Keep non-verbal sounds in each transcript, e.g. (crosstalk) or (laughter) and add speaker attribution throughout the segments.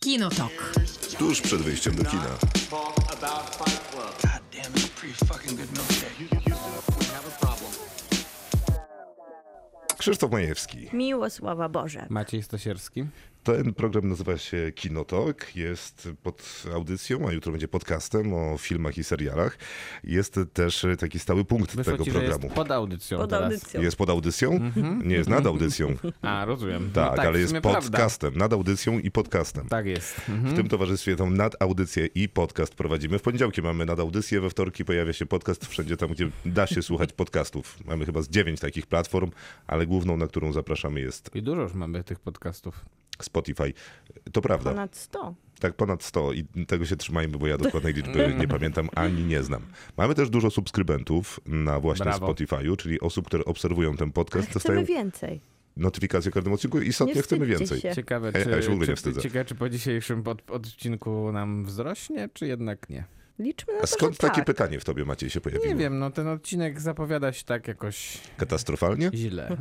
Speaker 1: Kinotok.
Speaker 2: Tuż przed wyjściem do kina.
Speaker 3: Damn, it's a pretty fucking good milkshake. You, you, you have a problem.
Speaker 2: Krzysztof Majewski.
Speaker 4: Miłosława Boże.
Speaker 5: Maciej Stasierski.
Speaker 2: Ten program nazywa się Kinotok, jest pod audycją, a jutro będzie podcastem o filmach i serialach. Jest też taki stały punkt
Speaker 5: Wyszło
Speaker 2: tego
Speaker 5: ci, że
Speaker 2: programu.
Speaker 5: jest pod audycją
Speaker 4: Pod
Speaker 5: teraz.
Speaker 4: audycją.
Speaker 2: Jest pod audycją? Nie, jest nad
Speaker 5: (laughs)
Speaker 2: audycją.
Speaker 5: A, rozumiem.
Speaker 2: Tak,
Speaker 5: no
Speaker 2: ale
Speaker 5: w
Speaker 2: jest
Speaker 5: sumie Prawda.
Speaker 2: podcastem. Nad audycją i podcastem.
Speaker 5: Tak jest. Mhm.
Speaker 2: W tym towarzystwie tą nadaudycję i podcast prowadzimy. W poniedziałki mamy nadaudycję, we wtorki pojawia się podcast wszędzie tam, gdzie da się słuchać podcastów. Mamy chyba z dziewięć takich platform, ale główną, na którą zapraszamy jest
Speaker 5: I dużo już mamy tych podcastów.
Speaker 2: Spotify. To prawda.
Speaker 4: Ponad 100.
Speaker 2: Tak ponad 100 i tego się trzymajmy, bo ja dokładnej liczby nie pamiętam ani nie znam. Mamy też dużo subskrybentów na właśnie
Speaker 5: Brawo.
Speaker 2: Spotify'u, czyli osób, które obserwują ten podcast,
Speaker 4: Chcemy
Speaker 2: dostają
Speaker 4: więcej.
Speaker 2: notyfikację o każdym odcinku i
Speaker 4: Nie
Speaker 2: istotnie chcemy
Speaker 4: wstydźcie
Speaker 2: więcej.
Speaker 4: się.
Speaker 5: Ciekawe,
Speaker 2: Ja-
Speaker 5: czy,
Speaker 2: ja się w ogóle nie
Speaker 5: czy,
Speaker 2: wstydzę.
Speaker 5: ciekawe, czy po dzisiejszym pod, odcinku nam wzrośnie, czy jednak nie.
Speaker 4: Liczmy na
Speaker 2: A
Speaker 4: to, że
Speaker 2: skąd takie
Speaker 4: tak.
Speaker 2: pytanie w tobie, Maciej, się pojawiło?
Speaker 5: Nie wiem, no ten odcinek zapowiada się tak jakoś
Speaker 2: Katastrofalnie? (laughs)
Speaker 5: źle.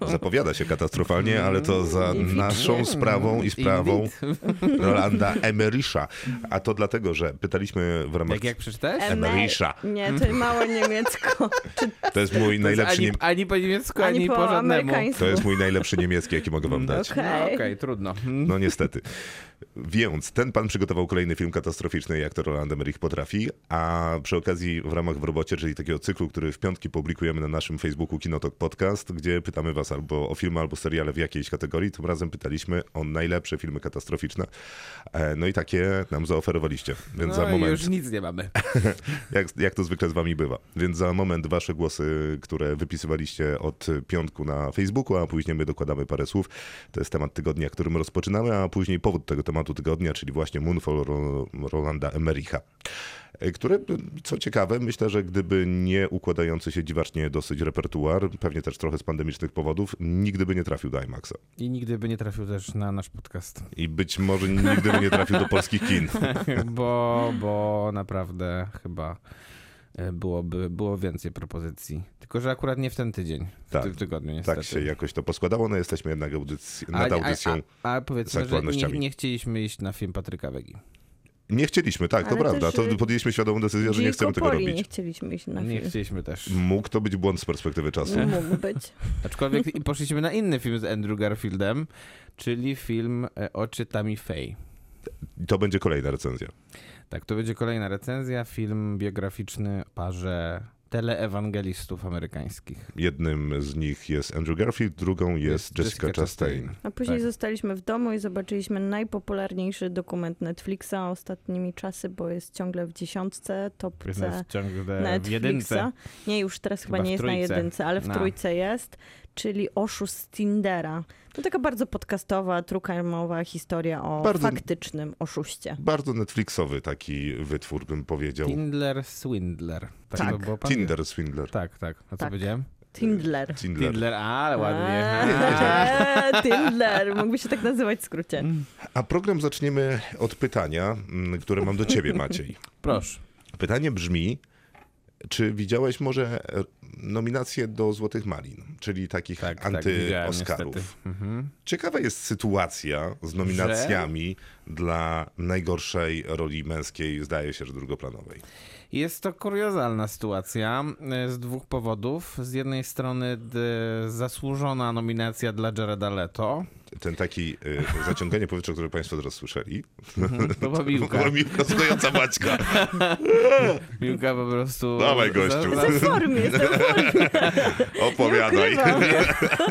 Speaker 5: No
Speaker 2: Zapowiada się katastrofalnie, ale to za
Speaker 4: Indeed.
Speaker 2: naszą sprawą Mm, i (laughs) sprawą
Speaker 5: Indeed.
Speaker 2: Rolanda Emerisza. A to dlatego, że pytaliśmy w ramach...
Speaker 5: Jak, tak jak przeczytałeś?
Speaker 4: Emer-
Speaker 2: Emerisza.
Speaker 4: Nie, to mało
Speaker 2: (laughs)
Speaker 4: niemiecko. Czy
Speaker 2: To jest mój
Speaker 5: To jest
Speaker 2: najlepszy...
Speaker 5: ani,
Speaker 2: niem-
Speaker 5: ani po niemiecku, ani,
Speaker 4: ani po
Speaker 5: żadnemu.
Speaker 4: amerykańsku?
Speaker 2: To jest mój najlepszy niemiecki, jaki mogę wam dać.
Speaker 5: Okej, no,
Speaker 4: Okej.
Speaker 5: okej, trudno.
Speaker 2: No niestety. Więc ten pan przygotował kolejny film katastroficzny, jak to Roland Emmerich potrafi, a przy okazji w ramach w robocie, czyli takiego cyklu, który w piątki publikujemy na naszym Facebooku Kinotok Podcast, gdzie pytamy was albo o filmy, albo seriale w jakiejś kategorii, tym razem pytaliśmy o najlepsze filmy katastroficzne. E, No i takie nam zaoferowaliście. Więc za
Speaker 5: No i
Speaker 2: moment
Speaker 5: już nic nie mamy.
Speaker 2: jak, jak to zwykle z wami bywa. Więc za moment wasze głosy, które wypisywaliście od piątku na Facebooku, a później my dokładamy parę słów. To jest temat tygodnia, którym rozpoczynamy, a później powód tego tematu tygodnia, czyli właśnie Moonfall Ro Rolanda Emericha. Które, co ciekawe, myślę, że gdyby nie układający się dziwacznie dosyć repertuar, pewnie też trochę z pandemicznych powodów, nigdy by nie trafił do IMAXa.
Speaker 5: I nigdy by nie trafił też na nasz podcast.
Speaker 2: I być może nigdy by nie trafił do polskich kin.
Speaker 5: (laughs) bo, bo naprawdę chyba e, byłoby, było więcej propozycji. Tylko, że akurat nie w ten tydzień, w
Speaker 2: Tak.
Speaker 5: tym tygodniu niestety.
Speaker 2: Tak się jakoś to poskładało. No jesteśmy jednak audycji, nad audycją.
Speaker 5: A, a, a powiedzmy, że nie,
Speaker 2: aktualnościami.
Speaker 5: nie chcieliśmy iść na film Patryka Wegi.
Speaker 2: Nie chcieliśmy, tak, to
Speaker 4: Ale
Speaker 2: prawda.
Speaker 4: też,
Speaker 2: To
Speaker 4: y,
Speaker 2: podjęliśmy świadomą decyzję, że nie chcemy tego
Speaker 4: Dzikopoli nie
Speaker 2: robić.
Speaker 4: chcieliśmy iść na
Speaker 5: Nie
Speaker 4: film.
Speaker 5: chcieliśmy też.
Speaker 2: Mógł to być błąd z perspektywy czasu.
Speaker 4: Mógł być.
Speaker 5: Aczkolwiek i poszliśmy na inny film z Andrew Garfieldem, czyli film e, Oczy Tammy Faye.
Speaker 2: To będzie kolejna recenzja.
Speaker 5: Tak, to będzie kolejna recenzja, film biograficzny o parze teleewangelistów amerykańskich.
Speaker 2: Jednym z nich jest Andrew Garfield, drugą jest, Jessica, Chastain.
Speaker 4: A później
Speaker 5: Tak.
Speaker 4: zostaliśmy w domu i zobaczyliśmy najpopularniejszy dokument Netflixa ostatnimi czasy, bo jest ciągle w dziesiątce, topce
Speaker 5: Jest ciągle w jedynce.
Speaker 4: Tak. Netflixa. Nie, już teraz chyba,
Speaker 5: Chyba w
Speaker 4: nie jest na
Speaker 5: trójce.
Speaker 4: jedynce, ale w
Speaker 5: No.
Speaker 4: trójce jest, czyli Oszust z Tindera. To taka bardzo podcastowa, trukarmowa historia o
Speaker 2: Bardzo-
Speaker 4: faktycznym oszuście.
Speaker 2: Bardzo Netflixowy taki wytwór, bym powiedział.
Speaker 5: Tindler Swindler. Tak,
Speaker 4: Tak.
Speaker 5: To było pan...
Speaker 2: Tinder Swindler.
Speaker 5: Tak, tak. A co
Speaker 4: Tak.
Speaker 5: powiedziałem?
Speaker 4: Tindler.
Speaker 2: Tindler.
Speaker 5: Tindler, ale ładnie. A,
Speaker 4: Eee, Tindler, mógłby się tak nazywać w skrócie.
Speaker 5: Mhm.
Speaker 2: A program zaczniemy od pytania, mm, które mam do
Speaker 5: (laughs)
Speaker 2: ciebie, Maciej.
Speaker 5: (laughs) Proszę.
Speaker 2: Pytanie brzmi, czy widziałeś może e, nominacje do Złotych Malin, czyli takich
Speaker 5: Tak, tak, widziałem
Speaker 2: anty-Oscarów?
Speaker 5: niestety. Mhm.
Speaker 2: Ciekawa jest sytuacja z nominacjami dla najgorszej roli męskiej, zdaje się, że drugoplanowej.
Speaker 5: Jest to kuriozalna sytuacja e, z dwóch powodów. Z jednej strony d- zasłużona nominacja dla Jareda
Speaker 2: (laughs)
Speaker 5: Leto.
Speaker 2: Ten taki y, zaciąganie powietrza, które Państwo teraz słyszeli,
Speaker 5: To była piłka.
Speaker 2: była mi wskazująca Maćka.
Speaker 4: (laughs)
Speaker 5: Piłka po prostu...
Speaker 2: Dawaj, gościu.
Speaker 5: za-
Speaker 4: Jestem w formie, jestem w formie.
Speaker 2: Opowiadaj,
Speaker 4: Nie ukrywam.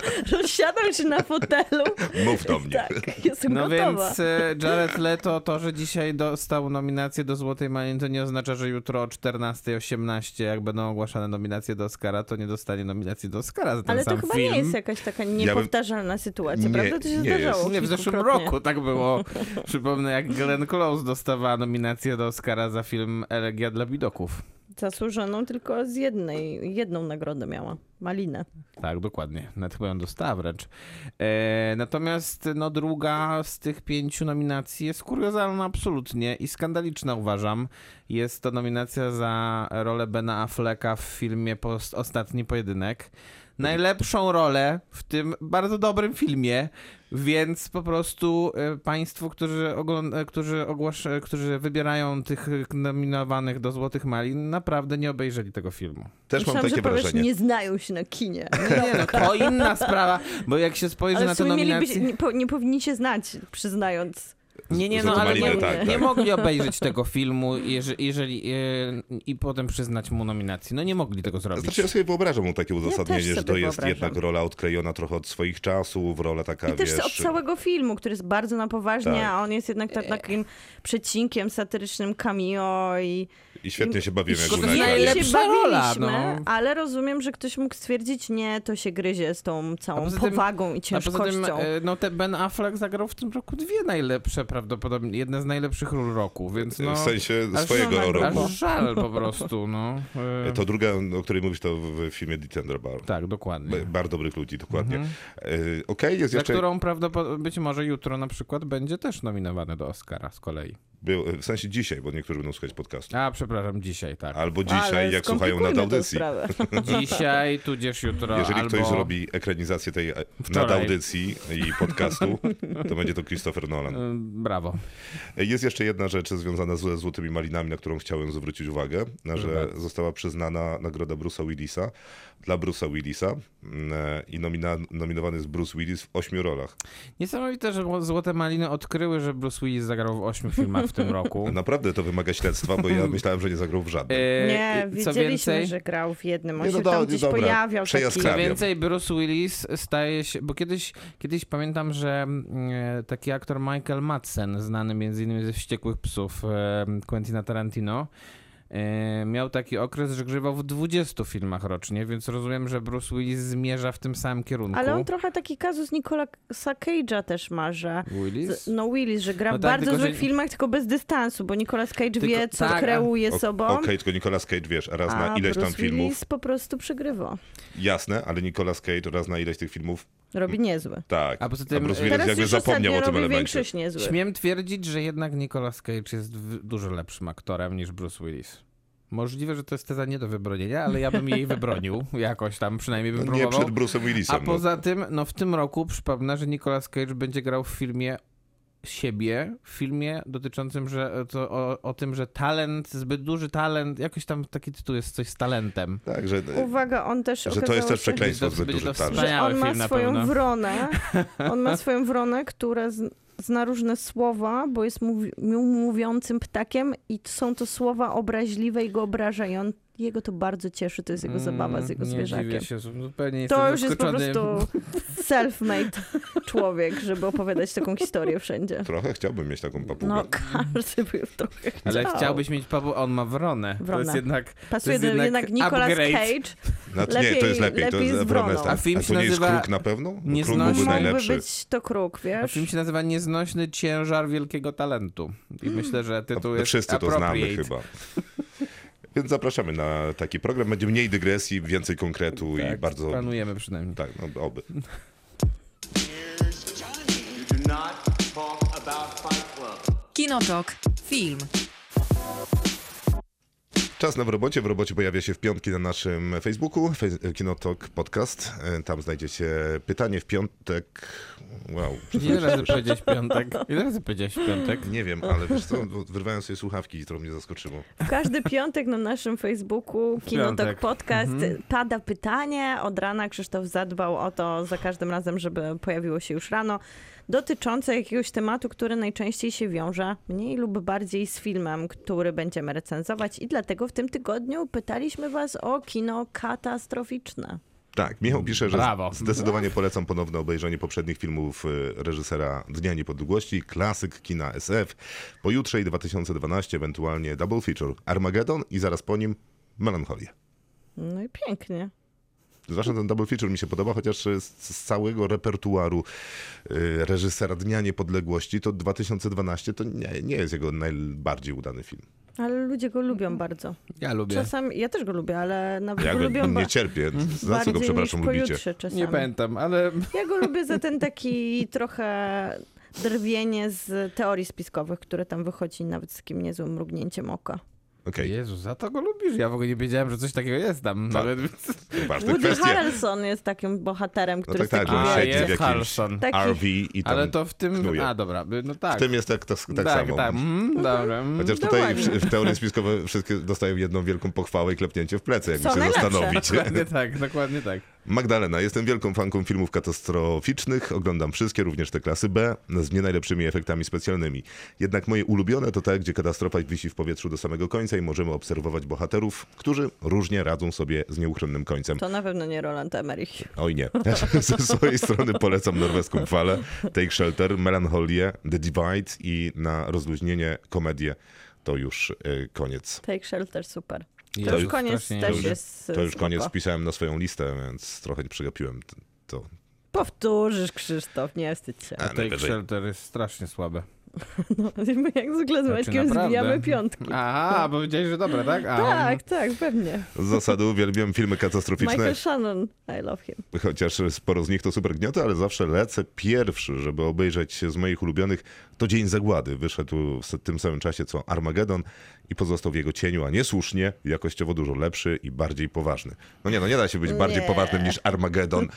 Speaker 4: (laughs) Rozsiadam się na fotelu.
Speaker 2: mów do mnie.
Speaker 4: Tak, jestem
Speaker 5: No
Speaker 4: gotowa.
Speaker 5: więc e, Jared Leto, to, że dzisiaj dostał nominację do Złotej Maliny, to nie oznacza, że jutro o 14.18, jak będą ogłaszane nominacje do Oscara, to nie dostanie nominacji do Oscara za ten
Speaker 4: Ale
Speaker 5: sam
Speaker 4: to chyba
Speaker 5: film.
Speaker 4: nie jest jakaś taka niepowtarzalna sytuacja,
Speaker 2: Nie,
Speaker 4: prawda? To się
Speaker 2: nie
Speaker 4: zdarzało.
Speaker 2: jest.
Speaker 5: Nie, w zeszłym
Speaker 4: kilkukrotnie.
Speaker 5: roku tak było. Przypomnę, jak Glenn Close dostawała nominację do Oscara za film Elegia dla widoków.
Speaker 4: Zasłużoną tylko z jednej, jedną nagrodę miała. Malinę.
Speaker 5: Tak, dokładnie. Nawet chyba ją dostała wręcz. E, natomiast no, druga z tych pięciu nominacji jest kuriozalna absolutnie i skandaliczna uważam. Jest to nominacja za rolę Bena Afflecka w filmie Post Ostatni Pojedynek. najlepszą rolę w tym bardzo dobrym filmie, więc po prostu e, państwo, którzy, ogląd- e, którzy, ogłasz- e, którzy wybierają tych e, nominowanych do Złotych Malin, naprawdę nie obejrzeli tego filmu.
Speaker 2: Też
Speaker 4: Myślałam,
Speaker 2: mam takie
Speaker 4: że powiesz,
Speaker 2: wrażenie.
Speaker 4: nie znają się na
Speaker 2: (laughs)
Speaker 4: kinie.
Speaker 5: Nie, no, to inna sprawa, bo jak się spojrzy
Speaker 4: Ale
Speaker 5: na
Speaker 4: w
Speaker 5: te
Speaker 4: sumie mieliby,
Speaker 5: nominacje...
Speaker 4: się- nie, po, nie powinni się znać, przyznając.
Speaker 5: Nie, nie,
Speaker 2: Z-
Speaker 5: no
Speaker 2: z
Speaker 5: ale nie,
Speaker 2: Maliny,
Speaker 4: tak,
Speaker 5: nie
Speaker 2: tak.
Speaker 5: mogli obejrzeć tego filmu, jeżeli, jeżeli e, i potem przyznać mu nominację. No nie mogli tego zrobić.
Speaker 2: Znaczy ja sobie wyobrażam mu takie uzasadnienie, że
Speaker 4: sobie
Speaker 2: to jest
Speaker 4: wyobrażam.
Speaker 2: jednak rola odklejona trochę od swoich czasów, rola taka,
Speaker 4: I też
Speaker 2: wiesz...
Speaker 4: od całego filmu, który jest bardzo na poważnie,
Speaker 2: Tak.
Speaker 4: a on jest jednak
Speaker 5: E.
Speaker 4: ta, takim przecinkiem satyrycznym cameo i
Speaker 2: I świetnie się bawimy, jak
Speaker 5: Tylko
Speaker 2: był
Speaker 5: to
Speaker 2: na
Speaker 5: jest
Speaker 2: ekranie.
Speaker 4: świetnie się
Speaker 5: najlepsza rola,
Speaker 4: bawiliśmy,
Speaker 5: no.
Speaker 4: ale rozumiem, że ktoś mógł stwierdzić, nie, to się gryzie z tą
Speaker 5: A
Speaker 4: całą
Speaker 5: poza tym-
Speaker 4: powagą i
Speaker 5: A poza tym,
Speaker 4: ciężkością.
Speaker 5: e, no te Ben Affleck zagrał w tym roku dwie najlepsze, prawdopodobnie, jedne z najlepszych ról roku, więc no...
Speaker 2: W sensie
Speaker 5: aż-
Speaker 2: swojego
Speaker 4: no,
Speaker 2: roku.
Speaker 5: Aż żal po prostu, no. E,
Speaker 2: To druga, o której mówisz, to w filmie Ditender Bar.
Speaker 5: Tak, dokładnie.
Speaker 2: Ba- Bardzo dobrych ludzi, dokładnie.
Speaker 5: Mhm.
Speaker 2: E, Okej, jest
Speaker 5: Za
Speaker 2: jeszcze...
Speaker 5: którą prawdopodobnie, być może jutro na przykład będzie też nominowany do Oscara z kolei.
Speaker 2: Był, w sensie dzisiaj, bo niektórzy będą słuchać podcastu.
Speaker 5: A, przepraszam, dzisiaj, tak.
Speaker 2: Albo dzisiaj,
Speaker 4: Ale
Speaker 2: jak słuchają
Speaker 4: skomplikujmy
Speaker 2: nad
Speaker 4: tę
Speaker 2: audycji.
Speaker 4: sprawę.
Speaker 5: Dzisiaj, tudzież jutro,
Speaker 2: Jeżeli
Speaker 5: albo...
Speaker 2: ktoś zrobi ekranizację tej e,
Speaker 5: Wczoraj.
Speaker 2: nadaudycji i podcastu, to będzie to Christopher Nolan. E,
Speaker 5: E, Brawo.
Speaker 2: Jest jeszcze jedna rzecz związana ze Złotymi Malinami, na którą chciałem zwrócić uwagę, na że została przyznana nagroda Bruce'a Willisa dla Bruce'a Willisa mm, e, i nomina- nominowany jest Bruce Willis w ośmiu rolach.
Speaker 5: Niesamowite, że Złote Maliny odkryły, że Bruce Willis zagrał w ośmiu filmach w tym
Speaker 2: (laughs)
Speaker 5: roku.
Speaker 2: Naprawdę to wymaga śledztwa, bo ja myślałem, że nie zagrał w żadnym.
Speaker 5: E,
Speaker 4: Nie,
Speaker 5: co
Speaker 4: wiedzieliśmy,
Speaker 5: więcej,
Speaker 4: że grał w jednym. On
Speaker 2: Nie, no
Speaker 4: się
Speaker 2: do-
Speaker 4: tam
Speaker 2: nie,
Speaker 4: gdzieś
Speaker 2: dobra.
Speaker 4: pojawiał. Taki...
Speaker 2: Przejazd
Speaker 5: Co
Speaker 2: Prawie.
Speaker 5: więcej, Bruce Willis staje się, bo kiedyś, kiedyś pamiętam, że mm, e, taki aktor Michael Madsen, znany między innymi ze Wściekłych Psów e, Quentina Tarantino, e, miał taki okres, że grywał w 20 filmach rocznie, więc rozumiem, że Bruce Willis zmierza w tym samym kierunku.
Speaker 4: Ale on trochę taki kazus Nicolasa Cage'a też ma, że...
Speaker 5: Willis?
Speaker 4: z- No Willis, że gra
Speaker 5: No
Speaker 4: w
Speaker 5: tak,
Speaker 4: bardzo
Speaker 5: tylko,
Speaker 4: złych
Speaker 5: że-
Speaker 4: filmach, tylko bez dystansu, bo Nicolas Cage
Speaker 5: Tylko-
Speaker 4: wie, co
Speaker 5: tak, a-
Speaker 4: kreuje
Speaker 2: O-
Speaker 4: sobą.
Speaker 2: Okej, tylko Nicolas Cage, wiesz, raz na
Speaker 4: A
Speaker 2: ileś tam
Speaker 4: Bruce
Speaker 2: filmów.
Speaker 4: Willis po prostu przegrywa.
Speaker 2: Jasne, ale Nicolas Cage raz na ileś tych filmów,
Speaker 4: Robi niezły.
Speaker 2: tak.
Speaker 5: A poza tym,
Speaker 2: Bruce
Speaker 5: e,
Speaker 2: Willis
Speaker 4: Teraz
Speaker 2: jakby
Speaker 4: już
Speaker 2: zapomniał
Speaker 4: ostatnio
Speaker 2: o tym
Speaker 4: robi
Speaker 2: elemencie.
Speaker 4: większość niezły.
Speaker 5: Śmiem twierdzić, że jednak Nicolas Cage jest w- dużo lepszym aktorem niż Bruce Willis. Możliwe, że to jest teza nie do wybronienia, ale ja
Speaker 2: (laughs)
Speaker 5: bym jej wybronił jakoś tam, przynajmniej bym
Speaker 2: No, nie
Speaker 5: próbował.
Speaker 2: przed Bruce'em Willisem.
Speaker 5: A poza tym, no w tym roku przypomnę, że Nicolas Cage będzie grał w filmie siebie, w filmie dotyczącym że, to, o, o tym, że talent, zbyt duży talent, jakoś tam taki tytuł jest coś z talentem.
Speaker 2: no. Tak, że,
Speaker 4: Uwaga, on też
Speaker 2: że to
Speaker 4: okazało
Speaker 2: jest też
Speaker 4: się,
Speaker 2: przekleństwo
Speaker 5: Będzie to-
Speaker 2: zbyt
Speaker 5: będzie
Speaker 2: duży
Speaker 5: to
Speaker 2: talent.
Speaker 5: wspaniałe.
Speaker 4: że on ma
Speaker 5: Wspaniały film na
Speaker 4: swoją
Speaker 5: pewno. (laughs)
Speaker 4: wronę. On ma swoją wronę, która z, zna różne słowa, bo jest mówi, mu- mówiącym ptakiem i są to słowa obraźliwe i go obrażają. Jego to bardzo cieszy, to jest jego zabawa z jego
Speaker 5: Mm, Nie
Speaker 4: zwierzakiem.
Speaker 5: dziwię się, zupełnie
Speaker 4: To
Speaker 5: jestem
Speaker 4: już jest po
Speaker 5: zaskoczony.
Speaker 4: prostu self-made człowiek, żeby opowiadać taką historię wszędzie.
Speaker 2: Trochę chciałbym mieć taką papugę.
Speaker 4: No każdy by trochę chciał.
Speaker 5: Ale chciałbyś mieć Paweł, a on ma wronę. To
Speaker 4: Wronę.
Speaker 5: jest jednak...
Speaker 4: Pasuje
Speaker 5: to jest
Speaker 4: do,
Speaker 5: jednak
Speaker 4: jednak Nicolas
Speaker 5: upgrade.
Speaker 4: Cage.
Speaker 2: No to nie, to
Speaker 4: Lepiej-
Speaker 2: jest lepiej. to
Speaker 4: lepiej
Speaker 2: jest
Speaker 4: z
Speaker 2: wroną.
Speaker 4: wroną.
Speaker 2: jest tak.
Speaker 5: A film
Speaker 2: A
Speaker 5: się
Speaker 2: to nie jest
Speaker 5: nazywa
Speaker 2: kruk na pewno?
Speaker 5: Nie
Speaker 2: No, Kruk
Speaker 5: znosi-
Speaker 2: byłby
Speaker 5: Mógłby
Speaker 4: Mógłby
Speaker 2: najlepszy.
Speaker 4: być to kruk,
Speaker 5: A
Speaker 4: wiesz?
Speaker 5: film się nazywa Nieznośny ciężar wielkiego talentu. I
Speaker 4: Hmm.
Speaker 5: myślę, że tytuł
Speaker 2: A,
Speaker 5: jest
Speaker 2: No, Wszyscy to znamy
Speaker 5: appropriate.
Speaker 2: chyba. (laughs) Więc zapraszamy na taki program. Będzie mniej dygresji, więcej konkretu i
Speaker 5: Tak,
Speaker 2: bardzo...
Speaker 5: Planujemy przynajmniej.
Speaker 2: Tak, no oby.
Speaker 3: You do not talk about Fight Club.
Speaker 1: Kinotok. Film.
Speaker 2: Czas na w robocie. W robocie pojawia się w piątki na naszym Facebooku, Fe- Kinotok Podcast. E, Tam znajdziecie pytanie w piątek. Wow.
Speaker 5: Ile razy powiedziałeś piątek?
Speaker 2: (laughs)
Speaker 5: Ile razy powiedziałeś piątek?
Speaker 2: Nie wiem, ale wiesz co, wyrwałem sobie słuchawki i to mnie zaskoczyło.
Speaker 4: W Każdy piątek na naszym Facebooku Kinotok
Speaker 5: piątek.
Speaker 4: Podcast
Speaker 2: Mhm.
Speaker 4: pada pytanie. Od rana Krzysztof zadbał o to za każdym razem, żeby pojawiło się już rano, dotyczące jakiegoś tematu, który najczęściej się wiąże mniej lub bardziej z filmem, który będziemy recenzować. I dlatego w tym tygodniu pytaliśmy Was o kino katastroficzne.
Speaker 2: Tak, Michał pisze, że
Speaker 5: Brawo.
Speaker 2: zdecydowanie polecam ponowne obejrzenie poprzednich filmów y, reżysera Dnia Niepodległości, klasyk kina SF, pojutrze i 2012, ewentualnie Double Feature, Armageddon i zaraz po nim Melancholia.
Speaker 4: No i pięknie.
Speaker 2: Zwłaszcza ten Double Feature mi się podoba, chociaż y, z, z całego repertuaru y, reżysera Dnia Niepodległości to 2012 to nie, nie jest jego najbardziej udany film.
Speaker 4: Ale ludzie go lubią bardzo.
Speaker 5: Ja lubię.
Speaker 4: Czasami, ja też go lubię, ale nawet
Speaker 2: Mhm. Ja
Speaker 4: go
Speaker 2: go
Speaker 4: lubią ba-
Speaker 2: nie
Speaker 4: (laughs)
Speaker 2: cierpię. Za co
Speaker 4: bardziej
Speaker 2: go, przepraszam,
Speaker 4: niż
Speaker 2: lubicie?
Speaker 4: pojutrze czasami.
Speaker 5: Nie pamiętam, ale
Speaker 4: Ja go lubię za ten taki trochę drwienie z teorii spiskowych, które tam wychodzi nawet z takim niezłym mrugnięciem oka.
Speaker 2: Okej,
Speaker 5: Jezu, za to go lubisz? Ja w ogóle nie wiedziałem, że coś takiego jest tam.
Speaker 2: Tak.
Speaker 5: Nawet...
Speaker 2: ważne
Speaker 4: Woody
Speaker 2: kwestie.
Speaker 4: Harrelson jest takim bohaterem, który
Speaker 2: tak,
Speaker 4: jest
Speaker 2: tak,
Speaker 4: taki
Speaker 2: że
Speaker 5: A,
Speaker 2: siedzi
Speaker 4: wielki.
Speaker 2: w jakimś-
Speaker 5: jest Harrison.
Speaker 4: Taki,
Speaker 2: RV i tam...
Speaker 5: Ale to w tym...
Speaker 2: knuje.
Speaker 5: A, dobra, by- no tak.
Speaker 2: W tym jest tak, tak, tak,
Speaker 5: tak,
Speaker 2: samo.
Speaker 5: tak, mm, dobra. mm.
Speaker 2: Chociaż
Speaker 4: No
Speaker 2: tutaj w,
Speaker 4: Dokładnie.
Speaker 2: w teorii spiskowe wszystkie dostają jedną wielką pochwałę i klepnięcie w plecy, jakby
Speaker 4: Co
Speaker 2: się
Speaker 4: najlepsze.
Speaker 2: zastanowić. (laughs)
Speaker 5: Dokładnie tak, dokładnie tak.
Speaker 2: Magdalena, jestem wielką fanką filmów katastroficznych, oglądam wszystkie, również te klasy B, z nie najlepszymi efektami specjalnymi. Jednak moje ulubione to te, gdzie katastrofa wisi w powietrzu do samego końca i możemy obserwować bohaterów, którzy różnie radzą sobie z nieuchronnym końcem.
Speaker 4: to na pewno nie Roland Emmerich.
Speaker 2: Oj nie. (laughs) Ze swojej strony polecam norweską falę, Take Shelter, Melancholię, The Divide i na rozluźnienie komedię. To już y, koniec.
Speaker 4: Take Shelter, super.
Speaker 5: Jezu,
Speaker 4: To już koniec
Speaker 5: strasznie
Speaker 4: też
Speaker 5: niedobrze.
Speaker 4: jest y,
Speaker 2: To już
Speaker 4: spoko.
Speaker 2: koniec wpisałem na swoją listę, więc trochę nie przegapiłem. t- To
Speaker 4: Powtórzysz, Krzysztof, nie wstydź się.
Speaker 2: A,
Speaker 5: Take
Speaker 2: najwyżej.
Speaker 5: Shelter jest strasznie słabe.
Speaker 4: No, (laughs) my jak zwykle z
Speaker 5: Znaczy,
Speaker 4: Maćkiem
Speaker 5: naprawdę.
Speaker 4: zbijamy piątki.
Speaker 5: Aha, bo wiedziałeś, że dobre, tak? A,
Speaker 4: Tak, tak, pewnie.
Speaker 2: Z zasady uwielbiam filmy katastroficzne,
Speaker 4: Michael Shannon, I love him.
Speaker 2: chociaż sporo z nich to super gnioty, ale zawsze lecę pierwszy, żeby obejrzeć z moich ulubionych. To Dzień Zagłady wyszedł w tym samym czasie co Armagedon i pozostał w jego cieniu, a niesłusznie jakościowo dużo lepszy i bardziej poważny. No nie, no nie da się być bardziej
Speaker 4: Nie.
Speaker 2: poważnym niż
Speaker 4: (laughs)
Speaker 2: Armagedon.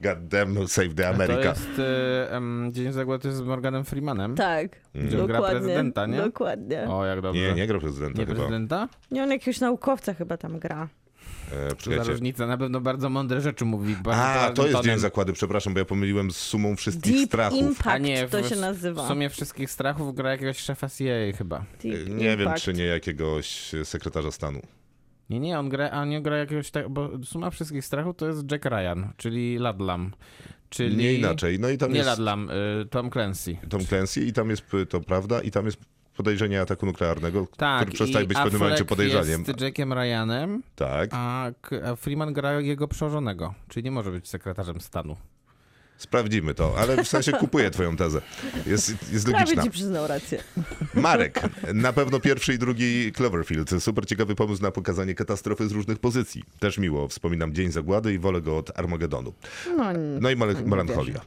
Speaker 2: God damn, save the
Speaker 5: To
Speaker 2: America.
Speaker 5: jest y, em, Dzień Zagłady z Morganem Freemanem.
Speaker 4: Tak,
Speaker 5: Gra
Speaker 4: dokładnie.
Speaker 5: prezydenta, nie?
Speaker 4: Dokładnie.
Speaker 5: O, jak dobrze.
Speaker 2: Nie, nie gra prezydenta
Speaker 5: Nie
Speaker 2: chyba.
Speaker 5: prezydenta?
Speaker 4: Nie, on jakiegoś naukowca chyba tam gra.
Speaker 2: E,
Speaker 5: Co za
Speaker 2: czekajcie.
Speaker 5: różnica, na pewno bardzo mądre rzeczy mówi. bardzo
Speaker 2: A,
Speaker 5: poważnym
Speaker 2: to jest
Speaker 5: tonem.
Speaker 2: Dzień Zagłady, przepraszam, bo ja pomyliłem z sumą wszystkich
Speaker 4: Deep
Speaker 2: strachów.
Speaker 5: A
Speaker 4: Impact
Speaker 5: nie,
Speaker 4: Tak, to
Speaker 5: w-
Speaker 4: się nazywa.
Speaker 5: W sumie wszystkich strachów gra jakiegoś szefa CIA chyba.
Speaker 2: E, Nie
Speaker 4: Deep
Speaker 2: wiem,
Speaker 4: Impact.
Speaker 2: czy nie jakiegoś sekretarza stanu.
Speaker 5: Nie, nie, on gra, a nie gra jakiegoś tak, bo suma wszystkich strachów to jest Jack Ryan, czyli Ladlam. Czyli...
Speaker 2: Nie inaczej. No i tam
Speaker 5: Nie
Speaker 2: jest
Speaker 5: Ladlam, y, Tom Clancy.
Speaker 2: Tom Clancy i tam jest p- to prawda i tam jest podejrzenie ataku nuklearnego,
Speaker 5: Tak,
Speaker 2: który przestaje
Speaker 5: i
Speaker 2: być w pewnym momencie
Speaker 5: Affleck
Speaker 2: podejrzeniem.
Speaker 5: jest Jackiem Ryanem,
Speaker 2: Tak.
Speaker 5: a, K- a Freeman gra jego przełożonego, czyli nie może być sekretarzem stanu.
Speaker 2: Sprawdzimy to, ale w sensie kupuję twoją tezę. Jest, jest
Speaker 4: Prawie
Speaker 2: logiczna.
Speaker 4: ci przyznał rację.
Speaker 2: Marek, na pewno pierwszy i drugi Cloverfield. Super ciekawy pomysł na pokazanie katastrofy z różnych pozycji. Też miło, wspominam Dzień Zagłady i wolę go od Armagedonu.
Speaker 4: No, nie.
Speaker 2: No i mal-
Speaker 4: nie
Speaker 2: melancholia.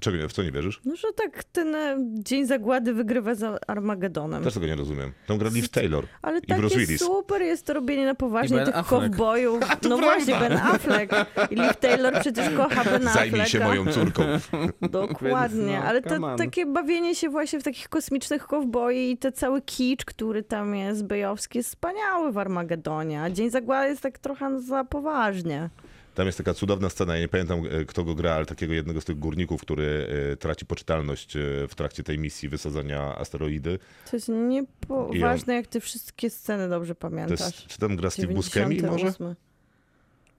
Speaker 2: Czego, w co nie wierzysz?
Speaker 4: no że tak ten e, Dzień Zagłady wygrywa za Armagedonem.
Speaker 2: Też tego nie rozumiem. Tam gra Liv Taylor.
Speaker 4: Ale
Speaker 2: I Bruce
Speaker 4: takie
Speaker 2: Willis.
Speaker 4: super jest to robienie na
Speaker 5: I
Speaker 4: poważnie
Speaker 5: Ben
Speaker 4: tych
Speaker 5: Affleck.
Speaker 4: kowbojów.
Speaker 2: (laughs)
Speaker 4: No właśnie, Ben Affleck. I Liv Taylor przecież kocha Ben Afflecka.
Speaker 2: Zajmij się moją córką.
Speaker 5: (laughs)
Speaker 4: Dokładnie,
Speaker 5: Więc no,
Speaker 4: ale
Speaker 5: come
Speaker 4: to,
Speaker 5: on.
Speaker 4: takie bawienie się właśnie w takich kosmicznych kowboi i te cały kicz, który tam jest bejowski, jest wspaniały w Armagedonie, a Dzień Zagłady jest tak trochę za poważnie.
Speaker 2: Tam jest taka cudowna scena, ja nie pamiętam e, kto go gra, ale takiego jednego z tych górników, który e, traci poczytalność e, w trakcie tej misji wysadzania asteroidy.
Speaker 4: To jest niepoważne, jak te wszystkie sceny dobrze
Speaker 2: To
Speaker 4: pamiętasz.
Speaker 2: jest, czy tam gra Steve Buscemi może?
Speaker 4: 98.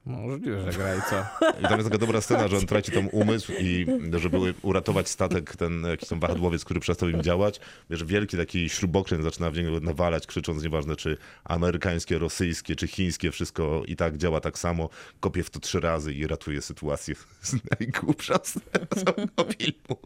Speaker 5: Możliwe, że gra i
Speaker 2: (laughs)
Speaker 5: co?
Speaker 2: I tam jest taka dobra scena, że on traci tam umysł i żeby uratować statek, ten jakiś tam wahadłowiec, który przestał im działać, wiesz, wielki taki śrubokręt zaczyna w niego nawalać, krzycząc nieważne czy amerykańskie, rosyjskie, czy chińskie, wszystko i tak działa tak samo, kopie w to trzy razy i ratuje sytuację. (laughs) To jest Najgłupsza scena całego filmu.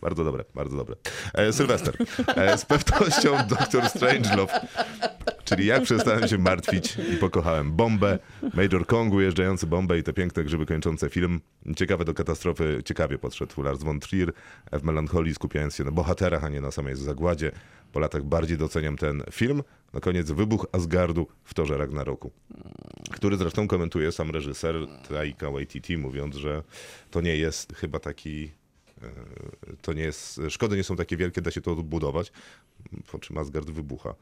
Speaker 2: Bardzo dobre, bardzo dobre. E, Sylwester, e, z pewnością Dr. Strangelove Tak, Czyli jak przestałem się martwić i pokochałem bombę, Major Kong ujeżdżający bombę i te piękne grzyby kończące film. Ciekawe do katastrofy, ciekawie podszedł Lars von Trier w melancholii, skupiając się na bohaterach, a nie na samej zagładzie. Po latach bardziej doceniam ten film. Na koniec wybuch Asgardu w torze Ragnaroku, który zresztą komentuje sam reżyser Taika Waititi, mówiąc, że to nie jest chyba taki... e, To nie jest, szkody nie są takie wielkie, da się to odbudować, po czym Asgard wybucha.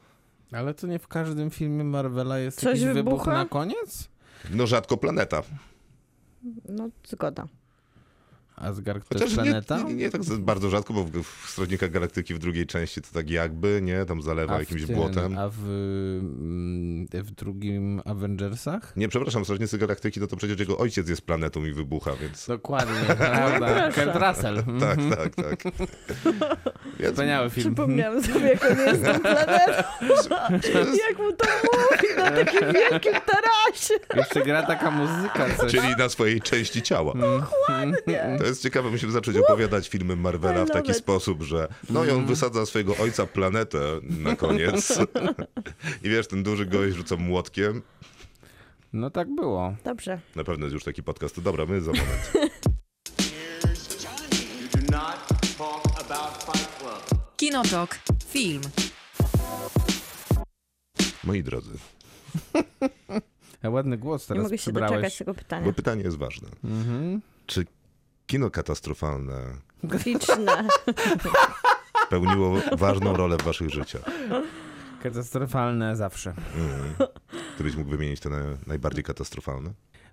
Speaker 5: Ale to nie w każdym filmie Marvela jest
Speaker 4: Coś
Speaker 5: jakiś wybuch
Speaker 4: wybucha?
Speaker 5: na koniec?
Speaker 2: No rzadko planeta.
Speaker 4: No, zgoda.
Speaker 5: Asgard to
Speaker 2: Chociaż
Speaker 5: jest planeta?
Speaker 2: Nie, nie, nie tak za- bardzo rzadko, bo w, w Strażnikach Galaktyki w drugiej części to tak jakby, nie? Tam zalewa
Speaker 5: A w
Speaker 2: jakimś
Speaker 5: tym-
Speaker 2: błotem.
Speaker 5: A w, mm, w drugim Avengersach?
Speaker 2: Nie, przepraszam, Strażnicy Galaktyki, no to przecież jego ojciec jest planetą i wybucha,
Speaker 5: No.
Speaker 2: więc...
Speaker 5: Dokładnie,
Speaker 2: (laughs)
Speaker 5: prawda. Kurt Russell. Mhm.
Speaker 2: No. Tak, tak,
Speaker 5: (laughs)
Speaker 2: tak. Więc
Speaker 5: Wspaniały film.
Speaker 4: Przypomniałam sobie,
Speaker 2: (laughs)
Speaker 4: jak on jest tą planetą. jak mu to
Speaker 2: (laughs)
Speaker 4: mówi na
Speaker 2: Mhm.
Speaker 4: takim wielkim tarasie.
Speaker 5: (laughs) Jeszcze gra taka
Speaker 2: (laughs)
Speaker 5: muzyka coś. No.
Speaker 2: Czyli na swojej części ciała. To jest ciekawe, musimy zacząć opowiadać filmy Marvela w
Speaker 4: I
Speaker 2: taki
Speaker 4: love it.
Speaker 2: sposób, że no i on
Speaker 5: Mhm.
Speaker 2: wysadza swojego ojca planetę na
Speaker 5: (laughs)
Speaker 2: koniec. I wiesz, ten duży gość rzuca młotkiem.
Speaker 5: No tak było.
Speaker 4: Dobrze.
Speaker 2: Na pewno jest już taki podcast. To dobra, my za moment.
Speaker 3: You do not talk about Fight Club.
Speaker 1: Kinotok. Film.
Speaker 2: Moi drodzy,
Speaker 5: A ładny głos
Speaker 4: Nie
Speaker 5: teraz
Speaker 4: mogę się
Speaker 5: przybrałeś.
Speaker 4: doczekać tego pytania.
Speaker 2: bo pytanie jest ważne.
Speaker 5: Mhm.
Speaker 2: Czy kino katastrofalne (laughs)
Speaker 4: Liczne.
Speaker 2: pełniło ważną rolę w waszych życiach?
Speaker 5: Katastrofalne zawsze.
Speaker 2: Mhm. Gdybyś mógł wymienić te na, najbardziej katastrofalne?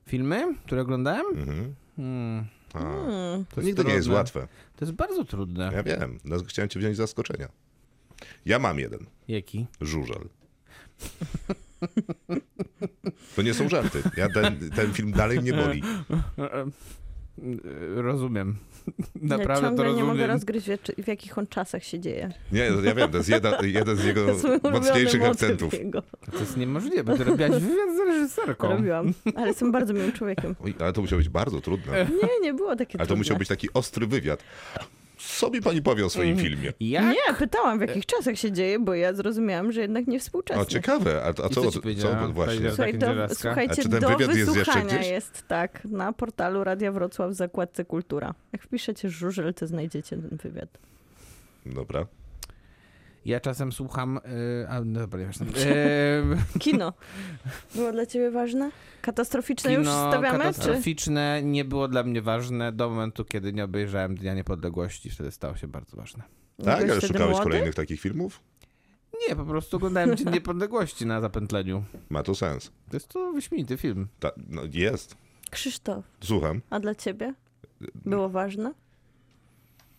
Speaker 5: Filmy, które oglądałem?
Speaker 2: Mhm.
Speaker 5: Hmm.
Speaker 2: A,
Speaker 4: Hmm.
Speaker 2: to nigdy nie jest
Speaker 5: trudne.
Speaker 2: łatwe.
Speaker 5: To jest bardzo trudne.
Speaker 2: Ja wiem, no, chciałem cię wziąć z zaskoczenia. Ja mam jeden.
Speaker 5: Jaki?
Speaker 2: Żużel. To nie są żarty. Ja ten, ten film dalej mnie boli.
Speaker 5: E, e, Rozumiem. Naprawdę
Speaker 4: ja
Speaker 5: to
Speaker 4: ciągle nie
Speaker 5: rozumiem.
Speaker 4: mogę rozgryźć, w- w jakich on czasach się dzieje.
Speaker 2: Nie, ja wiem, to jest jedna, jeden z jego
Speaker 4: To jest mój ulubiony
Speaker 2: mocniejszych
Speaker 4: motyw
Speaker 2: akcentów.
Speaker 4: jego.
Speaker 5: To jest niemożliwe. (laughs) Ty robiłaś wywiad z reżyserką.
Speaker 4: Robiłam, ale jestem bardzo miłym człowiekiem.
Speaker 2: Oj, ale to musiał być bardzo trudne.
Speaker 4: Nie, nie było takie
Speaker 2: Ale to
Speaker 4: trudne.
Speaker 2: musiał być taki ostry wywiad. Co mi pani powie o swoim filmie?
Speaker 5: Jak?
Speaker 4: Nie, pytałam w jakich czasach się dzieje, bo ja zrozumiałam, że jednak nie współczesny.
Speaker 2: O, ciekawe. A, a co,
Speaker 5: I co ci powiedziała?
Speaker 2: co właśnie?
Speaker 5: Powiedziała-
Speaker 4: Słuchaj,
Speaker 5: Tak,
Speaker 4: do,
Speaker 5: Angelaska.
Speaker 2: A
Speaker 4: słuchajcie,
Speaker 2: czy ten
Speaker 4: do
Speaker 2: wywiad jest jeszcze
Speaker 4: wysłuchania
Speaker 2: gdzieś?
Speaker 4: jest tak na portalu Radia Wrocław w zakładce Kultura. Jak wpiszecie żużel, to znajdziecie ten wywiad.
Speaker 2: Dobra.
Speaker 5: Ja czasem słucham... y, a, no dobra, (laughs) nieważne. E,
Speaker 4: Kino.
Speaker 2: (laughs)
Speaker 4: Było dla ciebie ważne? Katastroficzne już
Speaker 5: Kino
Speaker 4: stawiamy? Czy?
Speaker 5: katastroficzne nie było dla mnie ważne do momentu, kiedy nie obejrzałem Dnia Niepodległości. Wtedy stało się bardzo ważne.
Speaker 2: Tak,
Speaker 4: Byłeś
Speaker 2: ale
Speaker 4: wtedy
Speaker 2: szukałeś
Speaker 4: młody?
Speaker 2: kolejnych takich filmów?
Speaker 5: Nie, po prostu oglądałem Dzień Niepodległości na zapętleniu.
Speaker 2: Ma to sens.
Speaker 5: To jest to wyśmienity film.
Speaker 2: Ta, no, jest.
Speaker 4: Krzysztof,
Speaker 2: Słucham.
Speaker 4: a dla ciebie?
Speaker 2: Y,
Speaker 4: Było ważne?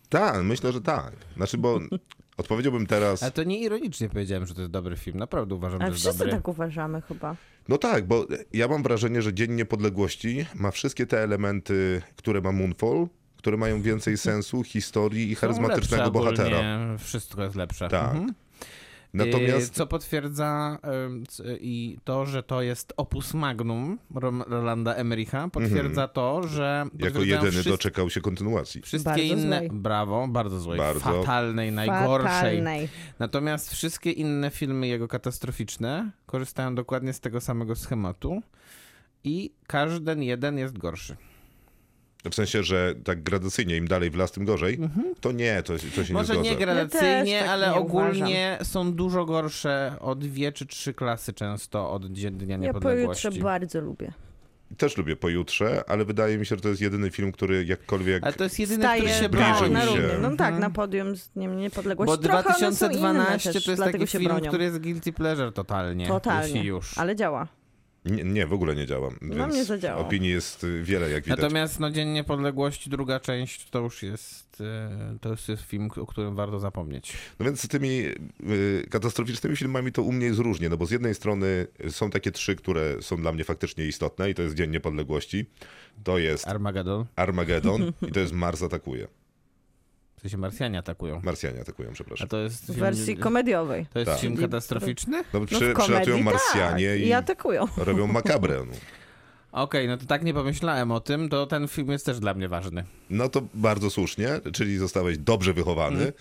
Speaker 2: Tak, myślę, że tak. Znaczy,
Speaker 5: (laughs)
Speaker 2: bo odpowiedziałbym teraz...
Speaker 5: Ale to nie ironicznie powiedziałem, że to jest dobry film. Naprawdę uważam,
Speaker 4: Ale
Speaker 5: że jest
Speaker 4: wszyscy
Speaker 5: dobry.
Speaker 4: tak uważamy chyba.
Speaker 2: No tak, bo ja mam wrażenie, że Dzień Niepodległości ma wszystkie te elementy, które ma Moonfall, które mają
Speaker 5: (laughs)
Speaker 2: więcej sensu, historii i
Speaker 5: Są
Speaker 2: charyzmatycznego
Speaker 5: lepsze
Speaker 2: bohatera.
Speaker 5: ogólnie, Wszystko jest lepsze.
Speaker 2: Tak.
Speaker 5: Mhm.
Speaker 2: Natomiast
Speaker 5: Y, Co potwierdza ym, c- i to, że to jest opus magnum Rom- Rolanda Emericha, potwierdza to, że
Speaker 2: Mhm. jako
Speaker 5: potwierdzają
Speaker 2: jedyny
Speaker 5: wszyscy-
Speaker 2: doczekał się kontynuacji.
Speaker 5: Wszystkie
Speaker 4: Bardzo
Speaker 5: inne.
Speaker 4: złej.
Speaker 5: Brawo, bardzo złej.
Speaker 2: Bardzo.
Speaker 5: Fatalnej, najgorszej.
Speaker 4: Fatalnej.
Speaker 5: Natomiast wszystkie inne filmy jego katastroficzne korzystają dokładnie z tego samego schematu. I każdy jeden jest gorszy.
Speaker 2: W sensie, że tak gradacyjnie, im dalej w las, tym gorzej. To nie, to, to się
Speaker 5: Mhm. Może
Speaker 2: nie
Speaker 5: nie
Speaker 2: zgodzę.
Speaker 5: gradacyjnie,
Speaker 4: Ja też tak
Speaker 5: ale
Speaker 4: nie
Speaker 5: ogólnie są dużo gorsze o dwie czy trzy klasy często od Dzie- Dnia
Speaker 4: Ja
Speaker 5: Niepodległości.
Speaker 4: pojutrze bardzo lubię.
Speaker 2: Też lubię pojutrze, ale wydaje mi się, że to jest jedyny film, który jakkolwiek...
Speaker 5: ale to jest jedyny,
Speaker 4: Staje
Speaker 5: który się
Speaker 2: bliżej
Speaker 4: tak,
Speaker 5: broni.
Speaker 4: na
Speaker 2: Tak się.
Speaker 4: równi. No tak,
Speaker 5: Mhm.
Speaker 4: na podium z Dniem Niepodległości.
Speaker 5: Bo
Speaker 4: Trochę one są inne
Speaker 5: 2012
Speaker 4: też,
Speaker 5: to jest
Speaker 4: dlatego
Speaker 5: taki
Speaker 4: się
Speaker 5: film,
Speaker 4: bronią.
Speaker 5: który jest guilty pleasure totalnie.
Speaker 4: Totalnie.
Speaker 5: Jeśli już.
Speaker 4: Ale działa.
Speaker 2: Nie, nie, w ogóle nie działam.
Speaker 4: Na
Speaker 2: więc
Speaker 4: No, mnie zadziałało.
Speaker 2: Opinii jest y, wiele, jak widać.
Speaker 5: Natomiast no, Dzień Niepodległości, druga część, to już jest e, to już jest film, o którym warto zapomnieć.
Speaker 2: No więc z tymi y, katastroficznymi filmami to u mnie jest różnie, no bo z jednej strony są takie trzy, które są dla mnie faktycznie istotne i to jest Dzień Niepodległości, to jest
Speaker 5: Armageddon, (laughs)
Speaker 2: Armageddon i to jest Mars atakuje.
Speaker 5: w sensie Marsjanie atakują.
Speaker 2: Marsjanie atakują,
Speaker 5: A
Speaker 2: przepraszam.
Speaker 5: to jest
Speaker 4: W
Speaker 5: film,
Speaker 4: wersji komediowej.
Speaker 5: to jest
Speaker 2: Tak.
Speaker 5: film katastroficzny?
Speaker 2: No,
Speaker 4: No
Speaker 2: przy,
Speaker 4: w komedii,
Speaker 2: przylatują Marsjanie
Speaker 4: tak.
Speaker 2: i,
Speaker 4: I atakują.
Speaker 2: robią makabrę. No.
Speaker 5: Okej, no to tak nie pomyślałem o tym, to ten film jest też dla mnie ważny.
Speaker 2: no to bardzo słusznie, czyli zostałeś dobrze
Speaker 5: (laughs)
Speaker 2: wychowany.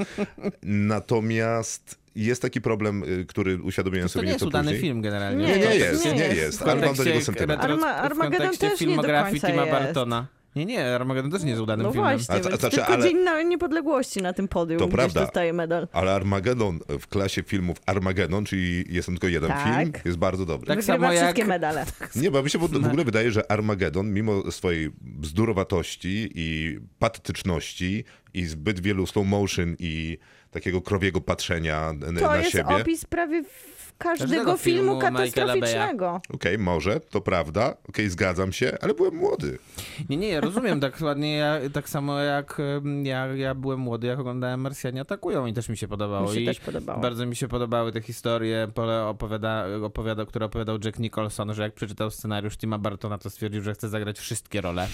Speaker 2: Natomiast jest taki problem, y, który uświadomiłem
Speaker 5: To
Speaker 2: sobie
Speaker 5: nie jest
Speaker 2: nieco
Speaker 5: udany
Speaker 2: później.
Speaker 5: film generalnie.
Speaker 2: Nie, nie,
Speaker 4: Nie jest,
Speaker 2: jest, nie,
Speaker 4: nie jest.
Speaker 2: jest,
Speaker 5: W
Speaker 2: ale mam do niego
Speaker 5: kontekście
Speaker 2: sentyment.
Speaker 5: retro-
Speaker 4: Arma-
Speaker 5: w
Speaker 4: Armageddon
Speaker 5: kontekście
Speaker 4: też nie do
Speaker 5: filmografii
Speaker 4: końca
Speaker 5: Tima
Speaker 4: jest.
Speaker 5: Bartona. Nie, nie, Armageddon też nie jest udanym
Speaker 4: No
Speaker 5: filmem.
Speaker 4: właśnie,
Speaker 2: A to-
Speaker 4: więc
Speaker 2: znaczy,
Speaker 4: tylko
Speaker 2: ale-
Speaker 4: Dzień na- Niepodległości na tym podium
Speaker 2: To
Speaker 4: gdzieś
Speaker 2: prawda.
Speaker 4: dostaje medal.
Speaker 2: Ale Armagedon w klasie filmów Armagedon, czyli jest tam tylko jeden
Speaker 4: Tak.
Speaker 2: film, jest bardzo dobry.
Speaker 5: Tak No.
Speaker 4: Wygrywa
Speaker 5: samo jak- Tak
Speaker 4: wszystkie
Speaker 5: (laughs)
Speaker 4: medale.
Speaker 2: Nie, bo mi się w, w ogóle wydaje, że Armagedon, mimo swojej bzdurowatości i patetyczności i zbyt wielu slow motion i takiego krowiego patrzenia n-
Speaker 4: To
Speaker 2: na
Speaker 4: jest
Speaker 2: siebie. Okej,
Speaker 4: opis prawie w każdego,
Speaker 5: Każdego
Speaker 4: filmu,
Speaker 5: filmu Michaela
Speaker 4: katastroficznego.
Speaker 2: może, to prawda, okej, zgadzam się, ale byłem młody. (laughs)
Speaker 5: Nie, nie, ja rozumiem tak ładnie, ja, tak samo jak em, ja, ja byłem młody, jak oglądałem Marsjanie Atakują i też mi się podobało.
Speaker 4: Mi się
Speaker 5: I
Speaker 4: też podobało.
Speaker 5: Bardzo mi się podobały te historie, pole opowiada, opowiada, które opowiadał Jack Nicholson, że jak przeczytał scenariusz Tima Bartona, to stwierdził, że chce zagrać wszystkie
Speaker 4: (laughs)
Speaker 5: role.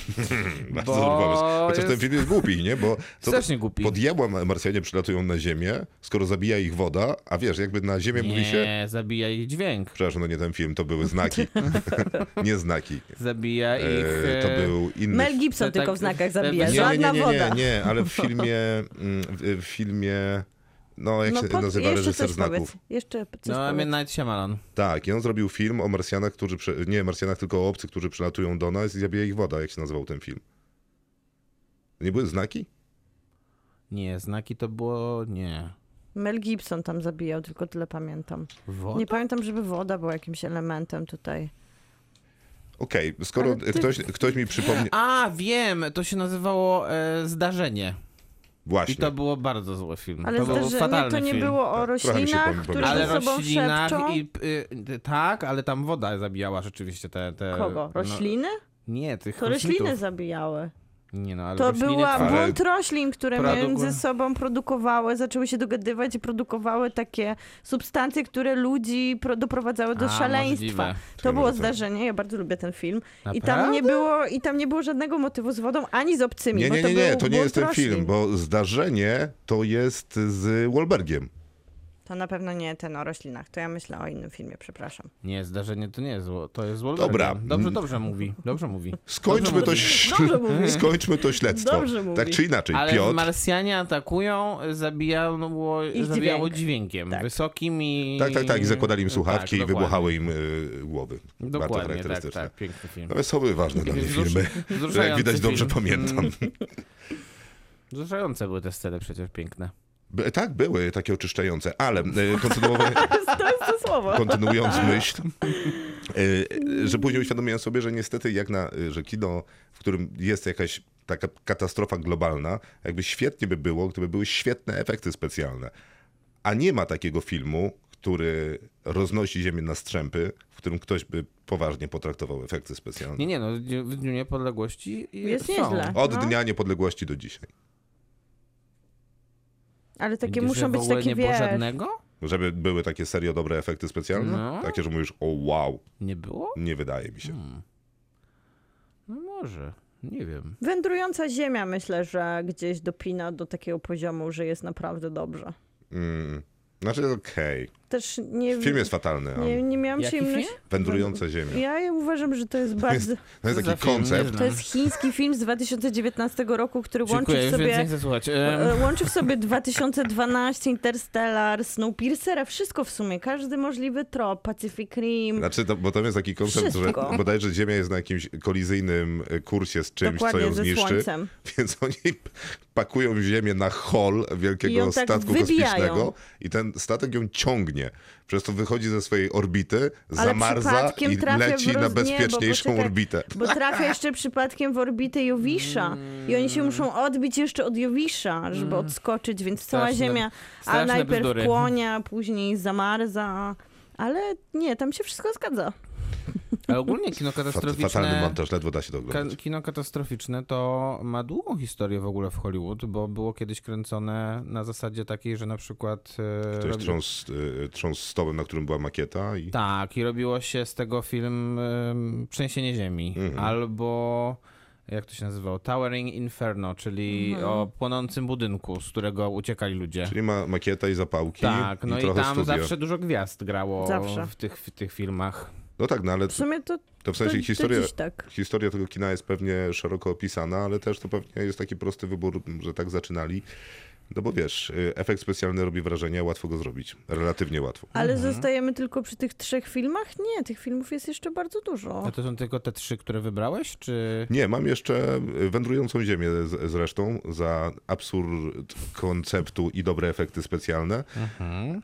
Speaker 2: Bardzo
Speaker 5: Bo
Speaker 2: dobry pomysł. no, Chociaż ten
Speaker 5: jest-
Speaker 2: film jest głupi, nie? Bo co,
Speaker 5: Strasznie głupi.
Speaker 2: po diabła Marsjanie przylatują na ziemię, skoro zabija ich woda, a wiesz, jakby na ziemię mówi się...
Speaker 5: Nie, zabija ich dźwięk.
Speaker 2: Przepraszam, no nie ten film, to były znaki. (laughs) nie znaki.
Speaker 5: Zabija ich...
Speaker 2: E, to
Speaker 5: e,
Speaker 2: był inny
Speaker 4: Mel Gibson
Speaker 5: To
Speaker 4: tylko
Speaker 5: tak-
Speaker 4: w znakach
Speaker 5: to-
Speaker 4: zabija.
Speaker 5: Nie,
Speaker 2: nie, nie,
Speaker 4: Żadna
Speaker 2: nie, nie,
Speaker 4: woda.
Speaker 2: nie, ale w filmie, mm, w, w filmie, no jak się
Speaker 4: pod-
Speaker 2: nazywa
Speaker 4: jeszcze
Speaker 2: reżyser
Speaker 4: coś
Speaker 2: znaków.
Speaker 4: powiedz. Jeszcze coś
Speaker 5: No,
Speaker 4: powiedz.
Speaker 5: Midnight Shyamalan.
Speaker 2: Tak, i on zrobił film o Marsjanach, którzy, prze- nie Marsjanach, tylko o obcych, którzy przylatują do nas i zabija ich woda, jak się nazywał ten film. Nie były znaki?
Speaker 5: Nie, znaki to było... nie.
Speaker 4: Mel Gibson tam zabijał, tylko tyle pamiętam.
Speaker 5: Woda?
Speaker 4: Nie pamiętam, żeby woda była jakimś elementem tutaj.
Speaker 2: Okej, skoro
Speaker 4: Ale ty-
Speaker 2: ktoś, ktoś mi przypomnie...
Speaker 5: A, wiem, to się nazywało e, Zdarzenie. I
Speaker 2: Właśnie.
Speaker 5: to było bardzo zły film.
Speaker 4: Ale
Speaker 5: No, to był
Speaker 4: zdarzenie
Speaker 5: fatalny
Speaker 4: to nie
Speaker 5: film.
Speaker 4: było o
Speaker 2: Tak, trochę mi się
Speaker 4: roślinach,
Speaker 2: pom-
Speaker 4: które
Speaker 2: pomyliło.
Speaker 5: Ale
Speaker 4: ze sobą
Speaker 5: roślinach
Speaker 4: szepczą.
Speaker 5: i... Y, y, tak, ale tam woda zabijała rzeczywiście te... te
Speaker 4: Kogo? Rośliny?
Speaker 5: E, No, nie, tych
Speaker 4: To rośliny zabijały.
Speaker 5: Nie no, ale
Speaker 4: To
Speaker 5: rośliny
Speaker 4: była
Speaker 5: trwa-
Speaker 2: Ale-
Speaker 4: bunt roślin, które
Speaker 5: Produku-
Speaker 4: między sobą produkowały, zaczęły się dogadywać i produkowały takie substancje, które ludzi pro, doprowadzały do
Speaker 5: A,
Speaker 4: szaleństwa.
Speaker 5: możliwe.
Speaker 4: To
Speaker 2: Czyli
Speaker 4: było
Speaker 2: może tak.
Speaker 4: zdarzenie, ja bardzo lubię ten film. I tam,
Speaker 5: Naprawdę?
Speaker 4: nie było, I tam nie było żadnego motywu z wodą, ani z obcymi.
Speaker 2: Nie,
Speaker 4: bo
Speaker 2: nie,
Speaker 4: to
Speaker 2: nie, nie,
Speaker 4: był
Speaker 2: to nie
Speaker 4: bunt
Speaker 2: jest ten
Speaker 4: roślin.
Speaker 2: film, bo zdarzenie to jest z Wahlbergiem.
Speaker 4: To na pewno nie ten o roślinach, to ja myślę o innym filmie, przepraszam.
Speaker 5: Nie, zdarzenie to nie jest zło, to jest zło.
Speaker 2: Dobra. Mm.
Speaker 5: Dobrze, dobrze mówi, dobrze mówi.
Speaker 2: Skończmy to,
Speaker 4: Dobrze
Speaker 2: śl-
Speaker 4: mówi.
Speaker 2: skończmy to śledztwo.
Speaker 4: Dobrze mówi.
Speaker 2: tak czy inaczej,
Speaker 5: Ale
Speaker 2: Piotr.
Speaker 5: Marsjanie atakują, zabijało,
Speaker 4: Ich
Speaker 5: zabijało
Speaker 4: dźwięk.
Speaker 5: dźwiękiem,
Speaker 4: Tak.
Speaker 5: wysokim i...
Speaker 2: Tak, tak, tak. I zakładali im
Speaker 5: Tak,
Speaker 2: słuchawki i
Speaker 5: dokładnie.
Speaker 2: wybuchały im y, głowy. Bardzo
Speaker 5: Dokładnie, tak,
Speaker 2: charakterystyczne.
Speaker 5: tak, piękny film.
Speaker 2: No, ale są ważne dla mnie
Speaker 5: Wzruszy-
Speaker 2: filmy. Że No, jak
Speaker 5: (laughs) wzruszający
Speaker 2: widać, dobrze
Speaker 5: film.
Speaker 2: pamiętam.
Speaker 5: (laughs) Mm. Wzruszające były te sceny przecież piękne.
Speaker 2: By- Tak, były takie oczyszczające, ale y, kontynuowa-
Speaker 4: (laughs) To jest to słowo.
Speaker 2: kontynuując myśl, y, y, że później uświadomiłem sobie, że niestety jak na, y, że kino, w którym jest jakaś taka katastrofa globalna, jakby świetnie by było, gdyby były świetne efekty specjalne. A nie ma takiego filmu, który roznosi ziemię na strzępy, w którym ktoś by poważnie potraktował efekty specjalne.
Speaker 5: Nie, nie, no w Dniu- w Dniu Niepodległości y,
Speaker 4: Jest
Speaker 5: są.
Speaker 4: nieźle.
Speaker 2: Od
Speaker 4: No.
Speaker 2: Dnia Niepodległości do dzisiaj.
Speaker 4: Ale takie
Speaker 5: Widzisz, że
Speaker 4: muszą
Speaker 5: w
Speaker 4: być
Speaker 5: ogóle
Speaker 4: takie,
Speaker 5: nie było
Speaker 4: wiesz...
Speaker 5: żadnego?
Speaker 2: Żeby były takie serio dobre efekty specjalne?
Speaker 5: No.
Speaker 2: Takie, że mówisz, o wow,
Speaker 5: Nie było?
Speaker 2: nie wydaje mi się.
Speaker 5: Hmm. No może, nie wiem.
Speaker 4: Wędrująca ziemia myślę, że gdzieś dopina do takiego poziomu, że jest naprawdę dobrze.
Speaker 2: Mm. Znaczy, okej.
Speaker 4: Też nie
Speaker 2: Film jest fatalny. a
Speaker 4: nie, nie miałam
Speaker 5: Jaki
Speaker 4: przyjemności.
Speaker 5: film?
Speaker 2: Wędrująca ziemia.
Speaker 4: Ja uważam, że to jest bardzo.
Speaker 2: To jest
Speaker 5: Co za
Speaker 2: taki
Speaker 5: film? Nie
Speaker 2: koncept.
Speaker 5: znam.
Speaker 4: To jest chiński film z 2019 roku, który
Speaker 5: Dziękuję,
Speaker 4: łączy w
Speaker 5: już więcej
Speaker 4: sobie.
Speaker 5: nie chcę słuchać. Em,
Speaker 4: e, Łączy w sobie 2012, Interstellar, Snowpiercera, wszystko w sumie, każdy możliwy trop, Pacific Rim.
Speaker 2: Znaczy, to, bo tam jest taki koncept,
Speaker 4: Wszystko.
Speaker 2: że bodajże Ziemia jest na jakimś kolizyjnym e, kursie z czymś, co
Speaker 4: Dokładnie
Speaker 2: ją
Speaker 4: ze
Speaker 2: zniszczy,
Speaker 4: słońcem.
Speaker 2: (laughs) więc oni p- pakują Ziemię na hol
Speaker 4: I ją
Speaker 2: wielkiego
Speaker 4: tak
Speaker 2: statku
Speaker 4: wybijają.
Speaker 2: kosmicznego i ten statek ją ciągnie. Przez to wychodzi ze swojej orbity,
Speaker 4: Ale
Speaker 2: zamarza
Speaker 4: przypadkiem
Speaker 2: i
Speaker 4: trafia w
Speaker 2: leci na
Speaker 4: roz- nie, bo
Speaker 2: bezpieczniejszą
Speaker 4: poczekaj.
Speaker 2: orbitę.
Speaker 4: Bo
Speaker 2: (laughs)
Speaker 4: trafia jeszcze przypadkiem w orbitę Jowisza i oni się muszą odbić jeszcze od Jowisza, żeby odskoczyć, więc cała
Speaker 5: Straszne-
Speaker 4: Ziemia a
Speaker 5: straszne
Speaker 4: najpierw
Speaker 5: bzdury.
Speaker 4: płonie, a później zamarza. Ale nie, tam się wszystko zgadza.
Speaker 5: Ale ogólnie kino
Speaker 2: Fat, fatalny
Speaker 5: katastroficzne,
Speaker 2: montaż, ledwo da się to
Speaker 5: ka,
Speaker 2: oglądać.
Speaker 5: kino katastroficzne to ma długą historię w ogóle w Hollywood, bo było kiedyś kręcone na zasadzie takiej, że na przykład... e,
Speaker 2: Ktoś
Speaker 5: robi-
Speaker 2: trząsł, e, trząsł stołem, na którym była makieta i...
Speaker 5: Tak, i robiło się z tego film um, Trzęsienie Ziemi,
Speaker 2: Mhm.
Speaker 5: albo jak to się nazywało? Towering Inferno, czyli
Speaker 4: Mhm.
Speaker 5: o płonącym budynku, z którego uciekali ludzie.
Speaker 2: Czyli ma makieta i zapałki
Speaker 5: tak, no
Speaker 2: i
Speaker 5: i,
Speaker 2: trochę
Speaker 5: tam
Speaker 2: studia.
Speaker 5: zawsze dużo gwiazd grało
Speaker 4: Zawsze.
Speaker 5: W, tych, w tych filmach.
Speaker 2: No tak, no ale
Speaker 4: W sumie to,
Speaker 2: to w
Speaker 4: to,
Speaker 2: sensie historia,
Speaker 4: to dziś tak.
Speaker 2: historia tego kina jest pewnie szeroko opisana, ale też to pewnie jest taki prosty wybór, że tak zaczynali. No bo wiesz, y, efekt specjalny robi wrażenie, łatwo go zrobić. Relatywnie łatwo.
Speaker 4: Ale zostajemy tylko przy tych trzech filmach? Nie, tych filmów jest jeszcze bardzo dużo.
Speaker 5: A to są tylko te trzy, które wybrałeś, czy...
Speaker 2: Nie, mam jeszcze y, Wędrującą Ziemię z, zresztą za absurd konceptu i dobre efekty specjalne.
Speaker 5: Mhm.
Speaker 2: Y,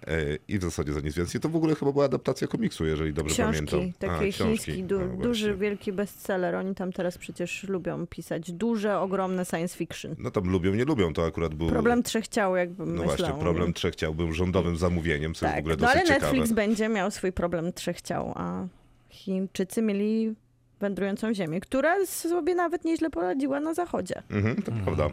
Speaker 2: I w zasadzie za nic więcej. To w ogóle chyba była adaptacja komiksu, jeżeli dobrze pamiętam.
Speaker 4: Książki,
Speaker 2: A,
Speaker 4: takie
Speaker 2: książki.
Speaker 4: chiński, du-
Speaker 2: No właśnie.
Speaker 4: duży, wielki bestseller. Oni tam teraz przecież lubią pisać duże, ogromne science fiction.
Speaker 2: No tam lubią, nie lubią, to akurat był...
Speaker 4: Problem trzech ciał, jakbym
Speaker 2: No
Speaker 4: myślała.
Speaker 2: właśnie, problem trzech chciałbym rządowym zamówieniem, co jest w
Speaker 4: tak.
Speaker 2: ogóle
Speaker 4: No
Speaker 2: dosyć
Speaker 4: ale
Speaker 2: ciekawe.
Speaker 4: Netflix będzie miał swój problem trzech ciał, a Chińczycy mieli wędrującą ziemię, która sobie nawet nieźle poradziła na zachodzie.
Speaker 2: Mhm, to prawda.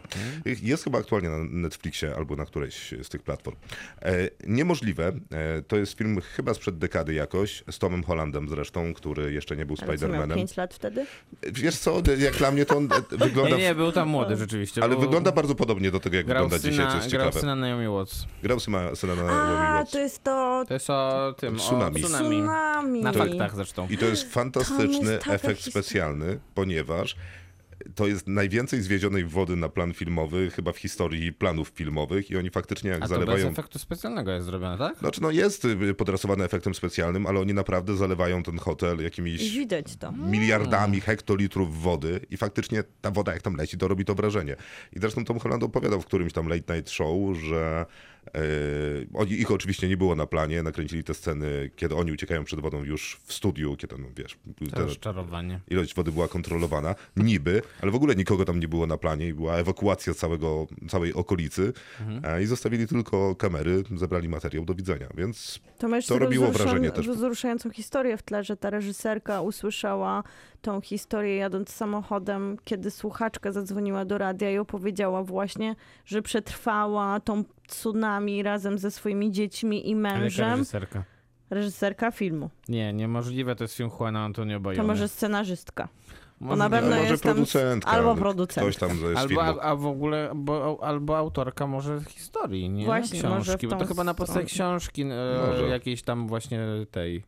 Speaker 2: Jest chyba aktualnie na Netflixie albo na którejś z tych platform. E, Niemożliwe. E, To jest film chyba sprzed dekady jakoś, z Tomem Hollandem zresztą, który jeszcze nie był
Speaker 4: Ale co miał
Speaker 2: Spider-Manem. E,
Speaker 4: 5 lat wtedy?
Speaker 2: Wiesz co, jak dla mnie to on e,
Speaker 5: (laughs)
Speaker 2: wygląda...
Speaker 5: Nie, nie, był tam młody rzeczywiście.
Speaker 2: Ale
Speaker 5: był...
Speaker 2: wygląda bardzo podobnie do tego, jak
Speaker 5: grał
Speaker 2: wygląda
Speaker 5: syna,
Speaker 2: dzisiaj, co jest
Speaker 5: Grał
Speaker 2: ciekawe.
Speaker 5: syna Naomi Watts.
Speaker 2: Grał syna, syna na Naomi
Speaker 4: A,
Speaker 2: Watts.
Speaker 4: to jest to
Speaker 5: To jest o tym,
Speaker 2: Tsunami.
Speaker 5: o tsunami.
Speaker 4: tsunami.
Speaker 5: Na faktach zresztą.
Speaker 2: I tak to jest fantastyczny
Speaker 4: taka
Speaker 2: efekt
Speaker 4: historia.
Speaker 2: specjalny, ponieważ to jest najwięcej zwiedzionej wody na plan filmowy, chyba w historii planów filmowych i oni faktycznie jak
Speaker 5: A to bez
Speaker 2: zalewają...
Speaker 5: efektu specjalnego jest zrobione, tak?
Speaker 2: Znaczy no jest y, podrasowany efektem specjalnym, ale oni naprawdę zalewają ten hotel jakimiś
Speaker 4: I widać to.
Speaker 2: miliardami hektolitrów wody i faktycznie ta woda jak tam leci, to robi to wrażenie. I zresztą Tom Holland opowiadał w którymś tam late night show, że e, E, oni, ich oczywiście nie było na planie, nakręcili te sceny, kiedy oni uciekają przed wodą już w studiu, kiedy, no wiesz,
Speaker 5: To
Speaker 2: ten,
Speaker 5: rozczarowanie.
Speaker 2: ilość wody była kontrolowana, niby, ale w ogóle nikogo tam nie było na planie i była ewakuacja całego, całej okolicy
Speaker 5: Mhm.
Speaker 2: e, i zostawili tylko kamery, zebrali materiał do widzenia, więc
Speaker 4: To, ma jeszcze
Speaker 2: To robiło
Speaker 4: wzruszan-
Speaker 2: wrażenie też.
Speaker 4: Wzruszającą historię w tle, że ta reżyserka usłyszała tą historię jadąc samochodem, kiedy słuchaczka zadzwoniła do radia i opowiedziała właśnie, że przetrwała tą tsunami razem ze swoimi dziećmi i
Speaker 5: Ale jaka
Speaker 4: mężem.
Speaker 5: reżyserka?
Speaker 4: Reżyserka filmu.
Speaker 5: Nie, niemożliwe, to jest film Juana Antonio Bayona.
Speaker 4: To może scenarzystka.
Speaker 5: Może
Speaker 4: na
Speaker 5: nie.
Speaker 4: pewno
Speaker 2: ale
Speaker 4: jest
Speaker 2: może
Speaker 4: tam-
Speaker 2: producentka,
Speaker 4: albo
Speaker 2: no,
Speaker 4: producent.
Speaker 2: ktoś tam z
Speaker 5: Albo,
Speaker 2: filmu.
Speaker 5: a, a w ogóle, bo, albo autorka może historii, nie?
Speaker 4: Właśnie,
Speaker 5: książki,
Speaker 4: może w
Speaker 5: bo to
Speaker 4: tą
Speaker 5: chyba na podstawie
Speaker 4: stronę.
Speaker 5: książki e,
Speaker 2: Może.
Speaker 5: jakiejś tam właśnie tej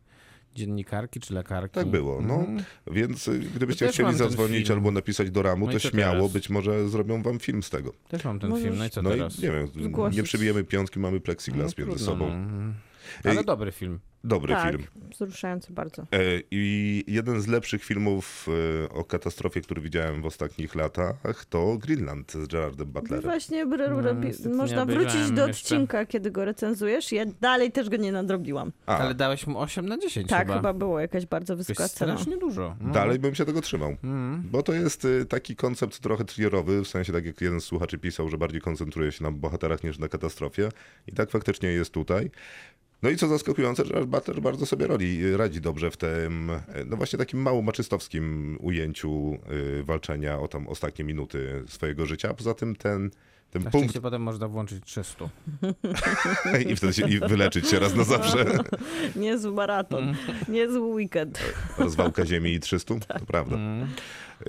Speaker 5: dziennikarki czy lekarki.
Speaker 2: Tak było, no.
Speaker 5: Mhm.
Speaker 2: Więc y, gdybyście
Speaker 5: też
Speaker 2: chcieli
Speaker 5: mam ten
Speaker 2: zadzwonić
Speaker 5: film.
Speaker 2: albo napisać do ramu,
Speaker 5: No i
Speaker 2: to
Speaker 5: co
Speaker 2: śmiało,
Speaker 5: teraz?
Speaker 2: być może zrobią wam film z tego.
Speaker 5: Też mam ten
Speaker 4: Możesz-
Speaker 5: film, no i co
Speaker 2: no
Speaker 5: teraz?
Speaker 2: i nie wiem,
Speaker 4: Zgłosić.
Speaker 2: nie przebijemy piątki, mamy plexiglas
Speaker 5: No
Speaker 2: między
Speaker 5: trudno,
Speaker 2: sobą.
Speaker 5: no. Mhm. Ale
Speaker 2: Ej,
Speaker 5: dobry film.
Speaker 2: Dobry
Speaker 4: tak,
Speaker 2: film.
Speaker 4: wzruszający bardzo.
Speaker 2: E, I jeden z lepszych filmów e, o katastrofie, który widziałem w ostatnich latach, to Greenland z Gerardem
Speaker 4: No
Speaker 2: Butlerem.
Speaker 4: właśnie, br-
Speaker 5: No,
Speaker 4: robi-
Speaker 5: niestety nie
Speaker 4: można
Speaker 5: obejrzałem
Speaker 4: wrócić do
Speaker 5: jeszcze.
Speaker 4: odcinka, kiedy go recenzujesz. Ja dalej też go nie nadrobiłam.
Speaker 2: A,
Speaker 5: Ale dałeś mu 8 na 10
Speaker 4: Tak,
Speaker 5: chyba.
Speaker 4: chyba było jakaś bardzo
Speaker 5: Jakoś
Speaker 4: wysoka cena.
Speaker 5: strasznie dużo. No.
Speaker 2: Dalej bym się tego trzymał.
Speaker 5: Mhm.
Speaker 2: Bo to jest y, taki koncept trochę thrillerowy, w sensie tak jak jeden z słuchaczy pisał, że bardziej koncentruje się na bohaterach niż na katastrofie. I tak faktycznie jest tutaj. No i co zaskakujące, że Butler bardzo sobie radzi, radzi dobrze w tym, y, no właśnie takim mało maczystowskim ujęciu y, walczenia o tam ostatnie minuty swojego życia. Poza tym ten, ten
Speaker 5: Na
Speaker 2: punkt
Speaker 5: szczęście potem można włączyć 300.
Speaker 2: i wtedy się i wyleczyć się raz na zawsze.
Speaker 4: (laughs) Niezły maraton,
Speaker 5: Mm.
Speaker 4: (laughs) niezły weekend.
Speaker 2: Rozwałka ziemi i 300, to prawda.
Speaker 5: Mhm.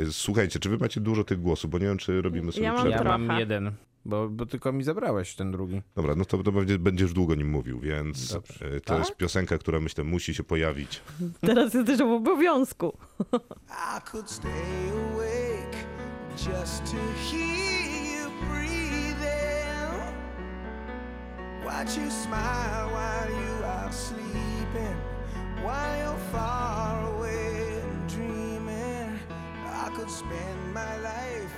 Speaker 2: Y, Słuchajcie, czy wy macie dużo tych głosów, bo nie wiem, czy robimy sobie
Speaker 4: Ja mam
Speaker 2: przerwę.
Speaker 5: Ja
Speaker 4: trochę.
Speaker 5: mam jeden, bo, bo tylko mi zabrałeś ten drugi.
Speaker 2: Dobra, no to, to będzie- będziesz długo nim mówił, więc
Speaker 5: Dobrze.
Speaker 2: e, to
Speaker 4: Tak?
Speaker 2: jest piosenka, która myślę musi się pojawić.
Speaker 4: Teraz jesteś w obowiązku.
Speaker 3: I could stay awake just to hear you breathing. Watch you smile while you are sleeping, while you're far away and dreaming. I could spend my life.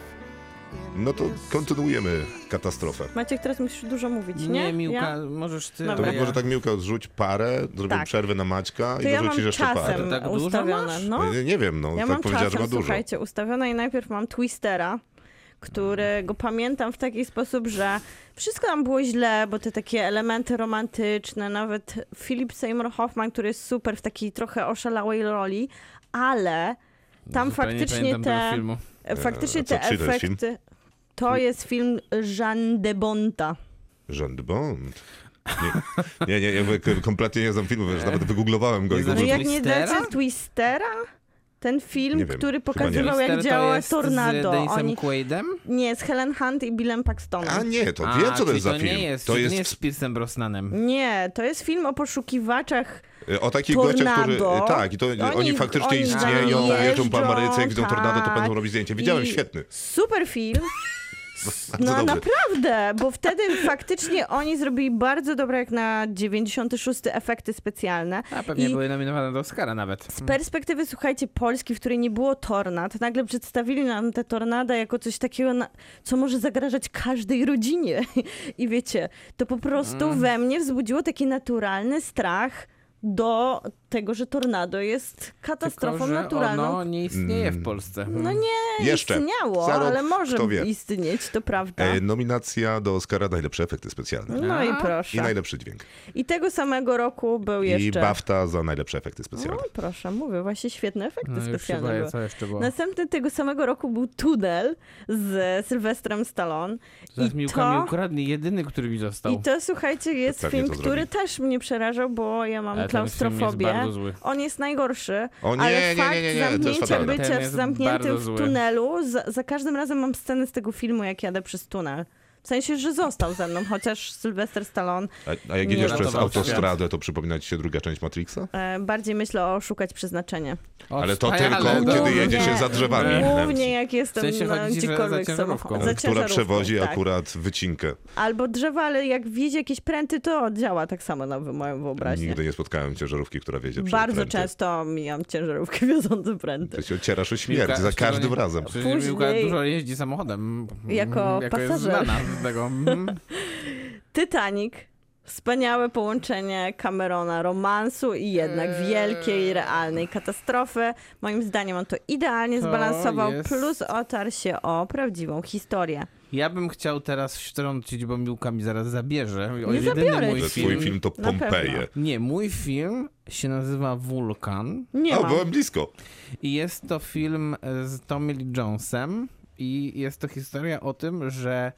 Speaker 3: in
Speaker 2: No to
Speaker 3: this
Speaker 2: kontynuujemy katastrofę.
Speaker 4: Maciek, teraz musisz dużo mówić, nie?
Speaker 5: Miłka,
Speaker 4: Ja?
Speaker 5: możesz ty.
Speaker 4: Dobra.
Speaker 2: To
Speaker 5: a ja-
Speaker 2: może tak Miłka zrzuć parę, zrobię
Speaker 4: Tak.
Speaker 2: przerwę na Maćka
Speaker 4: To
Speaker 2: i
Speaker 4: ja mam
Speaker 2: dorzucisz jeszcze
Speaker 4: czasem
Speaker 2: parę.
Speaker 5: Tak dużo
Speaker 4: ustawione.
Speaker 5: masz?
Speaker 4: No,
Speaker 2: No, nie, nie wiem, no
Speaker 4: ja
Speaker 2: tak
Speaker 4: mam
Speaker 2: powiedziała, że ma
Speaker 4: czasem,
Speaker 2: dużo.
Speaker 4: słuchajcie, ustawione i najpierw mam Twistera, którego pamiętam w taki sposób, że wszystko tam było źle, bo te takie elementy romantyczne, nawet Philip Seymour Hoffman, który jest super w takiej trochę oszalałej roli, ale tam
Speaker 5: Zupełnie nie
Speaker 4: faktycznie
Speaker 5: pamiętam tego
Speaker 4: te, e,
Speaker 5: filmu.
Speaker 4: faktycznie
Speaker 2: E, a co-
Speaker 4: te
Speaker 2: czy to jest film?
Speaker 4: efekty... To jest film Jean de Bonta.
Speaker 2: Jean de Bond. Nie, nie, nie, ja k- kompletnie nie znam filmu, wiesz, nawet wygooglowałem go
Speaker 5: Nie
Speaker 2: i go
Speaker 5: znasz-
Speaker 4: No
Speaker 5: Może
Speaker 4: jak nie
Speaker 5: Twistera?
Speaker 4: dacie Twistera? Ten film,
Speaker 2: Nie wiem,
Speaker 4: który
Speaker 2: chyba nie.
Speaker 4: pokazywał, jak
Speaker 5: Mister to
Speaker 4: działa
Speaker 5: jest Z
Speaker 4: tornado.
Speaker 5: Denisem
Speaker 4: Oni...
Speaker 5: Quaidem?
Speaker 4: Nie, z Helen Hunt i Billem Paxtonem.
Speaker 2: A nie, to
Speaker 5: A,
Speaker 2: wiem, co to
Speaker 5: czyli
Speaker 2: jest za film.
Speaker 5: To nie jest,
Speaker 2: to
Speaker 5: czyli
Speaker 2: jest,
Speaker 5: nie jest z Piersem Brosnanem.
Speaker 4: Nie, to jest film o poszukiwaczach.
Speaker 2: e, o takich
Speaker 4: tornado.
Speaker 2: gościach, którzy... e, Tak, i to oni,
Speaker 4: Oni-
Speaker 2: faktycznie
Speaker 4: oni
Speaker 2: istnieją,
Speaker 4: tam
Speaker 2: jeżdżą po Ameryce, jak widzą
Speaker 4: jeżdżą,
Speaker 2: tornado, to
Speaker 4: tak.
Speaker 2: będą robić zdjęcie. Widziałem,
Speaker 4: I
Speaker 2: świetny.
Speaker 4: Super
Speaker 2: (laughs)
Speaker 4: film. S-
Speaker 2: Bardzo
Speaker 4: No
Speaker 2: dobry.
Speaker 4: naprawdę, bo wtedy faktycznie oni zrobili bardzo dobre jak na 96 efekty specjalne.
Speaker 5: A pewnie
Speaker 4: I-
Speaker 5: były nominowane do Oscara nawet.
Speaker 4: Z perspektywy, słuchajcie, Polski, w której nie było tornad, nagle przedstawili nam te tornada jako coś takiego, na, co może zagrażać każdej rodzinie. (laughs) I wiecie, to po prostu
Speaker 5: Mm.
Speaker 4: we mnie wzbudziło taki naturalny strach do tego, że tornado jest katastrofą
Speaker 5: Tylko, że
Speaker 4: naturalną.
Speaker 5: Ono Mhm. nie istnieje
Speaker 2: Mm.
Speaker 5: w Polsce. Hmm.
Speaker 4: No nie
Speaker 2: Jeszcze.
Speaker 4: istniało,
Speaker 2: Za rok,
Speaker 4: ale może
Speaker 2: kto wie.
Speaker 4: istnieć, to prawda.
Speaker 2: E, nominacja do Oscara najlepsze efekty specjalne.
Speaker 4: No i
Speaker 5: A.
Speaker 4: proszę.
Speaker 2: I najlepszy dźwięk.
Speaker 4: I tego samego roku był
Speaker 2: I
Speaker 4: jeszcze.
Speaker 2: BAFTA za najlepsze efekty
Speaker 4: no
Speaker 2: specjalne.
Speaker 4: proszę, mówię, właśnie świetne efekty
Speaker 5: No już się
Speaker 4: specjalne
Speaker 5: boję,
Speaker 4: były.
Speaker 5: co jeszcze było.
Speaker 4: Następny tego samego roku był Tunel z Sylwestrem Stallone.
Speaker 5: Zaraz
Speaker 4: i
Speaker 5: mi
Speaker 4: to-
Speaker 5: ukradnie, ukradnie jedyny, który mi został.
Speaker 4: I to, słuchajcie, jest
Speaker 2: Pewnie
Speaker 4: film,
Speaker 2: to
Speaker 4: który
Speaker 2: zrobi.
Speaker 4: też mnie przerażał, bo ja mam
Speaker 5: Ale ten film jest
Speaker 4: klaustrofobię.
Speaker 5: bardzo zły.
Speaker 4: On jest najgorszy,
Speaker 2: O nie,
Speaker 4: No, ale
Speaker 2: nie, nie,
Speaker 4: fakt
Speaker 2: nie, nie, to jest
Speaker 4: zamknięcia
Speaker 2: fatalne.
Speaker 5: Ten
Speaker 4: bycia
Speaker 5: jest
Speaker 4: zamkniętym
Speaker 5: bardzo
Speaker 4: w
Speaker 5: zły.
Speaker 4: tunelu, za, za każdym razem mam scenę z tego filmu, jak jadę przez tunel. W sensie, że został ze mną, chociaż Sylwester Stallone.
Speaker 2: A, a jak
Speaker 4: Nie no
Speaker 2: jedziesz przez
Speaker 5: ratował
Speaker 2: autostradę, to przypomina ci się druga część Matrixa?
Speaker 4: E, bardziej myślę o szukać przeznaczenia.
Speaker 5: O,
Speaker 2: Ale to
Speaker 5: wspaniale,
Speaker 2: tylko
Speaker 5: no.
Speaker 2: kiedy
Speaker 4: Głównie-
Speaker 2: jedzie się za drzewami.
Speaker 4: Głównie jak jestem
Speaker 5: sensie
Speaker 4: na
Speaker 5: chodzi ci, że za
Speaker 4: gdziekolwiek
Speaker 5: ciężarówką.
Speaker 4: samochód.
Speaker 5: Za
Speaker 2: Która przewozi
Speaker 4: tak.
Speaker 2: akurat wycinkę.
Speaker 4: Albo drzewa, ale jak wiezie jakieś pręty, to działa tak samo na wy- moją wyobraźnię.
Speaker 2: Nigdy nie spotkałem ciężarówki, która wiedzie przez
Speaker 4: Bardzo
Speaker 2: pręty.
Speaker 4: często mijam ciężarówki (laughs) wiodące pręty.
Speaker 2: Ty się ocierasz o śmierć
Speaker 5: Miłka-
Speaker 2: za każdym
Speaker 5: szczególnie-
Speaker 2: razem.
Speaker 5: szczególnie
Speaker 4: Później-
Speaker 5: Miłka dużo jeździ samochodem.
Speaker 4: Jako
Speaker 5: jako jest
Speaker 4: pasażer.
Speaker 5: Hmm. znana z tego. Mm.
Speaker 4: Titanic Wspaniałe połączenie Camerona, romansu i jednak
Speaker 5: Eee.
Speaker 4: wielkiej, realnej katastrofy. Moim zdaniem on to idealnie
Speaker 5: To
Speaker 4: zbalansował,
Speaker 5: jest-
Speaker 4: plus otarł się o prawdziwą historię.
Speaker 5: Ja bym chciał teraz wtrącić, bo Miłka mi zaraz zabierze. O,
Speaker 4: Nie
Speaker 5: jedyny
Speaker 4: zabiorę
Speaker 5: mój
Speaker 2: Że
Speaker 4: ci.
Speaker 5: film.
Speaker 2: twój film to
Speaker 4: Na pewno.
Speaker 2: Pompeje.
Speaker 5: Nie, mój film się nazywa Wulkan
Speaker 4: Nie
Speaker 2: O,
Speaker 4: mam.
Speaker 2: byłem blisko.
Speaker 5: i jest to film e, z Tommy Lee Jonesem i jest to historia o tym, że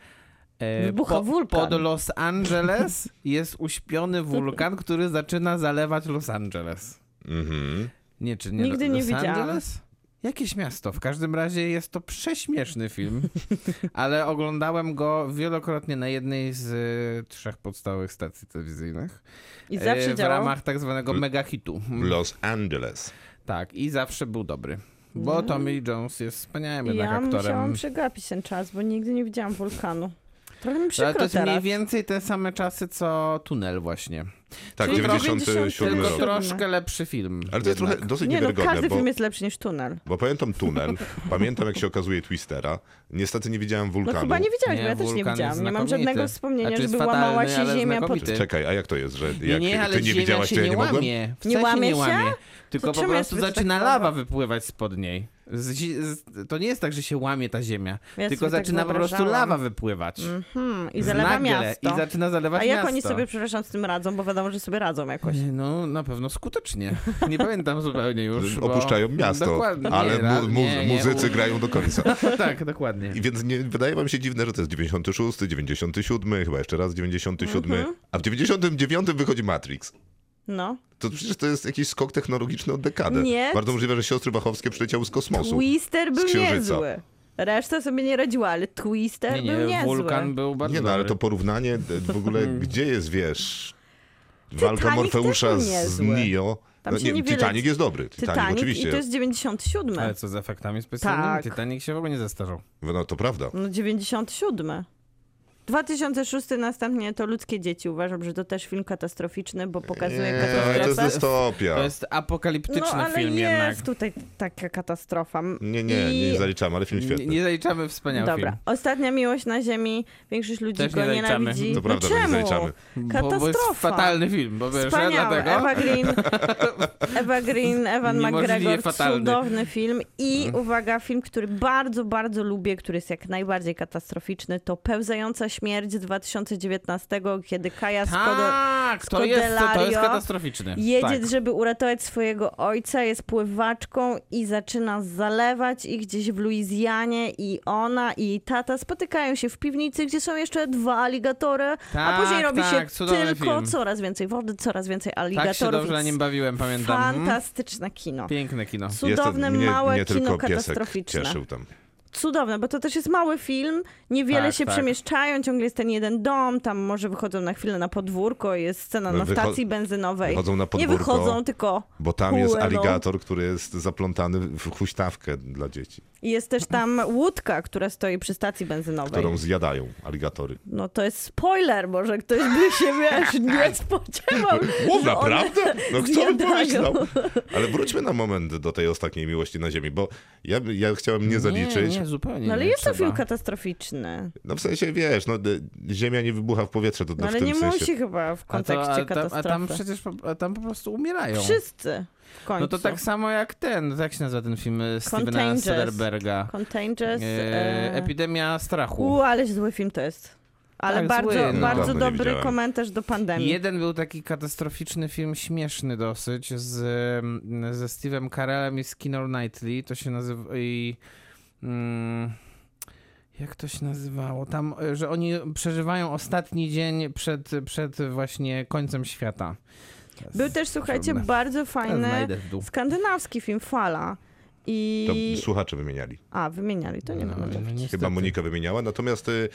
Speaker 5: e,
Speaker 4: Wybucha wulkan.
Speaker 5: pod Los Angeles jest uśpiony wulkan, który zaczyna zalewać Los Angeles.
Speaker 2: Mhm.
Speaker 5: Nie, czy nie
Speaker 4: Nigdy
Speaker 5: Lo-
Speaker 4: nie
Speaker 5: Los
Speaker 4: widziałam.
Speaker 5: Angeles? Jakieś miasto. W każdym razie jest to prześmieszny
Speaker 4: (laughs)
Speaker 5: film, ale oglądałem go wielokrotnie na jednej z e, trzech podstawowych stacji telewizyjnych.
Speaker 4: I
Speaker 5: E,
Speaker 4: zawsze
Speaker 5: W
Speaker 4: działał.
Speaker 5: ramach tak zwanego
Speaker 2: L-
Speaker 5: mega hitu. Mm,
Speaker 2: Los Angeles.
Speaker 5: Tak, i zawsze był dobry. Bo Tommy Lee Jones jest wspaniałym jednak
Speaker 4: Mm. Ja musiałam
Speaker 5: aktorem.
Speaker 4: przegapić ten czas, bo nigdy nie widziałam wulkanu. Trochę mi przykro
Speaker 5: Ale to jest
Speaker 4: teraz.
Speaker 5: mniej więcej te same czasy, co Tunel właśnie.
Speaker 2: Tak,
Speaker 5: Czyli
Speaker 2: 97
Speaker 5: Tylko
Speaker 2: rok.
Speaker 4: Siódmy.
Speaker 5: troszkę lepszy film.
Speaker 2: Ale to jest trochę
Speaker 5: jednak.
Speaker 2: dosyć
Speaker 4: Nie no,
Speaker 2: niewiarygodne,
Speaker 4: każdy
Speaker 2: bo,
Speaker 4: film jest lepszy niż tunel.
Speaker 2: bo pamiętam tunel, pamiętam jak się okazuje Twistera, niestety nie widziałem
Speaker 4: No
Speaker 2: wulkanu.
Speaker 4: chyba nie widziałeś,
Speaker 5: Nie,
Speaker 4: bo ja też nie
Speaker 5: wulkan jest
Speaker 4: widziałam. Nie mam
Speaker 5: znakomity.
Speaker 4: żadnego
Speaker 5: Znaczy
Speaker 4: wspomnienia,
Speaker 5: jest
Speaker 4: żeby łamała
Speaker 5: fatalny,
Speaker 4: się
Speaker 5: ale
Speaker 4: ziemia pod...
Speaker 5: znakomity.
Speaker 2: Czekaj, a jak to jest, że
Speaker 5: Nie,
Speaker 2: jak
Speaker 5: No nie, ale
Speaker 2: ty nie
Speaker 5: ziemia
Speaker 2: widziałaś,
Speaker 5: się
Speaker 2: to ja nie mogłem?
Speaker 5: łamie. Wcale
Speaker 4: Nie
Speaker 5: się
Speaker 4: łamie
Speaker 5: nie
Speaker 4: się?
Speaker 5: łamie. Tylko
Speaker 4: To
Speaker 5: po
Speaker 4: czemu
Speaker 5: prostu
Speaker 4: jest tak
Speaker 5: zaczyna
Speaker 4: słabo?
Speaker 5: lawa wypływać spod niej. Z, z, to nie jest tak, że się łamie ta ziemia.
Speaker 4: Ja
Speaker 5: tylko
Speaker 4: sobie tak
Speaker 5: zaczyna po prostu
Speaker 4: wyobrażałam.
Speaker 5: lawa wypływać.
Speaker 4: Mhm, I zalewa
Speaker 5: Nagle
Speaker 4: miasto.
Speaker 5: I zaczyna zalewać
Speaker 4: A jak
Speaker 5: miasto.
Speaker 4: oni sobie, przepraszam, z tym radzą? Bo wiadomo, że sobie radzą jakoś.
Speaker 5: No, na pewno skutecznie. Nie pamiętam zupełnie
Speaker 2: (laughs)
Speaker 5: już. bo-
Speaker 2: Opuszczają miasto,
Speaker 5: No Dokładnie,
Speaker 2: ale
Speaker 5: nie, ra-
Speaker 2: mu, mu,
Speaker 5: nie, nie,
Speaker 2: muzycy
Speaker 5: u-
Speaker 2: grają do końca.
Speaker 5: (laughs) tak, dokładnie.
Speaker 2: I więc nie, wydaje wam się dziwne, że to jest 96, 97, chyba jeszcze raz 97,
Speaker 4: Mhm.
Speaker 2: a w 99 wychodzi Matrix.
Speaker 4: No.
Speaker 2: To przecież to jest jakiś skok technologiczny o dekadę.
Speaker 4: Nie.
Speaker 2: Bardzo możliwe, że siostry Wachowskie przyleciały z kosmosu.
Speaker 4: Twister był
Speaker 2: Księżyca.
Speaker 4: niezły. Reszta sobie nie radziła, ale Twister
Speaker 5: Nie,
Speaker 4: był
Speaker 5: nie,
Speaker 4: niezły.
Speaker 5: wulkan był bardzo Hmm.
Speaker 2: Nie no, ale to
Speaker 5: dobry.
Speaker 2: porównanie d- w
Speaker 5: (laughs)
Speaker 2: ogóle, gdzie jest, wiesz, walka
Speaker 4: Titanic
Speaker 2: Morfeusza
Speaker 4: też
Speaker 2: z
Speaker 4: był
Speaker 2: z
Speaker 4: niezły.
Speaker 2: Neo.
Speaker 4: Tam
Speaker 2: No
Speaker 4: się
Speaker 2: nie,
Speaker 4: niewiele-
Speaker 2: Titanic jest dobry, Titanic,
Speaker 4: Titanic
Speaker 2: oczywiście.
Speaker 4: i to jest 97.
Speaker 5: Ale co z efektami specjalnymi?
Speaker 4: Tak.
Speaker 5: Titanic się w ogóle nie zestarzał.
Speaker 2: No to prawda.
Speaker 4: No 97. 2006 następnie to Ludzkie Dzieci. Uważam, że to też film katastroficzny, bo pokazuje
Speaker 2: Nie, to jest
Speaker 4: katastrofę.
Speaker 2: dystopia.
Speaker 5: To jest apokaliptyczny
Speaker 4: No ale
Speaker 5: film
Speaker 4: jest
Speaker 5: jednak.
Speaker 4: tutaj taka katastrofa. M-
Speaker 2: Nie, nie, nie
Speaker 4: I-
Speaker 2: zaliczamy, ale film świetny.
Speaker 5: Nie, nie zaliczamy wspaniały
Speaker 4: Dobra.
Speaker 5: film.
Speaker 4: Ostatnia miłość na ziemi. Większość ludzi
Speaker 5: Też
Speaker 4: go
Speaker 5: nie zaliczamy.
Speaker 4: nienawidzi.
Speaker 2: To
Speaker 4: No
Speaker 2: prawda, że nie
Speaker 4: czemu?
Speaker 2: zaliczamy.
Speaker 5: Bo, bo jest
Speaker 4: Katastrofa.
Speaker 5: fatalny film, bo wiesz, że
Speaker 4: Wspaniały.
Speaker 5: dlatego...
Speaker 4: Ewa
Speaker 5: (laughs)
Speaker 4: Green, Ewa Green, Evan
Speaker 5: Niemożliwie
Speaker 4: McGregor,
Speaker 5: fatalny. Mhm.
Speaker 4: cudowny film. I uwaga, film, który bardzo, bardzo lubię, który jest jak najbardziej katastroficzny, to Pełzająca śmierć z 2019, kiedy Kaja Skoda
Speaker 5: Tak, to jest, to, to jest
Speaker 4: Scodelario
Speaker 5: katastroficzny.
Speaker 4: jedzie,
Speaker 5: tak.
Speaker 4: żeby uratować swojego ojca, jest pływaczką i zaczyna zalewać ich gdzieś w Luizjanie i ona i jej tata spotykają się w piwnicy, gdzie są jeszcze dwa aligatory,
Speaker 5: Tak,
Speaker 4: a później robi
Speaker 5: tak,
Speaker 4: się
Speaker 5: cudowny
Speaker 4: tylko
Speaker 5: film.
Speaker 4: coraz więcej wody, coraz więcej
Speaker 5: Tak
Speaker 4: aligatorów.
Speaker 5: się dobrze
Speaker 4: i
Speaker 5: na nim bawiłem, pamiętam. Mm.
Speaker 4: Fantastyczne kino.
Speaker 5: Piękne kino.
Speaker 4: Cudowne,
Speaker 2: Jestem- mnie,
Speaker 4: małe
Speaker 2: mnie
Speaker 4: kino
Speaker 2: tylko piesek
Speaker 4: katastroficzne.
Speaker 2: cieszył tam.
Speaker 4: Cudowne, bo to też jest mały film, niewiele
Speaker 5: Tak,
Speaker 4: się
Speaker 5: tak.
Speaker 4: przemieszczają, ciągle jest ten jeden dom, tam może wychodzą na chwilę na podwórko, jest scena na
Speaker 2: Wycho-
Speaker 4: stacji benzynowej.
Speaker 2: Wychodzą na
Speaker 4: Nie
Speaker 2: podwórko,
Speaker 4: wychodzą, tylko
Speaker 2: bo tam jest
Speaker 4: płyną.
Speaker 2: aligator, który jest zaplątany w huśtawkę dla dzieci,
Speaker 4: jest też tam łódka, która stoi przy stacji benzynowej.
Speaker 2: którą zjadają aligatory.
Speaker 4: No to jest spoiler, może ktoś by się,
Speaker 2: (laughs)
Speaker 4: wiesz, nie spodziewał.
Speaker 2: Wow,
Speaker 4: że one
Speaker 2: naprawdę? No kto by
Speaker 4: zjadają.
Speaker 2: pomyślał? Ale wróćmy na moment do tej ostatniej miłości na ziemi, bo ja, ja chciałem nie zaliczyć.
Speaker 5: Nie, nie zupełnie
Speaker 4: No ale
Speaker 5: nie
Speaker 4: jest to
Speaker 5: trzeba.
Speaker 4: film katastroficzny.
Speaker 2: No w sensie, wiesz, no, d- ziemia nie wybucha w powietrze, to, to
Speaker 4: No
Speaker 2: w
Speaker 4: ale
Speaker 2: tym
Speaker 4: nie
Speaker 2: sensie.
Speaker 4: musi chyba w
Speaker 5: A, to,
Speaker 4: kontekście
Speaker 5: a, tam,
Speaker 4: katastrofy.
Speaker 5: a tam przecież po, a tam po prostu umierają.
Speaker 4: Wszyscy w końcu.
Speaker 5: No to tak samo jak ten, jak się nazywa ten film e, Stevena
Speaker 4: Contagious.
Speaker 5: Soderberga.
Speaker 4: Contagious.
Speaker 5: E,
Speaker 4: E...
Speaker 5: epidemia strachu.
Speaker 4: U, ale zły film to jest. Ale
Speaker 5: Tak,
Speaker 4: bardzo,
Speaker 5: zły, no.
Speaker 4: bardzo
Speaker 2: Dawno nie
Speaker 4: dobry
Speaker 2: widziałem.
Speaker 4: komentarz do pandemii.
Speaker 5: Jeden był taki katastroficzny film, śmieszny dosyć, z, em, ze Steve'em Carellem i Skinner Knightley. To się nazywa... I, mm, jak to się nazywało? Tam, e, że oni przeżywają ostatni dzień przed, przed właśnie końcem świata.
Speaker 4: Był też, słuchajcie,
Speaker 5: Żadne.
Speaker 4: bardzo
Speaker 5: Ja
Speaker 4: fajny
Speaker 5: znajdę w dół.
Speaker 4: skandynawski film Fala.
Speaker 2: To
Speaker 4: I.
Speaker 2: słuchacze wymieniali.
Speaker 4: A, wymieniali, to nie
Speaker 5: No,
Speaker 4: wiem.
Speaker 5: no, niestety.
Speaker 2: Chyba Monika wymieniała. Natomiast y,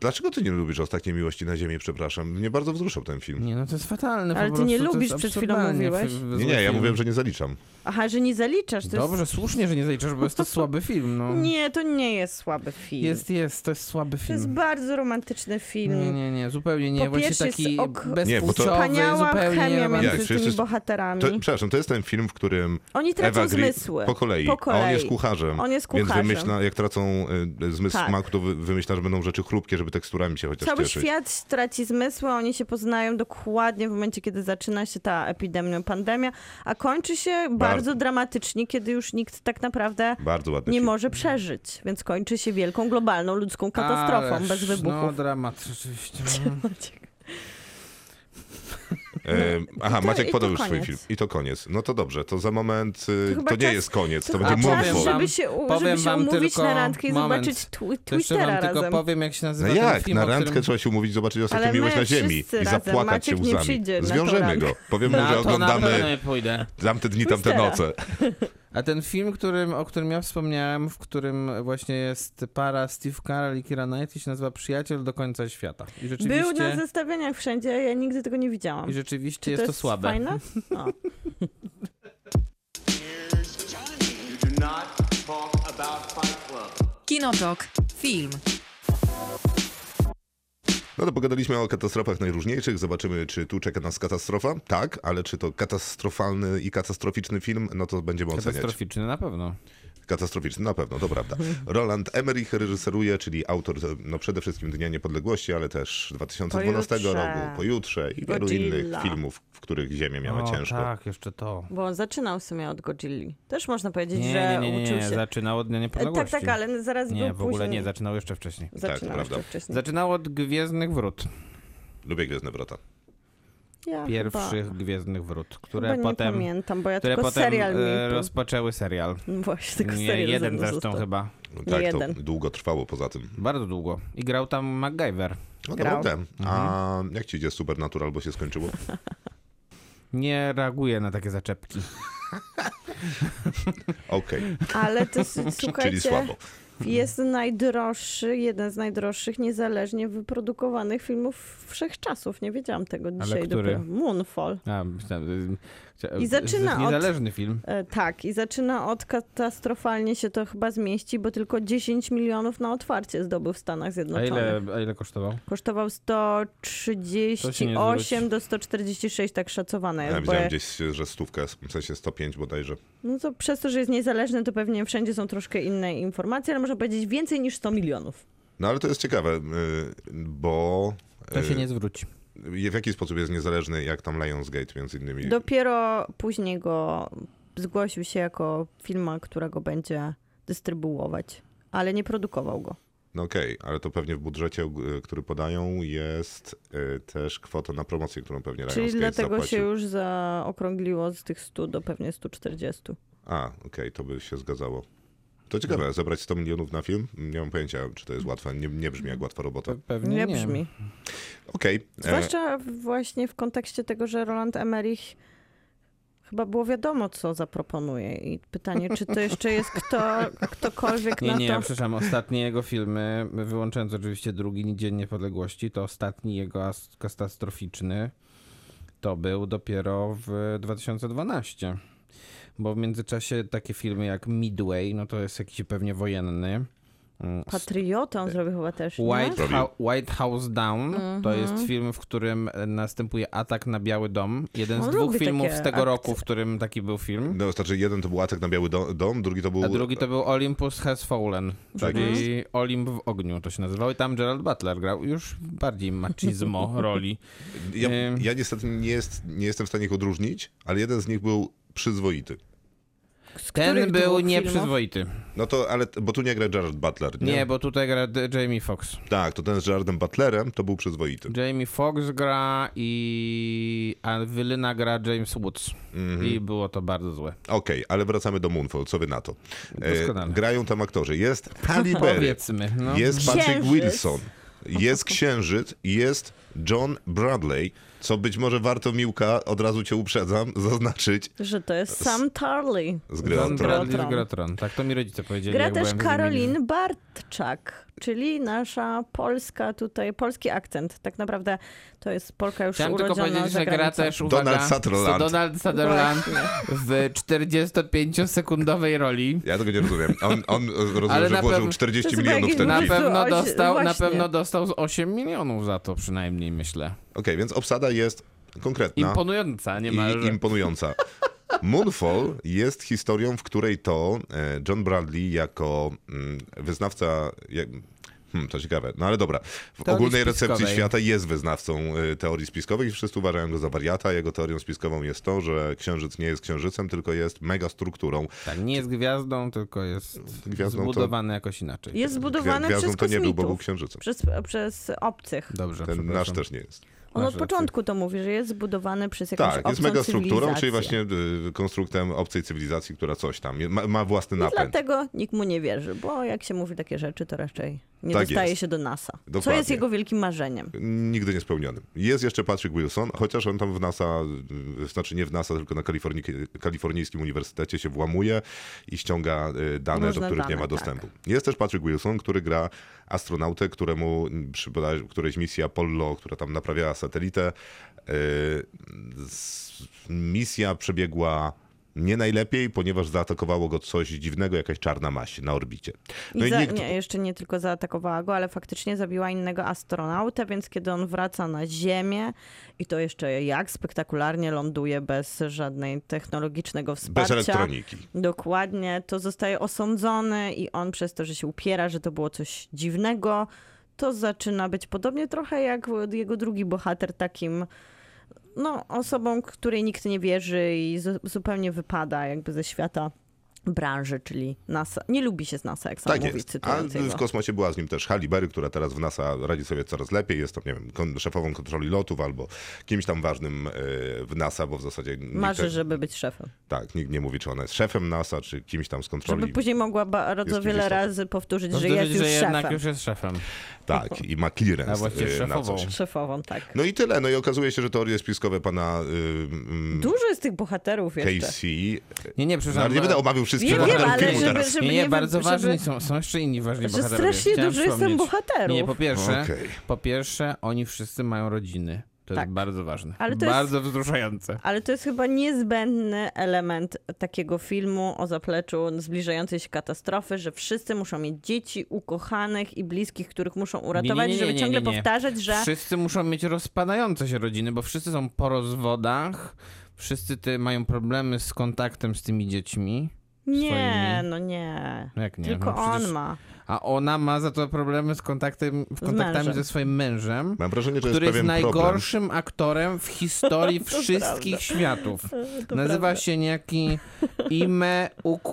Speaker 2: dlaczego ty nie lubisz ostatniej miłości na ziemi, przepraszam? Mnie bardzo wzruszał ten film.
Speaker 5: Nie, no to jest fatalne. po
Speaker 4: Ale ty nie
Speaker 5: prostu, to
Speaker 4: lubisz,
Speaker 5: jest
Speaker 4: przed chwilą
Speaker 5: absurdalnie
Speaker 4: mówiłeś.
Speaker 5: fi-
Speaker 2: Nie,
Speaker 5: zły
Speaker 2: nie, ja
Speaker 5: film.
Speaker 2: mówiłem, że nie zaliczam.
Speaker 4: Aha, że nie zaliczasz. To
Speaker 5: Dobrze, słusznie, że nie zaliczasz, bo jest to słaby film. No.
Speaker 4: Jest... Nie, to nie jest słaby film.
Speaker 5: Jest, jest, to jest słaby
Speaker 4: To jest
Speaker 5: film.
Speaker 4: bardzo romantyczny film.
Speaker 5: Nie, nie, nie, zupełnie nie.
Speaker 4: Po
Speaker 5: Właśnie
Speaker 4: pierwsze jest
Speaker 5: taki
Speaker 4: ok-
Speaker 2: Nie, bo to-
Speaker 5: bezpłciowy,
Speaker 4: Wspaniała
Speaker 5: zupełnie
Speaker 4: chemia
Speaker 5: romantyczny.
Speaker 2: Jak,
Speaker 4: między tymi
Speaker 2: przecież-
Speaker 4: bohaterami.
Speaker 2: To, przepraszam, to jest ten film, w którym
Speaker 4: Oni Mhm. tracą
Speaker 2: Ewa Green,
Speaker 4: zmysły.
Speaker 2: po kolei,
Speaker 4: Po
Speaker 2: a on jest
Speaker 4: kolei.
Speaker 2: kucharzem.
Speaker 4: On jest
Speaker 2: Więc
Speaker 4: kucharzem.
Speaker 2: wymyśla, jak tracą y, zmysł
Speaker 4: Tak.
Speaker 2: smaku, to wy, wymyśla, że będą rzeczy chrupkie, żeby teksturami się chociaż
Speaker 4: Cały
Speaker 2: cieszyć.
Speaker 4: świat traci zmysły, oni się poznają dokładnie w momencie, kiedy zaczyna się ta epidemia, pandemia, a kończy się bardzo, dramatycznie, kiedy już nikt tak naprawdę
Speaker 2: Bardzo ładny
Speaker 4: nie
Speaker 2: film.
Speaker 4: może przeżyć. Więc kończy się wielką, globalną, ludzką katastrofą
Speaker 5: Ależ,
Speaker 4: bez
Speaker 5: No,
Speaker 4: wybuchów. (laughs)
Speaker 5: dramat rzeczywiście.
Speaker 4: Maciek.
Speaker 2: E, aha,
Speaker 4: to- no, i
Speaker 2: Maciek
Speaker 4: to
Speaker 2: podał już swój
Speaker 4: koniec.
Speaker 2: film. I to koniec. No to dobrze, to za moment y,
Speaker 4: To chyba
Speaker 2: to, nie
Speaker 4: czas-
Speaker 2: jest koniec, to,
Speaker 4: To
Speaker 2: będzie
Speaker 4: będzie
Speaker 5: chyba
Speaker 2: move
Speaker 5: czas,
Speaker 4: czas,
Speaker 5: move-on.
Speaker 4: żeby się, u-
Speaker 5: Powiem
Speaker 4: żeby się
Speaker 5: wam
Speaker 4: umówić
Speaker 5: tylko-
Speaker 4: na randkę i
Speaker 5: moment.
Speaker 4: zobaczyć twi-
Speaker 5: To jeszcze wam
Speaker 4: Twittera
Speaker 5: tylko
Speaker 4: razem.
Speaker 5: powiem, jak się nazywa
Speaker 2: No
Speaker 5: ten
Speaker 2: jak?
Speaker 5: film,
Speaker 2: Na
Speaker 5: o
Speaker 2: randkę
Speaker 5: którym...
Speaker 2: trzeba się umówić, zobaczyć ostatnią
Speaker 4: Ale
Speaker 2: miłość
Speaker 4: my
Speaker 2: na ziemi
Speaker 4: wszyscy
Speaker 2: i
Speaker 4: razem.
Speaker 2: zapłakać
Speaker 4: Maciek
Speaker 2: się
Speaker 4: nie
Speaker 2: łzami.
Speaker 4: przyjdzie na
Speaker 2: Zwiążemy
Speaker 4: tą
Speaker 2: go. Powiemy,
Speaker 5: Na
Speaker 2: że
Speaker 5: to na pewno
Speaker 2: oglądamy
Speaker 5: nie pójdę.
Speaker 2: tamte dni, tamte
Speaker 4: Twistera.
Speaker 2: noce.
Speaker 5: A ten film, którym, o którym ja wspomniałem, w którym właśnie jest para Steve Carell i Kira Knightley, się nazywa Przyjaciel do końca świata. I rzeczywiście,
Speaker 4: Był na zestawieniach wszędzie, ja nigdy tego nie widziałam.
Speaker 5: i rzeczywiście
Speaker 4: Czy
Speaker 5: jest to, słabe. (laughs)
Speaker 4: Fajne? O.
Speaker 3: You do not talk about Fight Club.
Speaker 1: Kinotok. Film.
Speaker 2: No to pogadaliśmy o katastrofach najróżniejszych. Zobaczymy, czy tu czeka nas katastrofa. Tak, ale czy to katastrofalny i katastroficzny film, no to będziemy oceniać.
Speaker 5: Katastroficzny na pewno.
Speaker 2: Katastroficzny, na pewno, to
Speaker 4: (laughs)
Speaker 2: prawda. Roland Emmerich reżyseruje, czyli autor no, przede wszystkim Dnia Niepodległości, ale też 2012
Speaker 4: Pojutrze.
Speaker 2: roku, Pojutrze i wielu
Speaker 4: Godzilla.
Speaker 2: innych filmów, w których ziemię miała
Speaker 5: o,
Speaker 2: ciężko.
Speaker 5: tak, jeszcze to.
Speaker 4: Bo on zaczynał w sumie od Godzilli. Też można
Speaker 5: Nie,
Speaker 4: powiedzieć,
Speaker 5: nie,
Speaker 4: że
Speaker 5: nie, nie,
Speaker 4: uczył
Speaker 5: nie.
Speaker 4: się.
Speaker 5: zaczynał od Dnia
Speaker 4: E, tak,
Speaker 5: Niepodległości.
Speaker 4: tak, ale zaraz
Speaker 5: Nie,
Speaker 4: był
Speaker 5: w ogóle
Speaker 4: później.
Speaker 5: nie, zaczynał jeszcze wcześniej.
Speaker 2: Tak,
Speaker 4: Zaczynał
Speaker 2: prawda.
Speaker 4: jeszcze wcześniej.
Speaker 5: Zaczynał od Gwiezdnych Wrót.
Speaker 2: Lubię Gwiezdne Wrota.
Speaker 4: ja
Speaker 5: Pierwszych Gwiezdnych Wrót, które
Speaker 4: chyba, chyba
Speaker 5: potem...
Speaker 4: nie pamiętam, bo ja
Speaker 5: które
Speaker 4: tylko
Speaker 5: potem
Speaker 4: serial
Speaker 5: e,
Speaker 4: mi... tu-
Speaker 5: rozpoczęły serial.
Speaker 4: Właśnie, tylko
Speaker 5: Nie,
Speaker 4: serial ze
Speaker 5: jeden
Speaker 4: mną
Speaker 5: zresztą
Speaker 4: został.
Speaker 5: chyba.
Speaker 2: No,
Speaker 4: Nie
Speaker 2: tak,
Speaker 4: jeden.
Speaker 2: to długo trwało poza tym.
Speaker 5: Bardzo długo. I grał tam MacGyver.
Speaker 2: No
Speaker 4: Grał.
Speaker 2: naprawdę. A
Speaker 5: Mhm.
Speaker 2: jak ci idzie Supernatural, bo się skończyło?
Speaker 5: Nie reaguje na takie zaczepki.
Speaker 2: Okej,
Speaker 4: Ale to
Speaker 5: (laughs)
Speaker 4: s-
Speaker 2: czyli
Speaker 4: słuchajcie,
Speaker 2: słabo.
Speaker 4: jest najdroższy, jeden z najdroższych niezależnie wyprodukowanych filmów wszechczasów. Nie wiedziałam tego dzisiaj
Speaker 5: który?
Speaker 4: dopiero. Moonfall.
Speaker 5: A, myślałem, że- że-
Speaker 4: I zaczyna
Speaker 5: że
Speaker 4: od-
Speaker 5: Niezależny film.
Speaker 4: E, tak, i zaczyna od katastrofalnie się to chyba zmieści, bo tylko 10 milionów na otwarcie zdobył w Stanach
Speaker 5: A
Speaker 4: Zjednoczonych.
Speaker 5: ile, a ile kosztował?
Speaker 4: Kosztował
Speaker 5: To się nie
Speaker 4: 138
Speaker 5: zwróci.
Speaker 4: do 146, tak szacowane
Speaker 2: Ja
Speaker 4: jest. Bo
Speaker 2: widziałem gdzieś, że stówkę, w sensie 105 bodajże.
Speaker 4: no to przez to, że jest niezależny, to pewnie wszędzie są troszkę inne informacje, ale można powiedzieć więcej niż 100 milionów.
Speaker 2: No ale to jest ciekawe, y, bo...
Speaker 5: To się
Speaker 2: y,
Speaker 5: nie zwróci.
Speaker 2: I w jaki sposób jest niezależny, jak tam Lionsgate między innymi.
Speaker 4: Dopiero później go zgłosił się jako firma, która go będzie dystrybuować, ale nie produkował go.
Speaker 2: No okej, ale to pewnie w budżecie, y, który podają, jest y, też kwota na promocję, którą pewnie
Speaker 4: Czyli
Speaker 2: Lionsgate
Speaker 4: dlatego
Speaker 2: zapłacił.
Speaker 4: się już zaokrągliło z tych 100 do pewnie 140.
Speaker 2: A, okej, to by się zgadzało. To
Speaker 4: No.
Speaker 2: ciekawe, zebrać 100 milionów na film? Nie mam pojęcia, czy to jest łatwe. Nie, nie brzmi jak łatwa robota.
Speaker 5: Pe- Pewnie
Speaker 4: Nie
Speaker 5: nie.
Speaker 4: brzmi.
Speaker 2: Okej. e,
Speaker 4: No. Zwłaszcza właśnie w kontekście tego, że Roland Emmerich chyba było wiadomo, co zaproponuje. I pytanie, czy to jeszcze jest
Speaker 5: (laughs)
Speaker 4: kto, ktokolwiek
Speaker 5: Nie,
Speaker 4: na
Speaker 5: nie,
Speaker 4: No to.
Speaker 5: przepraszam, ostatnie jego filmy, wyłączając oczywiście drugi Dzień Niepodległości, to ostatni jego as- katastroficzny to był dopiero w 2012. Bo w międzyczasie takie filmy jak Midway, no to jest jakiś pewnie wojenny. Mm,
Speaker 4: Patriotą zrobił chyba też. Nie? Mhm.
Speaker 5: White, Hou- White House Down to jest film, w którym e, następuje atak na Biały Dom. Jeden z
Speaker 4: On
Speaker 5: dwóch
Speaker 4: lubi
Speaker 5: filmów
Speaker 4: takie
Speaker 5: z tego
Speaker 4: akcje.
Speaker 5: roku, w którym taki był film.
Speaker 2: No, znaczy jeden to był Atak na Biały Do- Dom, drugi to był...
Speaker 5: A drugi to był Olympus Has Fallen,
Speaker 2: Tak
Speaker 5: czyli Olimp w ogniu to się nazywało i tam Gerald Butler grał już bardziej machismo
Speaker 2: (laughs)
Speaker 5: roli.
Speaker 2: Ja,
Speaker 5: ym.
Speaker 2: ja niestety nie, jest, nie jestem w stanie ich odróżnić, ale jeden z nich był przyzwoity.
Speaker 4: których
Speaker 5: Ten był
Speaker 4: dwóch
Speaker 5: nieprzyzwoity.
Speaker 2: No to, ale, bo tu nie gra Jared Butler, nie?
Speaker 5: Nie, bo tutaj gra D- Jamie Foxx.
Speaker 2: Tak, to ten z Jaredem Butlerem to był przyzwoity.
Speaker 5: Jamie Foxx gra i... a Wylyna gra James Woods.
Speaker 2: Mhm.
Speaker 5: I było to bardzo złe.
Speaker 2: Okej, ale wracamy do Moonfall, co wy na to? E,
Speaker 5: Doskonale.
Speaker 2: grają tam aktorzy. Jest
Speaker 5: (laughs)
Speaker 2: Halle Berry,
Speaker 5: Powiedzmy. No.
Speaker 2: jest Patrick
Speaker 4: Księżyc.
Speaker 2: Wilson, jest Księżyc i jest John Bradley, co być może warto, Miłka, od razu cię uprzedzam, (laughs) zaznaczyć
Speaker 4: Że to jest Sam Tarly.
Speaker 2: z gry o
Speaker 5: John
Speaker 2: Tron.
Speaker 5: Bradley z
Speaker 4: Grotron.
Speaker 5: Grotron. Tak, to mi rodzice powiedzieli.
Speaker 4: Gra
Speaker 5: jak
Speaker 4: też
Speaker 5: byłem z nimi.
Speaker 4: Karolin Bartczak, czyli nasza polska tutaj, polski akcent. Tak naprawdę to jest Polka już
Speaker 5: Chciałem tylko
Speaker 4: urodzona
Speaker 5: powiedzieć,
Speaker 4: za
Speaker 5: że gra
Speaker 4: granicą. No
Speaker 5: też, uwaga,
Speaker 2: Donald Sutherland.
Speaker 5: Donald Sutherland
Speaker 4: Właśnie.
Speaker 5: w 45-sekundowej roli.
Speaker 2: Ja tego nie rozumiem. On, on e, rozumiem,
Speaker 5: (laughs) Ale
Speaker 2: że
Speaker 5: na
Speaker 2: włożył
Speaker 5: pewno-
Speaker 2: 40
Speaker 4: To jest
Speaker 2: milionów w ten
Speaker 4: jakiś-
Speaker 5: Na
Speaker 2: film.
Speaker 4: Jezu,
Speaker 5: pewno,
Speaker 4: oś-
Speaker 5: dostał, na
Speaker 4: No właśnie.
Speaker 5: pewno dostał z 8 milionów za to przynajmniej, myślę.
Speaker 2: Okej, więc obsada jest konkretna
Speaker 5: Imponująca niemalże.
Speaker 2: No. i
Speaker 5: (laughs)
Speaker 2: imponująca. Moonfall jest historią, w której to e, John Bradley jako mm, wyznawca... Jak, Hmm, to ciekawe. No ale dobra. W
Speaker 5: Teorii
Speaker 2: ogólnej recepcji
Speaker 5: spiskowej.
Speaker 2: świata jest wyznawcą y, teorii spiskowych i wszyscy uważają go za wariata. Jego teorią spiskową jest to, że księżyc nie jest księżycem, tylko jest megastrukturą.
Speaker 5: Tak, nie jest gwiazdą, tylko jest
Speaker 2: Gwiazdą to-
Speaker 5: zbudowany jakoś
Speaker 4: Jest
Speaker 5: inaczej.
Speaker 2: Gwiazdą
Speaker 4: zbudowany
Speaker 2: to
Speaker 4: przez
Speaker 2: nie był, bo był
Speaker 4: kosmitów.
Speaker 2: księżycem.
Speaker 4: Przez, przez obcych.
Speaker 5: Dobrze,
Speaker 2: Ten
Speaker 5: przepraszam.
Speaker 2: nasz też nie jest.
Speaker 4: On od
Speaker 5: Nasze
Speaker 4: początku to mówi, że jest zbudowany przez jakąś
Speaker 2: Tak, jest
Speaker 4: obcą
Speaker 2: megastrukturą, czyli
Speaker 4: cywilizację.
Speaker 2: właśnie y, konstruktem obcej cywilizacji, która coś tam je- ma, ma własny
Speaker 5: No
Speaker 4: I
Speaker 2: napęd.
Speaker 4: dlatego nikt mu nie wierzy, bo jak się mówi takie rzeczy, to raczej nie
Speaker 2: Tak
Speaker 4: dostaje
Speaker 2: jest.
Speaker 4: się do NASA. Co jest
Speaker 2: Dokładnie.
Speaker 4: jego wielkim marzeniem?
Speaker 2: Nigdy nie spełnionym. Jest jeszcze Patrick Wilson, chociaż on tam w NASA, y, znaczy nie w NASA, tylko na Kaliforniki- Kalifornijskim Uniwersytecie się włamuje i ściąga y, dane,
Speaker 4: Różne
Speaker 2: do których nie
Speaker 4: dane,
Speaker 2: ma
Speaker 4: tak.
Speaker 2: dostępu. Jest też Patrick Wilson, który gra astronautę, któremu mm, przy bodaj- którejś misji Apollo, która tam naprawiała satelitę, y, s- misja przebiegła nie najlepiej, ponieważ zaatakowało go coś dziwnego, jakaś czarna maść na orbicie. No
Speaker 4: I, za, nie, jeszcze nie tylko zaatakowała go, ale faktycznie zabiła innego astronautę, więc kiedy on wraca na Ziemię i to jeszcze jak spektakularnie ląduje bez żadnej technologicznego
Speaker 2: Bez
Speaker 4: wsparcia.
Speaker 2: elektroniki.
Speaker 4: Dokładnie, to zostaje osądzony i on przez to, że się upiera, że to było coś dziwnego, to zaczyna być podobnie trochę jak jego drugi bohater takim no, osobą, której nikt nie wierzy i zu- zupełnie wypada jakby ze świata branży, czyli NASA. Nie lubi się z NASA, jak sam
Speaker 2: Tak
Speaker 4: mówi,
Speaker 2: jest. A
Speaker 4: cytując jego.
Speaker 2: w kosmosie była z nim też Halibery, która teraz w NASA radzi sobie coraz lepiej. Jest tam, nie wiem, kon- szefową kontroli lotów albo kimś tam ważnym e, w NASA, bo w zasadzie nikt,
Speaker 4: Marzy, żeby być szefem.
Speaker 2: tak, nikt nie mówi, czy ona jest szefem NASA, czy kimś tam z
Speaker 4: Żeby
Speaker 2: kontroli.
Speaker 4: później mogła bardzo
Speaker 2: Jest
Speaker 4: wiele
Speaker 2: istotne.
Speaker 4: razy powtórzyć,
Speaker 5: To
Speaker 4: że
Speaker 5: znaczy,
Speaker 4: jest już
Speaker 5: że jednak
Speaker 4: szefem.
Speaker 5: już jest szefem.
Speaker 2: Tak, i ma
Speaker 5: A
Speaker 2: clearance
Speaker 5: właściwie
Speaker 2: e, na
Speaker 5: szefową.
Speaker 2: coś.
Speaker 4: Szefową, tak.
Speaker 2: No i tyle. No i okazuje się, że teorie spiskowe pana y, mm,
Speaker 4: Dużo jest tych bohaterów jeszcze.
Speaker 2: Casey...
Speaker 5: Nie,
Speaker 2: No, ale
Speaker 5: nie, przepraszam.
Speaker 2: nie będę omawiał wszystkich
Speaker 4: Wiem, wiem,
Speaker 2: bohaterów
Speaker 4: ale
Speaker 2: filmu
Speaker 4: żeby-
Speaker 2: teraz.
Speaker 4: żeby
Speaker 5: nie,
Speaker 4: nie
Speaker 5: nie,
Speaker 4: wy-
Speaker 5: bardzo
Speaker 4: żeby-
Speaker 5: ważni są, są jeszcze inni ważni
Speaker 4: Że
Speaker 5: bohaterowie.
Speaker 4: strasznie
Speaker 5: Chciałem
Speaker 4: dużo jest tam
Speaker 5: wspomnieć.
Speaker 4: bohaterów.
Speaker 5: Nie, po pierwsze,
Speaker 2: tak. Okej.
Speaker 5: po pierwsze, oni wszyscy mają rodziny. To
Speaker 4: Tak.
Speaker 5: jest bardzo ważne.
Speaker 4: Ale to jest-
Speaker 5: bardzo wzruszające.
Speaker 4: Ale to jest chyba niezbędny element takiego filmu o zapleczu zbliżającej się katastrofy, że wszyscy muszą mieć dzieci, ukochanych i bliskich, których muszą uratować,
Speaker 5: nie, nie,
Speaker 4: żeby
Speaker 5: nie,
Speaker 4: ciągle
Speaker 5: nie, nie.
Speaker 4: powtarzać, że
Speaker 5: Wszyscy muszą mieć rozpadające się rodziny, bo wszyscy są po rozwodach. Wszyscy te mają problemy z kontaktem z tymi dziećmi.
Speaker 4: nie,
Speaker 5: swoimi.
Speaker 4: no nie.
Speaker 5: No Jak nie?
Speaker 4: Tylko
Speaker 5: no przecież-
Speaker 4: on ma.
Speaker 5: A ona ma za to problemy z kontaktem, w kontaktami
Speaker 4: mężem.
Speaker 5: ze swoim mężem,
Speaker 2: Mam wrażenie, że jest
Speaker 5: który jest
Speaker 2: pewien problem.
Speaker 5: najgorszym aktorem w
Speaker 4: (laughs)
Speaker 5: historii wszystkich światów. Nazywa się niejaki Ime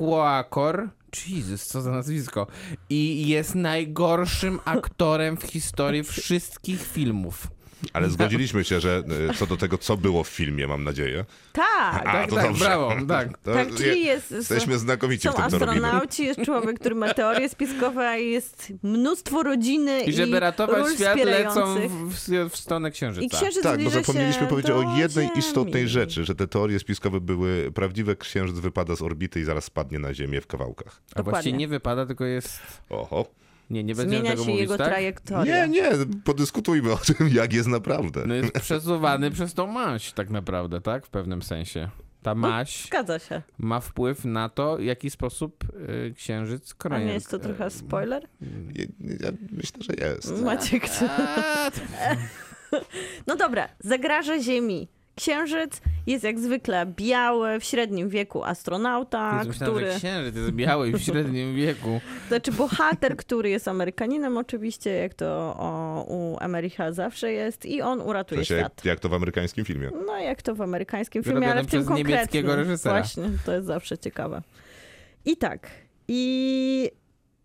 Speaker 5: Ukwoakor. Jezus, co za nazwisko. I jest najgorszym aktorem w historii wszystkich filmów.
Speaker 2: Ale zgodziliśmy się, że y, co do tego, co było w filmie, mam nadzieję.
Speaker 4: Tak,
Speaker 2: A,
Speaker 5: tak,
Speaker 2: to
Speaker 5: tak,
Speaker 2: dobrze.
Speaker 5: brawo, tak.
Speaker 2: To
Speaker 4: tak, czyli jest.
Speaker 2: Jesteśmy znakomici
Speaker 4: są
Speaker 2: w tym, co robimy.
Speaker 4: astronauci, jest człowiek, który ma teorie spiskowe, jest mnóstwo rodziny
Speaker 5: I żeby ratować
Speaker 4: ról
Speaker 5: świat, lecą
Speaker 4: wspierających.
Speaker 5: w, w, w stronę księżyca.
Speaker 4: I księżyc
Speaker 2: Tak, bo
Speaker 4: zbliża
Speaker 2: zapomnieliśmy
Speaker 4: się
Speaker 2: powiedzieć
Speaker 4: do
Speaker 2: o jednej
Speaker 4: Ziemi.
Speaker 2: istotnej rzeczy, że te teorie spiskowe były prawdziwe. Księżyc wypada z orbity i zaraz spadnie na Ziemię w kawałkach.
Speaker 5: A właściwie
Speaker 4: Dokładnie.
Speaker 5: nie wypada, tylko jest...
Speaker 2: Oho.
Speaker 5: Nie, nie będziemy
Speaker 4: Zmienia
Speaker 5: tego
Speaker 4: się
Speaker 5: mówić,
Speaker 4: jego
Speaker 5: tak?
Speaker 4: trajektoria.
Speaker 2: Nie, nie, podyskutujmy o tym, jak jest naprawdę.
Speaker 5: No jest przesuwany (laughs) przez tą maść tak naprawdę, tak? W pewnym sensie. Ta
Speaker 4: No
Speaker 5: maść
Speaker 4: Zgadza się.
Speaker 5: ma wpływ na to, w jaki sposób y, księżyc y,
Speaker 4: A
Speaker 5: krąży.
Speaker 4: nie jest to trochę spoiler?
Speaker 2: Ja, ja myślę, że jest.
Speaker 4: Maciek. ty- (laughs) No dobra, zagraża Ziemi. Księżyc jest jak zwykle biały, w średnim wieku astronauta, który,
Speaker 5: Myślałem, że księżyc jest biały i w średnim wieku.
Speaker 4: (laughs) znaczy bohater, który jest Amerykaninem oczywiście, jak to o, u Emerycha zawsze jest i on
Speaker 2: W
Speaker 4: uratuje
Speaker 2: sensie,
Speaker 4: świat.
Speaker 2: jak, jak to w amerykańskim filmie.
Speaker 4: No jak to w amerykańskim filmie,
Speaker 5: Zrobione
Speaker 4: ale w tym
Speaker 5: przez
Speaker 4: konkretnym.
Speaker 5: niemieckiego reżysera.
Speaker 4: Właśnie, to jest zawsze ciekawe. I tak, i...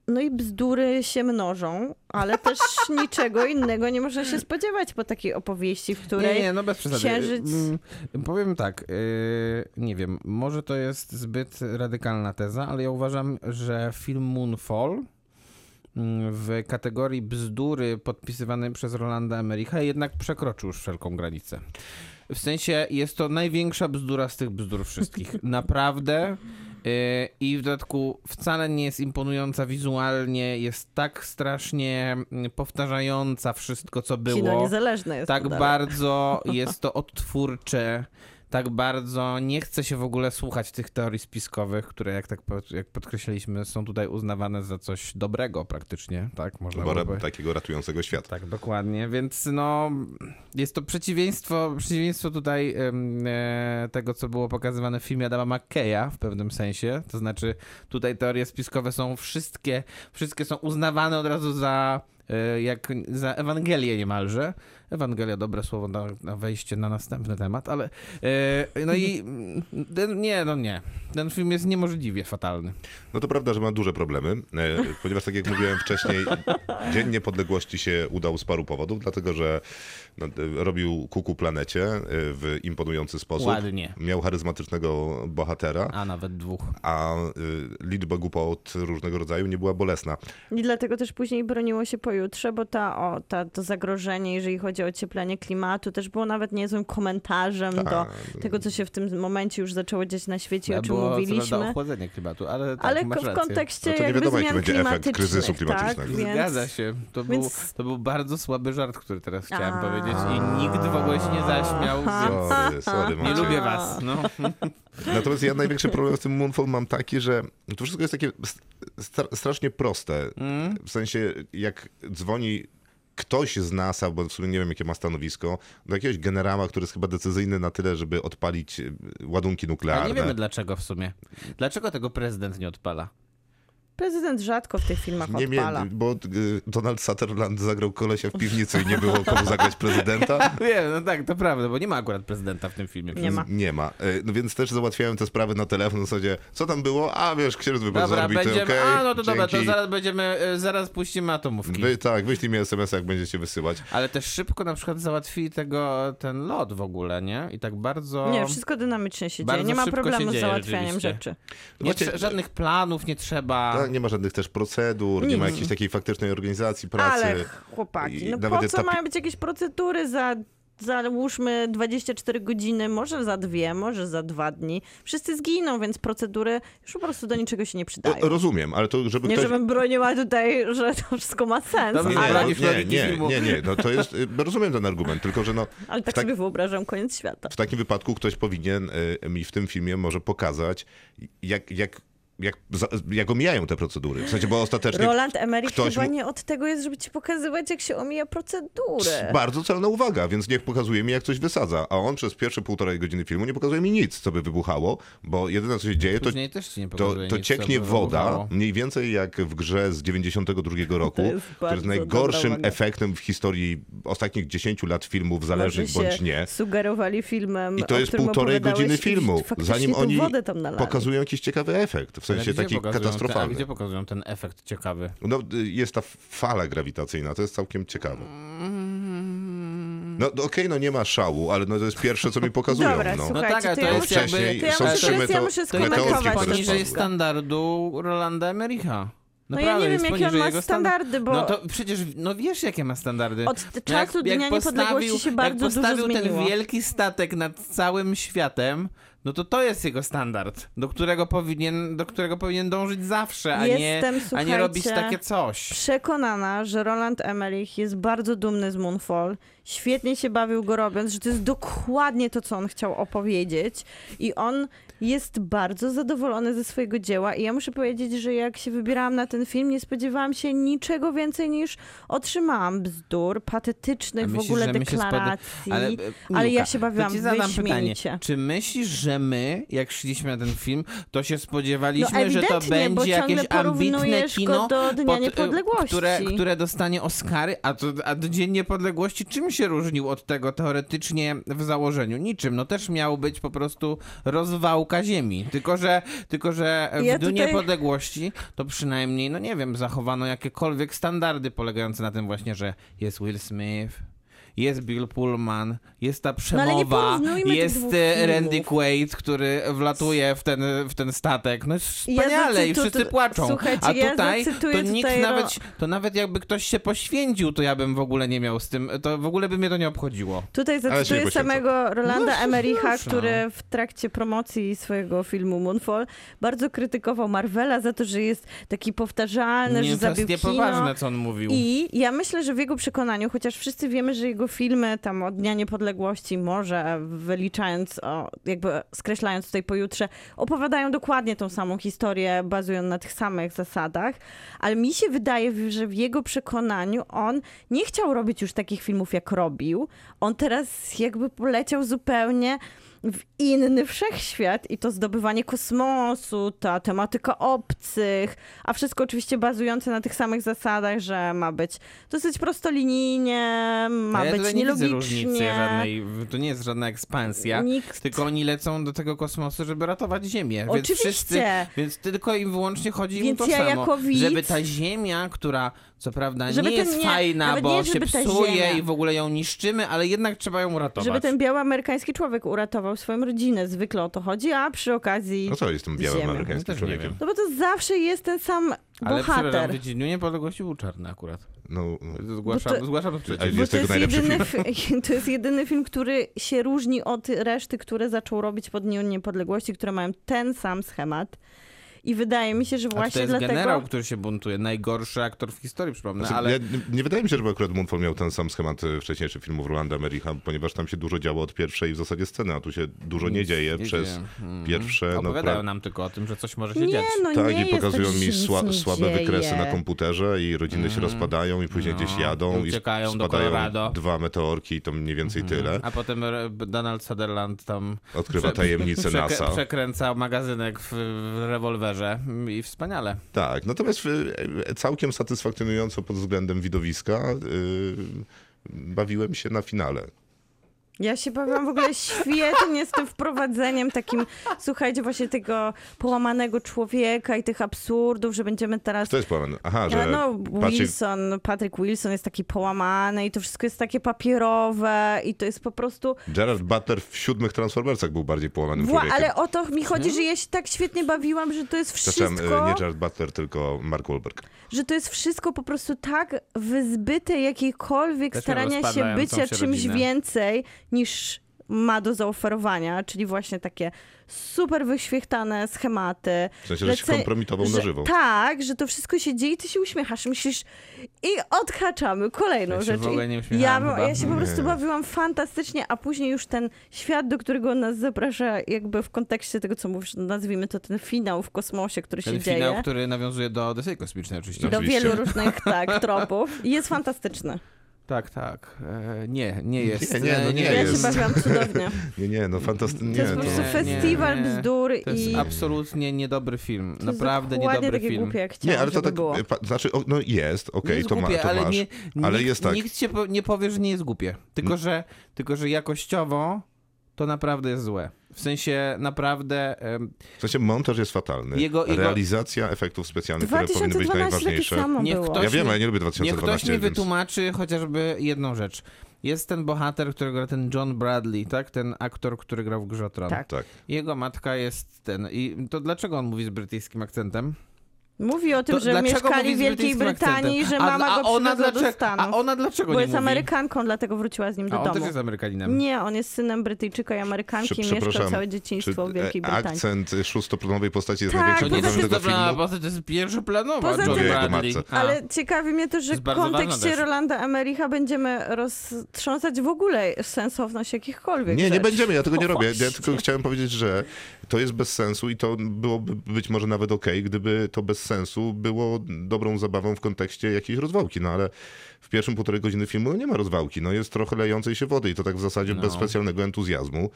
Speaker 4: No i bzdury się mnożą, ale
Speaker 5: (laughs)
Speaker 4: też niczego innego nie można się spodziewać po takiej opowieści, w której...
Speaker 5: Nie, nie, no bez przesady.
Speaker 4: księżyc-
Speaker 5: Mm, Powiem tak, yy, nie wiem, może to jest zbyt radykalna teza, ale ja uważam, że film Moonfall mm, w kategorii bzdury podpisywanej przez Rolanda Emericha jednak przekroczył już wszelką granicę. W sensie jest to największa bzdura z tych bzdur
Speaker 4: (laughs)
Speaker 5: wszystkich. Naprawdę. Yy, I w dodatku wcale nie jest imponująca wizualnie, jest tak strasznie mm, powtarzająca wszystko, co było.
Speaker 4: Kino niezależne jest.
Speaker 5: Tak
Speaker 4: dalej. (laughs)
Speaker 5: bardzo jest to odtwórcze, tak bardzo nie chce się w ogóle słuchać tych teorii spiskowych, które jak tak pod- jak podkreśliliśmy, są tutaj uznawane za coś dobrego praktycznie, tak? Można
Speaker 2: Chyba ra-
Speaker 5: powiedzieć.
Speaker 2: takiego ratującego świata.
Speaker 5: Tak, dokładnie, więc no jest to przeciwieństwo, przeciwieństwo tutaj em, e, tego, co było pokazywane w filmie Adama McKeya w pewnym sensie, to znaczy tutaj teorie spiskowe są wszystkie, wszystkie są uznawane od razu za e, jak za Ewangelię niemalże. Ewangelia, dobre słowo na, na wejście na następny temat, ale e, no i mm, ten, nie, no nie. Ten film jest niemożliwie fatalny.
Speaker 2: No to prawda, że ma duże problemy, e, ponieważ tak jak mówiłem wcześniej, Dzień Niepodległości się udał z paru powodów, dlatego że no, e, robił kuku planecie e, w imponujący sposób.
Speaker 5: Ładnie.
Speaker 2: Miał charyzmatycznego bohatera,
Speaker 5: A nawet dwóch.
Speaker 2: a y, liczba głupot różnego rodzaju nie była bolesna.
Speaker 4: I dlatego też później broniło się pojutrze, bo ta, o, ta, to zagrożenie, jeżeli chodzi o ocieplenie klimatu, też było nawet niezłym komentarzem
Speaker 5: Tak.
Speaker 4: do tego, co się w tym momencie już zaczęło dziać na świecie, i o czym
Speaker 5: Było co prawda
Speaker 4: mówiliśmy.
Speaker 5: ochłodzenie klimatu, ale, tak,
Speaker 4: Ale
Speaker 5: masz
Speaker 4: w
Speaker 5: rację.
Speaker 4: kontekście
Speaker 2: No to nie
Speaker 4: jakby
Speaker 2: wiadomo, jaki
Speaker 4: zmian
Speaker 2: będzie efekt
Speaker 4: klimatycznych,
Speaker 2: kryzysu
Speaker 4: Tak,
Speaker 2: klimatycznego.
Speaker 4: więc...
Speaker 5: Zgadza się. To, był,
Speaker 4: więc-
Speaker 5: to był bardzo słaby żart, który teraz chciałem
Speaker 4: A.
Speaker 5: powiedzieć i nikt w ogóle się nie zaśmiał. Więc
Speaker 2: Sorry, sorry,
Speaker 5: nie
Speaker 2: Maciej.
Speaker 5: lubię was. No.
Speaker 2: Natomiast ja największy problem z tym Moonfall mam taki, że to wszystko jest takie st- stra- strasznie proste.
Speaker 5: Mm.
Speaker 2: W sensie, jak dzwoni ktoś z NASA, bo w sumie nie wiem, jakie ma stanowisko, do jakiegoś generała, który jest chyba decyzyjny na tyle, żeby odpalić e, ładunki
Speaker 5: A
Speaker 2: nuklearne.
Speaker 5: nie wiemy dlaczego w sumie. Dlaczego tego prezydent nie odpala?
Speaker 4: Prezydent rzadko w tych filmach
Speaker 2: Nie wiem,
Speaker 4: odpala.
Speaker 2: bo y, Donald Sutherland zagrał kolesia w piwnicy i nie było komu zagrać
Speaker 5: (laughs)
Speaker 2: prezydenta.
Speaker 5: Wiem, no tak, to prawda, bo nie ma akurat prezydenta w tym filmie.
Speaker 4: Nie ma.
Speaker 2: Nie ma. Y, No więc też załatwiałem te sprawy na telefon w zasadzie, co tam było? A wiesz, księżyc wypadł z
Speaker 5: Dobra,
Speaker 2: orbity,
Speaker 5: będziemy.
Speaker 2: okej,
Speaker 5: A no to dobra, to
Speaker 2: dzięki.
Speaker 5: zaraz będziemy, e, zaraz puścimy atomówki.
Speaker 2: Wy, tak, wyślij mi SMS, jak będziecie wysyłać.
Speaker 5: Ale też szybko na przykład załatwili tego, ten lot w ogóle, nie? I tak
Speaker 2: no.
Speaker 5: bardzo.
Speaker 4: Nie, wszystko dynamicznie się
Speaker 5: Bardzo
Speaker 4: dzieje. Nie ma
Speaker 5: szybko się
Speaker 4: problemu z
Speaker 5: dzieje,
Speaker 4: załatwianiem
Speaker 5: rzeczywiście.
Speaker 4: rzeczy.
Speaker 5: nie
Speaker 2: Właśnie-
Speaker 5: trze- żadnych planów No nie trzeba.
Speaker 2: Tak, nie ma żadnych też procedur, nie ma jakiejś takiej faktycznej organizacji pracy.
Speaker 4: Ale chłopaki,
Speaker 2: I
Speaker 4: no
Speaker 2: nawet
Speaker 4: po co
Speaker 2: etap-
Speaker 4: mają być jakieś procedury za załóżmy 24 godziny, może za dwie, może za dwa dni. Wszyscy zginą, więc procedury już po prostu do niczego się nie przydają.
Speaker 2: O, Rozumiem, ale to żeby
Speaker 4: Nie,
Speaker 2: ktoś...
Speaker 4: żebym broniła tutaj, że to wszystko ma sens,
Speaker 5: Dobrze,
Speaker 2: Nie,
Speaker 4: ale,
Speaker 5: bronisz
Speaker 2: no, nie,
Speaker 5: logiki
Speaker 2: nie,
Speaker 5: filmu.
Speaker 2: nie, nie, no to jest, y, rozumiem ten argument, tylko że no,
Speaker 4: ale tak,
Speaker 2: w, tak,
Speaker 4: sobie wyobrażam koniec świata.
Speaker 2: w takim wypadku ktoś powinien y, mi w tym filmie może pokazać, jak, jak, jak, za- jak omijają te procedury. W sensie, bo ostatecznie
Speaker 4: Roland Emmerich
Speaker 2: ktoś
Speaker 4: chyba
Speaker 2: mu-
Speaker 4: nie od tego jest, żeby ci pokazywać, jak się omija procedury.
Speaker 2: bardzo celna uwaga, więc niech pokazuje mi, jak coś wysadza, a on przez pierwsze półtorej godziny filmu nie pokazuje mi nic, co by wybuchało, bo jedyne, co się dzieje, to
Speaker 5: Później też ci nie
Speaker 2: To,
Speaker 5: pokazuje
Speaker 2: to
Speaker 5: nic,
Speaker 2: cieknie
Speaker 5: co by
Speaker 2: woda,
Speaker 5: wywołało.
Speaker 2: mniej więcej jak w grze z 92 roku, który
Speaker 4: jest
Speaker 2: jest
Speaker 4: bardzo
Speaker 2: najgorszym
Speaker 4: dobra uwaga.
Speaker 2: efektem w historii ostatnich 10 lat filmów zależnych
Speaker 4: Może Znaczy się
Speaker 2: bądź nie.
Speaker 4: sugerowali filmem,
Speaker 2: I
Speaker 4: o
Speaker 2: to jest
Speaker 4: którym
Speaker 2: półtorej
Speaker 4: opowiadałeś
Speaker 2: godziny
Speaker 4: i
Speaker 2: filmu,
Speaker 4: faktycznie
Speaker 2: zanim
Speaker 4: tą
Speaker 2: oni
Speaker 4: wodę tam nalali.
Speaker 2: pokazują jakiś ciekawy efekt, w
Speaker 5: Ale
Speaker 2: sensie
Speaker 5: gdzie
Speaker 2: taki
Speaker 5: pokazują te- A
Speaker 2: katastrofalny.
Speaker 5: gdzie pokazują ten efekt ciekawy?
Speaker 2: No, y, jest ta fala grawitacyjna, to jest całkiem ciekawe. No okej, no nie ma szału, ale no to jest pierwsze,
Speaker 4: (laughs)
Speaker 2: co mi pokazują.
Speaker 4: Dobra,
Speaker 2: no.
Speaker 5: No
Speaker 4: słuchajcie,
Speaker 5: tak, ale
Speaker 4: to,
Speaker 5: to
Speaker 4: ja
Speaker 5: jest
Speaker 4: muszę,
Speaker 5: jakby-
Speaker 2: Wcześniej
Speaker 4: to ja
Speaker 2: są
Speaker 4: muszę,
Speaker 2: trzy
Speaker 4: wiesz, ja
Speaker 2: meteor-
Speaker 4: muszę
Speaker 5: To
Speaker 2: meteorki,
Speaker 4: skomentować
Speaker 5: jest
Speaker 2: które
Speaker 4: to
Speaker 5: poniżej
Speaker 2: spadły.
Speaker 5: standardu Rolanda Emericha.
Speaker 4: No ja nie wiem, jakie on ma standardy, bo
Speaker 5: No to przecież, no wiesz, jakie ma standardy.
Speaker 4: Od
Speaker 5: No
Speaker 4: czasu Dnia
Speaker 5: postawił-
Speaker 4: Niepodległości się bardzo
Speaker 5: jak
Speaker 4: dużo
Speaker 5: postawił ten
Speaker 4: zmieniło.
Speaker 5: wielki statek nad całym światem, no to to jest jego standard, do którego powinien, do którego powinien dążyć zawsze, a, nie,
Speaker 4: Jestem,
Speaker 5: a nie
Speaker 4: słuchajcie,
Speaker 5: robić takie coś.
Speaker 4: przekonana, że Roland Emmerich jest bardzo dumny z Moonfall. Świetnie się bawił go robiąc, że to jest dokładnie to, co on chciał opowiedzieć. I on jest bardzo zadowolony ze swojego dzieła. I ja muszę powiedzieć, że jak się wybierałam na ten film, nie spodziewałam się niczego więcej niż otrzymałam bzdur, patetycznych
Speaker 5: A
Speaker 4: w
Speaker 5: myślisz,
Speaker 4: ogóle
Speaker 5: że my się spod-
Speaker 4: deklaracji.
Speaker 5: Ale, e,
Speaker 4: ale ja
Speaker 5: Julka,
Speaker 4: się
Speaker 5: to
Speaker 4: bawiłam
Speaker 5: ci zadam pytanie.
Speaker 4: wyśmienicie.
Speaker 5: Czy myślisz, że my, jak szliśmy na ten film, to się
Speaker 4: No,
Speaker 5: spodziewaliśmy, że to
Speaker 4: ewidentnie, bo
Speaker 5: będzie
Speaker 4: ciągle
Speaker 5: jakieś ambitne
Speaker 4: porównujesz go
Speaker 5: kino,
Speaker 4: do Dnia
Speaker 5: e,
Speaker 4: Niepodległości.
Speaker 5: Które, które dostanie Oscary, a, to, a Dzień Niepodległości czym się różnił od tego teoretycznie w założeniu? Niczym. No też miał być po prostu rozwałka ziemi. Tylko, że, tylko, że w
Speaker 4: Ja
Speaker 5: Dniu
Speaker 4: tutaj-
Speaker 5: Niepodległości to przynajmniej, no nie wiem, zachowano jakiekolwiek standardy polegające na tym właśnie, że jest Will Smith, jest Bill Pullman, jest ta
Speaker 4: No, ale nie
Speaker 5: przemowa,
Speaker 4: porównujmy tych
Speaker 5: jest
Speaker 4: dwóch
Speaker 5: e,
Speaker 4: filmów.
Speaker 5: Randy Quaid, który wlatuje w ten, w ten statek. No jest wspaniale i
Speaker 4: zacytu-
Speaker 5: wszyscy płaczą.
Speaker 4: Słuchajcie,
Speaker 5: A
Speaker 4: ja
Speaker 5: tutaj
Speaker 4: zacytuję
Speaker 5: to nikt
Speaker 4: tutaj no-
Speaker 5: nawet,
Speaker 4: ro-
Speaker 5: to nawet jakby ktoś się poświęcił, to ja bym w ogóle nie miał z tym, to w ogóle by mnie to nie obchodziło.
Speaker 4: Tutaj
Speaker 2: się nie
Speaker 4: zacytuję
Speaker 2: poświęcam.
Speaker 4: samego Rolanda
Speaker 5: No,
Speaker 4: Emericha,
Speaker 5: już, no.
Speaker 4: który w trakcie promocji swojego filmu Moonfall bardzo krytykował Marvela za to, że jest taki powtarzalny,
Speaker 5: nie,
Speaker 4: że
Speaker 5: to
Speaker 4: zabił
Speaker 5: jest
Speaker 4: kino.
Speaker 5: niepoważne, co on mówił.
Speaker 4: I ja myślę, że w jego przekonaniu, chociaż wszyscy wiemy, że jego filmy tam od Dnia Niepodległości, może wyliczając, o, jakby skreślając tutaj pojutrze, opowiadają dokładnie tą samą historię, bazując na tych samych zasadach, ale mi się wydaje, w- że w jego przekonaniu on nie chciał robić już takich filmów, jak robił. On teraz jakby poleciał zupełnie w inny wszechświat i to zdobywanie kosmosu, ta tematyka obcych, a wszystko oczywiście bazujące na tych samych zasadach, że ma być dosyć prostolinijnie, ma
Speaker 5: A ja
Speaker 4: być
Speaker 5: tutaj nie widzę różnicy
Speaker 4: nielogicznie.
Speaker 5: żadnej, w- to nie jest żadna ekspansja,
Speaker 4: Nikt-
Speaker 5: tylko oni lecą do tego kosmosu, żeby ratować Ziemię.
Speaker 4: Oczywiście.
Speaker 5: Więc, wszyscy, więc tylko im wyłącznie chodzi
Speaker 4: Więc
Speaker 5: im to
Speaker 4: ja
Speaker 5: samo,
Speaker 4: jako widz-
Speaker 5: żeby ta Ziemia, która co prawda
Speaker 4: Żeby
Speaker 5: nie
Speaker 4: to
Speaker 5: jest
Speaker 4: nie-
Speaker 5: fajna,
Speaker 4: nawet
Speaker 5: bo
Speaker 4: nie,
Speaker 5: się
Speaker 4: żeby ta
Speaker 5: psuje
Speaker 4: Ziemia-
Speaker 5: i w ogóle ją niszczymy, ale jednak trzeba ją uratować.
Speaker 4: Żeby ten biały amerykański człowiek uratował swoją rodzinę, zwykle o to chodzi, a przy okazji...
Speaker 2: No co jest tym białym
Speaker 4: Ziemia.
Speaker 5: Ja
Speaker 2: amerykańskim
Speaker 5: też nie
Speaker 2: człowiekiem?
Speaker 5: wiem.
Speaker 4: No bo to zawsze jest ten sam
Speaker 5: Ale przepraszam,
Speaker 4: bohater.
Speaker 5: w Dniu Niepodległości był czarny akurat.
Speaker 2: No,
Speaker 5: Zgłaszam,
Speaker 4: Bo to-
Speaker 5: zgłaszam sprzeciw.
Speaker 2: Jest
Speaker 4: Bo to
Speaker 2: tego
Speaker 4: jest,
Speaker 2: najlepszy
Speaker 4: jedyny fi- (laughs) to jest jedyny film, który się różni od reszty, które zaczął robić po Dniu Niepodległości, które mają ten sam schemat. I wydaje mi się, że
Speaker 5: A to
Speaker 4: właśnie
Speaker 5: jest
Speaker 4: dlatego...
Speaker 5: generał, który się buntuje. Najgorszy aktor w historii, przypomnę,
Speaker 2: Znaczy,
Speaker 5: No, ale...
Speaker 2: ja, nie wydaje mi się, żeby akurat Mumford miał ten sam schemat e, wcześniejszych filmów Rolanda Mericha, ponieważ tam się dużo działo od pierwszej w zasadzie sceny, a tu się dużo nie
Speaker 5: Nic
Speaker 2: dzieje
Speaker 5: nie
Speaker 2: przez
Speaker 5: dzieje. Mhm.
Speaker 2: pierwsze... No,
Speaker 5: Opowiadają
Speaker 2: pra-
Speaker 5: nam tylko o tym, że coś może się
Speaker 4: Nie,
Speaker 5: dziać.
Speaker 4: no nie
Speaker 2: tak,
Speaker 4: jest
Speaker 2: i pokazują
Speaker 4: tak, że
Speaker 2: mi
Speaker 4: się nic nie
Speaker 2: sła- słabe
Speaker 4: dzieje.
Speaker 2: wykresy na komputerze i rodziny się rozpadają i później
Speaker 5: Mhm. No,
Speaker 2: gdzieś jadą
Speaker 5: i
Speaker 2: i
Speaker 5: uciekają do Colorado.
Speaker 2: spadają dwa meteorki i to mniej więcej tyle.
Speaker 5: A potem e, Donald Sutherland tam
Speaker 2: Odkrywa
Speaker 5: prze-
Speaker 2: tajemnicę
Speaker 5: przekrę-
Speaker 2: NASA.
Speaker 5: przekręca magazynek w, w rewolwerze Mm, i wspaniale.
Speaker 2: Tak, natomiast y, y, całkiem satysfakcjonująco pod względem widowiska y, bawiłem się na finale.
Speaker 4: Ja się bawiłam
Speaker 2: (laughs)
Speaker 4: w ogóle świetnie z tym wprowadzeniem takim, słuchajcie, właśnie tego połamanego człowieka i tych absurdów, że będziemy teraz...
Speaker 2: To jest plan. Aha, że
Speaker 4: Ale no,
Speaker 2: Patrick
Speaker 4: Wilson, Patrick Wilson jest taki połamany i to wszystko jest takie papierowe i to jest po prostu...
Speaker 2: Gerard Butler w siódmych Transformersach był bardziej połamanym
Speaker 4: Wła,
Speaker 2: człowiekiem. Mhm.
Speaker 4: ale o to mi chodzi, że ja się tak świetnie bawiłam, że to jest wszystko...
Speaker 2: Przepraszam, y, nie Gerard Butler, tylko Mark Wahlberg.
Speaker 4: że to jest wszystko po prostu tak wyzbyte jakiejkolwiek
Speaker 5: Też miałem
Speaker 4: starania się
Speaker 5: rozpadającą
Speaker 4: bycia
Speaker 5: się
Speaker 4: czymś
Speaker 5: rodzinę.
Speaker 4: więcej niż ma do zaoferowania, czyli właśnie takie super wyświechtane schematy.
Speaker 2: W sensie, że się
Speaker 4: Lecę-
Speaker 2: kompromitował na
Speaker 4: że-
Speaker 2: żywo.
Speaker 4: Tak, że to wszystko się dzieje i ty się uśmiechasz, myślisz i odhaczamy kolejną
Speaker 5: Ja się
Speaker 4: rzecz.
Speaker 5: w ogóle nie
Speaker 4: I No, ja,
Speaker 5: uśmiechałem
Speaker 4: bym-
Speaker 5: chyba.
Speaker 4: ja się po prostu bawiłam fantastycznie, a później już ten świat, do którego nas zaprasza jakby w kontekście tego, co mówisz, no nazwijmy to ten finał w kosmosie, który
Speaker 5: Ten
Speaker 4: się
Speaker 5: finał,
Speaker 4: dzieje
Speaker 5: który nawiązuje do Odysei Kosmicznej oczywiście.
Speaker 4: do
Speaker 2: Oczywiście.
Speaker 4: wielu różnych
Speaker 5: (laughs)
Speaker 4: tak, tropów. I Jest fantastyczny.
Speaker 5: Tak, tak. E, nie, nie jest.
Speaker 2: Nie, nie, no
Speaker 5: E,
Speaker 2: nie
Speaker 4: Ja
Speaker 2: jest.
Speaker 4: się bawiłam
Speaker 5: (laughs)
Speaker 4: cudownie.
Speaker 2: Nie, nie, no fantastycznie.
Speaker 4: To jest po
Speaker 2: Nie,
Speaker 4: prostu
Speaker 2: no.
Speaker 4: festiwal
Speaker 5: nie, nie.
Speaker 4: bzdur
Speaker 5: To
Speaker 4: i
Speaker 5: jest absolutnie niedobry film.
Speaker 4: to jest
Speaker 5: Naprawdę
Speaker 4: dokładnie
Speaker 5: niedobry
Speaker 4: takie
Speaker 5: film.
Speaker 4: głupie, jak chciałam,
Speaker 2: Nie, ale to
Speaker 4: żeby
Speaker 2: tak,
Speaker 5: e,
Speaker 4: było.
Speaker 2: pa, znaczy, o, no jest,
Speaker 5: Nie
Speaker 2: okej,
Speaker 5: jest
Speaker 2: to, ma,
Speaker 5: głupie,
Speaker 2: to
Speaker 5: ale
Speaker 2: masz.
Speaker 5: nie,
Speaker 2: ale
Speaker 5: nikt,
Speaker 2: jest tak.
Speaker 5: Nikt cię po, nie powie, że nie jest głupie. Tylko, że, tylko, że jakościowo to naprawdę jest złe. W sensie naprawdę em,
Speaker 2: W sensie montaż jest fatalny.
Speaker 5: Jego- jego-
Speaker 2: Realizacja efektów specjalnych, które powinny być
Speaker 4: 2012 takie
Speaker 2: najważniejsze.
Speaker 4: samo
Speaker 5: Niech
Speaker 4: było.
Speaker 5: ktoś-
Speaker 2: Ja wiem,
Speaker 5: mi-
Speaker 2: ja nie lubię
Speaker 5: Niech ktoś
Speaker 2: 2012,
Speaker 5: mi
Speaker 2: więc...
Speaker 5: wytłumaczy chociażby jedną rzecz. Jest ten bohater, którego gra ten John Bradley, tak? Ten aktor, który grał w Grze o Tron.
Speaker 4: Tak.
Speaker 2: Tak.
Speaker 5: Jego matka jest ten. I to dlaczego on mówi z brytyjskim akcentem?
Speaker 4: Mówi o tym,
Speaker 5: To
Speaker 4: że
Speaker 5: dlaczego
Speaker 4: mieszkali
Speaker 5: mówi
Speaker 4: w
Speaker 5: z
Speaker 4: Wielkiej
Speaker 5: brytyjskim
Speaker 4: Brytanii,
Speaker 5: akcentem?
Speaker 4: że
Speaker 5: A-
Speaker 4: mama
Speaker 5: a
Speaker 4: go
Speaker 5: ona
Speaker 4: przywiozła do
Speaker 5: dlaczego- A
Speaker 4: Stanów.
Speaker 5: ona dlaczego
Speaker 4: Bo
Speaker 5: nie
Speaker 4: jest
Speaker 5: mówi?
Speaker 4: Amerykanką, dlatego wróciła z nim
Speaker 5: A
Speaker 4: do
Speaker 5: on też
Speaker 4: domu.
Speaker 5: jest Amerykaninem.
Speaker 4: Nie, on jest synem Brytyjczyka i Amerykanki i mieszkał
Speaker 2: przepraszam,
Speaker 4: całe dzieciństwo w Wielkiej
Speaker 2: e,
Speaker 4: Brytanii.
Speaker 2: akcent szóstoplanowej postaci jest
Speaker 4: Tak,
Speaker 5: To
Speaker 2: największym
Speaker 5: nie
Speaker 4: poza
Speaker 5: jest
Speaker 2: problemem tego
Speaker 5: dobra,
Speaker 2: filmu?
Speaker 5: bo to jest pierwszoplanowa
Speaker 4: Poza
Speaker 5: John
Speaker 4: tym-
Speaker 2: Jego
Speaker 5: Bradley.
Speaker 2: matce.
Speaker 5: A.
Speaker 4: Ale ciekawi mnie to, że
Speaker 5: jest
Speaker 4: w
Speaker 5: bardzo ważna
Speaker 4: kontekście
Speaker 5: rzecz.
Speaker 4: Rolanda Emericha będziemy roztrząsać w ogóle sensowność jakichkolwiek
Speaker 2: Nie, nie
Speaker 4: rzeczy.
Speaker 2: będziemy, ja tego nie
Speaker 4: O,
Speaker 2: robię. Ja tylko
Speaker 4: No właśnie.
Speaker 2: chciałem powiedzieć, że to jest bez sensu i to byłoby być może nawet okej, gdyby to bez sensu było dobrą zabawą w kontekście jakiejś rozwałki, no ale w pierwszym półtorej godziny filmu nie ma rozwałki, no jest trochę lejącej się wody i to tak w
Speaker 4: No.
Speaker 2: zasadzie bez specjalnego entuzjazmu.